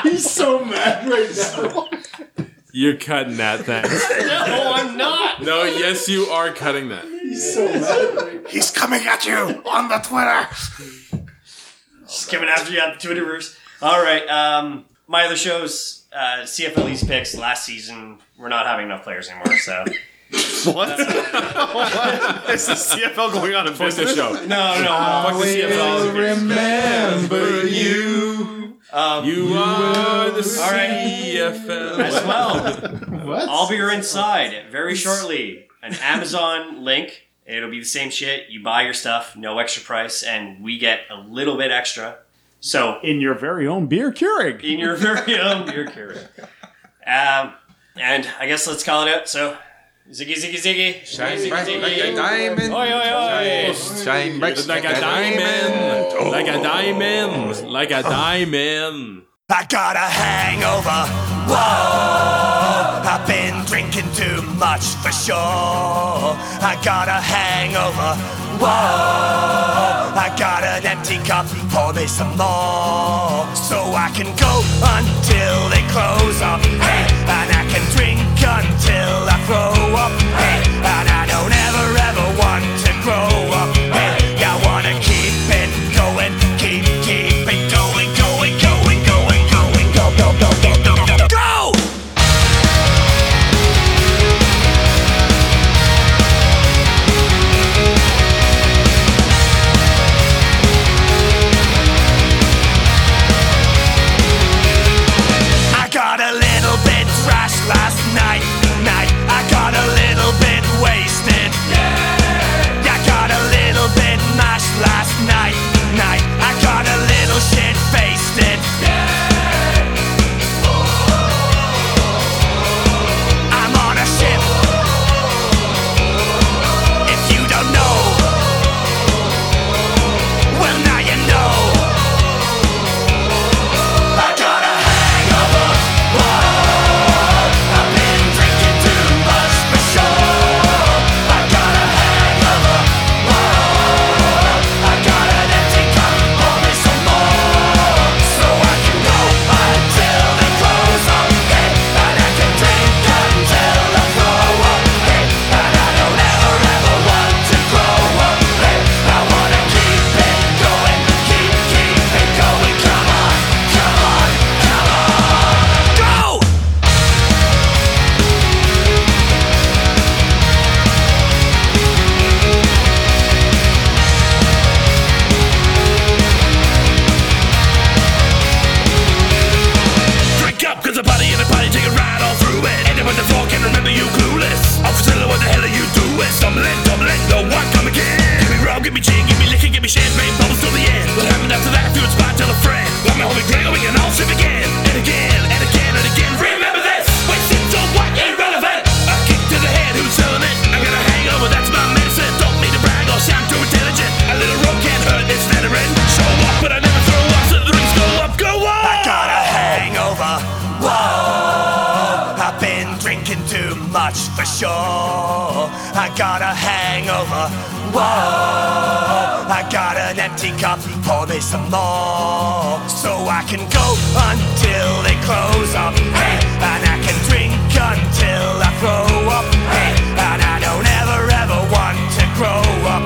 S4: He's so mad right now.
S8: You're cutting that thing.
S3: no, I'm not.
S8: No, yes, you are cutting that.
S4: He's so mad.
S3: He's coming at you on the Twitter. Just coming after you on the Twitterverse. All right. Um, my other shows, uh, CFL East picks last season. We're not having enough players anymore, so.
S13: What? Is the CFL going on in
S3: Fuck the
S13: business?
S3: show. No, no, I fuck the will CFL.
S13: remember
S8: you.
S3: Um,
S8: you are the
S3: all right.
S8: CFL.
S3: As well.
S4: what?
S3: I'll be inside very shortly. An Amazon link. It'll be the same shit. You buy your stuff, no extra price, and we get a little bit extra. So
S4: in your very own beer Keurig.
S3: in your very own beer carrier. Um, and I guess let's call it out. So, ziggy, ziggy, ziggy.
S9: Shine
S3: ziggy,
S9: bright
S3: ziggy.
S9: like a diamond.
S3: Oi, oi, oi.
S9: Shine bright
S8: Like a diamond. Like a diamond. Like a diamond.
S7: I got a hangover. Whoa! I've been drinking too much for sure. I got a hangover. Whoa! I got an empty cup. Pour me some more. So I can go until they close up. Hey! And I can drink until I throw up. Hey! And I don't ever, ever want to grow up. Hey! I wanna keep it going. Keep, keep it going, going, going, going, going, go, go, go, go, go, go, go! I got a little bit trashed last night, night. I got a little bit wasted. Yeah. I got a little bit mashed last night, night. I got a little shit faced. Yeah. I'm on a ship. If you don't know, well now you know. I got a hangover. Whoa, I've been drinking too much for sure. I got a hangover. Whoa, I got an empty cup. Pour me some more, so I can go until they close up. Hey, and I can drink until I throw up. Hey, and I don't ever ever want to grow up. Hey, I wanna keep it going, keep keep it going. Come on, come on, come on, go! Drink up, cause a body and a body take a ride all through it. Anyone the floor can remember you clueless. Officer, what the hell are you doing? Stumbling, tumbling, no one come again. Give me rum, give me gin, give me liquor, give me champagne, bubbles till the end. What happened after that? If you inspired, tell a friend. Let my homie Gregory and I'll sip again, and again, and again, and again. Remember this, wasted so what? Irrelevant. A kick to the head, who's selling it? I got a hangover, that's my medicine. Don't need to brag or sound too intelligent. A little rum can't hurt this veteran. Show up, but I never throw up, so the drinks go up, go up. I got a hangover. Whoa, I've been drinking too much for sure. I got a hangover. Whoa, I got an empty cup. Pour me some more, so I can go until they close up. Hey, and I can drink until I throw up. Hey, and I don't ever ever want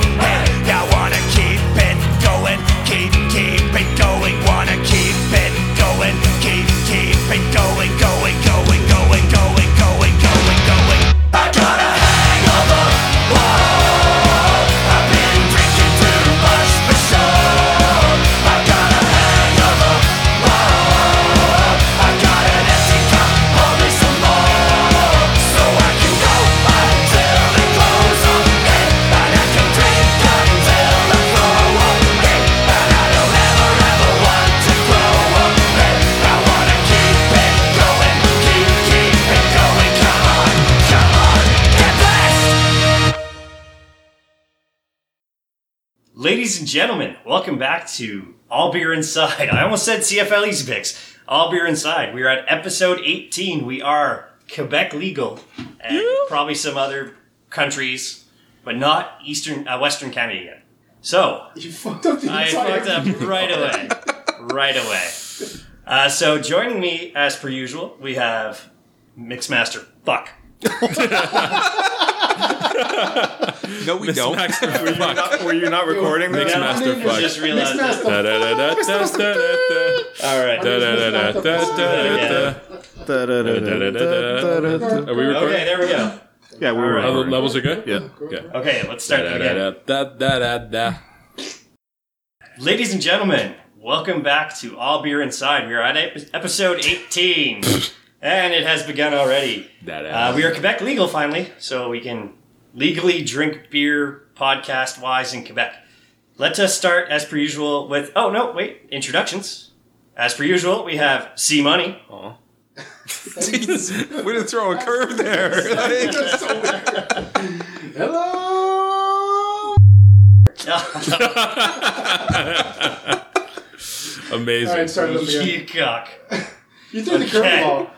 S3: Ladies and gentlemen, welcome back to All Beer Inside. I almost said CFL Easy Picks. All Beer Inside. We are at episode 18. We are Quebec legal and probably some other countries, but not Eastern, uh, Western Canada yet. So
S35: You fucked up the
S3: I
S35: entire
S3: fucked up right away. Right away. Uh, so joining me, as per usual, we have Mixmaster Buck.
S9: no, we
S3: don't.
S7: were, you not, were you not recording that?
S3: Mixmaster Buck. Just realized
S7: Mixmaster
S3: that. All right.
S8: Are we recording?
S3: Okay, there we go.
S8: Yeah,
S3: we're
S8: Other
S3: recording.
S8: levels are good? Yeah.
S3: Okay, let's start that again.
S8: again.
S3: Ladies and gentlemen, welcome back to All Beer Inside. We are at ep- episode 18, and it has begun already. Uh, we are Quebec legal finally, so we can legally drink beer podcast wise in Quebec. Let us start, as per usual, with oh no, wait, introductions. As per usual, we have C Money.
S9: Jesus, way to throw a curve there.
S35: Hello.
S8: Amazing.
S35: All right, start it up again.
S3: You cock.
S35: You threw the curveball.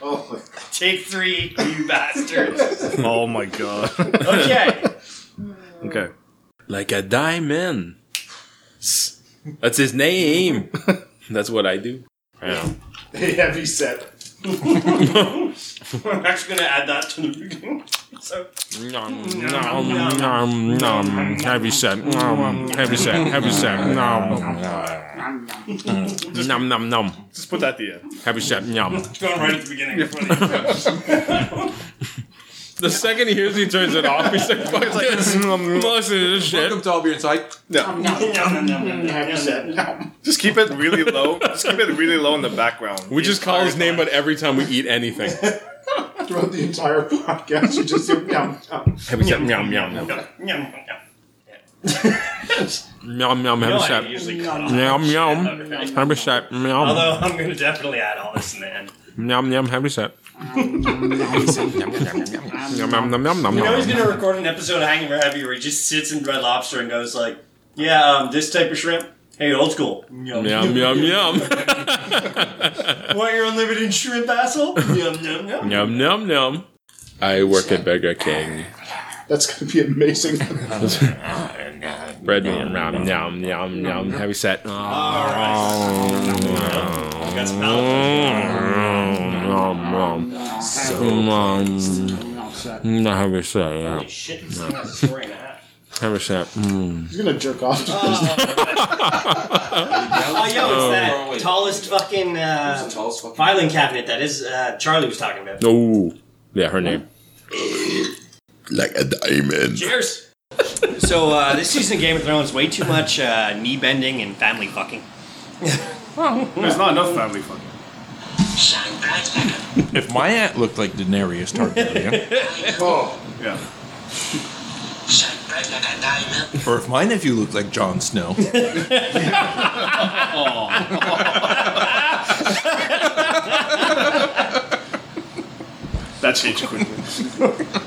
S3: Oh Take three, you bastards.
S7: Oh my god.
S3: Okay.
S7: Okay.
S8: Like a diamond. That's his name. That's what I do. Yeah.
S4: Heavy set.
S3: We're actually going to add that to the beginning. So.
S8: Nom, nom, nom. Heavy set. Nom. Heavy set. Heavy set. Nom. Nom, nom, nom.
S7: Just put that at the end.
S8: Heavy set. Nom.
S3: It's going right at the beginning. It's funny.
S8: The second he hears, he turns it off. He's like, "Fuck this! I'm listening to this shit." Welcome
S9: to All Beer Inside.
S7: Just keep it really low. Just keep it really low in the background.
S8: We just call his name, but every time we eat anything,
S4: Throughout the entire podcast, you just do yum, yum.
S8: heavy set. Yum yum yum.
S3: Yum.
S8: Yum yum.
S3: You know
S8: Heavy
S3: I
S8: set.
S3: usually cut off
S8: Yum
S3: shit
S8: yum.
S3: out of it.
S8: Heavy set.
S3: Although
S8: Yum.
S3: I'm going to definitely add all this in the end.
S8: Yum yum. Heavy set. Yum yum yum yum yum.
S3: You know he's
S8: yum.
S3: going to record an episode of Hanging for Heavy where he just sits in Red Lobster and goes like, "Yeah, um, this type of shrimp. Hey, old school. Yum
S8: Yum yum yum.
S3: Want your unlimited shrimp, asshole? yum yum yum.
S8: Yum yum yum. I work at Burger King.
S4: That's going to be amazing.
S8: Bread yum yum yum yum yum. Heavy set. Heavy set. Yeah.
S3: Shit, this thing has a story in it.
S8: Heavy set. Mm.
S4: He's going to jerk off.
S3: Oh, yo,
S8: Oh.
S3: it's that tallest fucking, uh, filing cabinet that is uh, Charlie was talking about.
S8: Oh, yeah, her name.
S3: Like a diamond. Cheers. so uh, this season of Game of Thrones, way too much uh, knee bending and family fucking.
S7: There's not enough family fun.
S9: If my aunt looked like Daenerys Targaryen,
S7: oh, yeah.
S9: or if my nephew looked like Jon Snow,
S7: That changed quickly.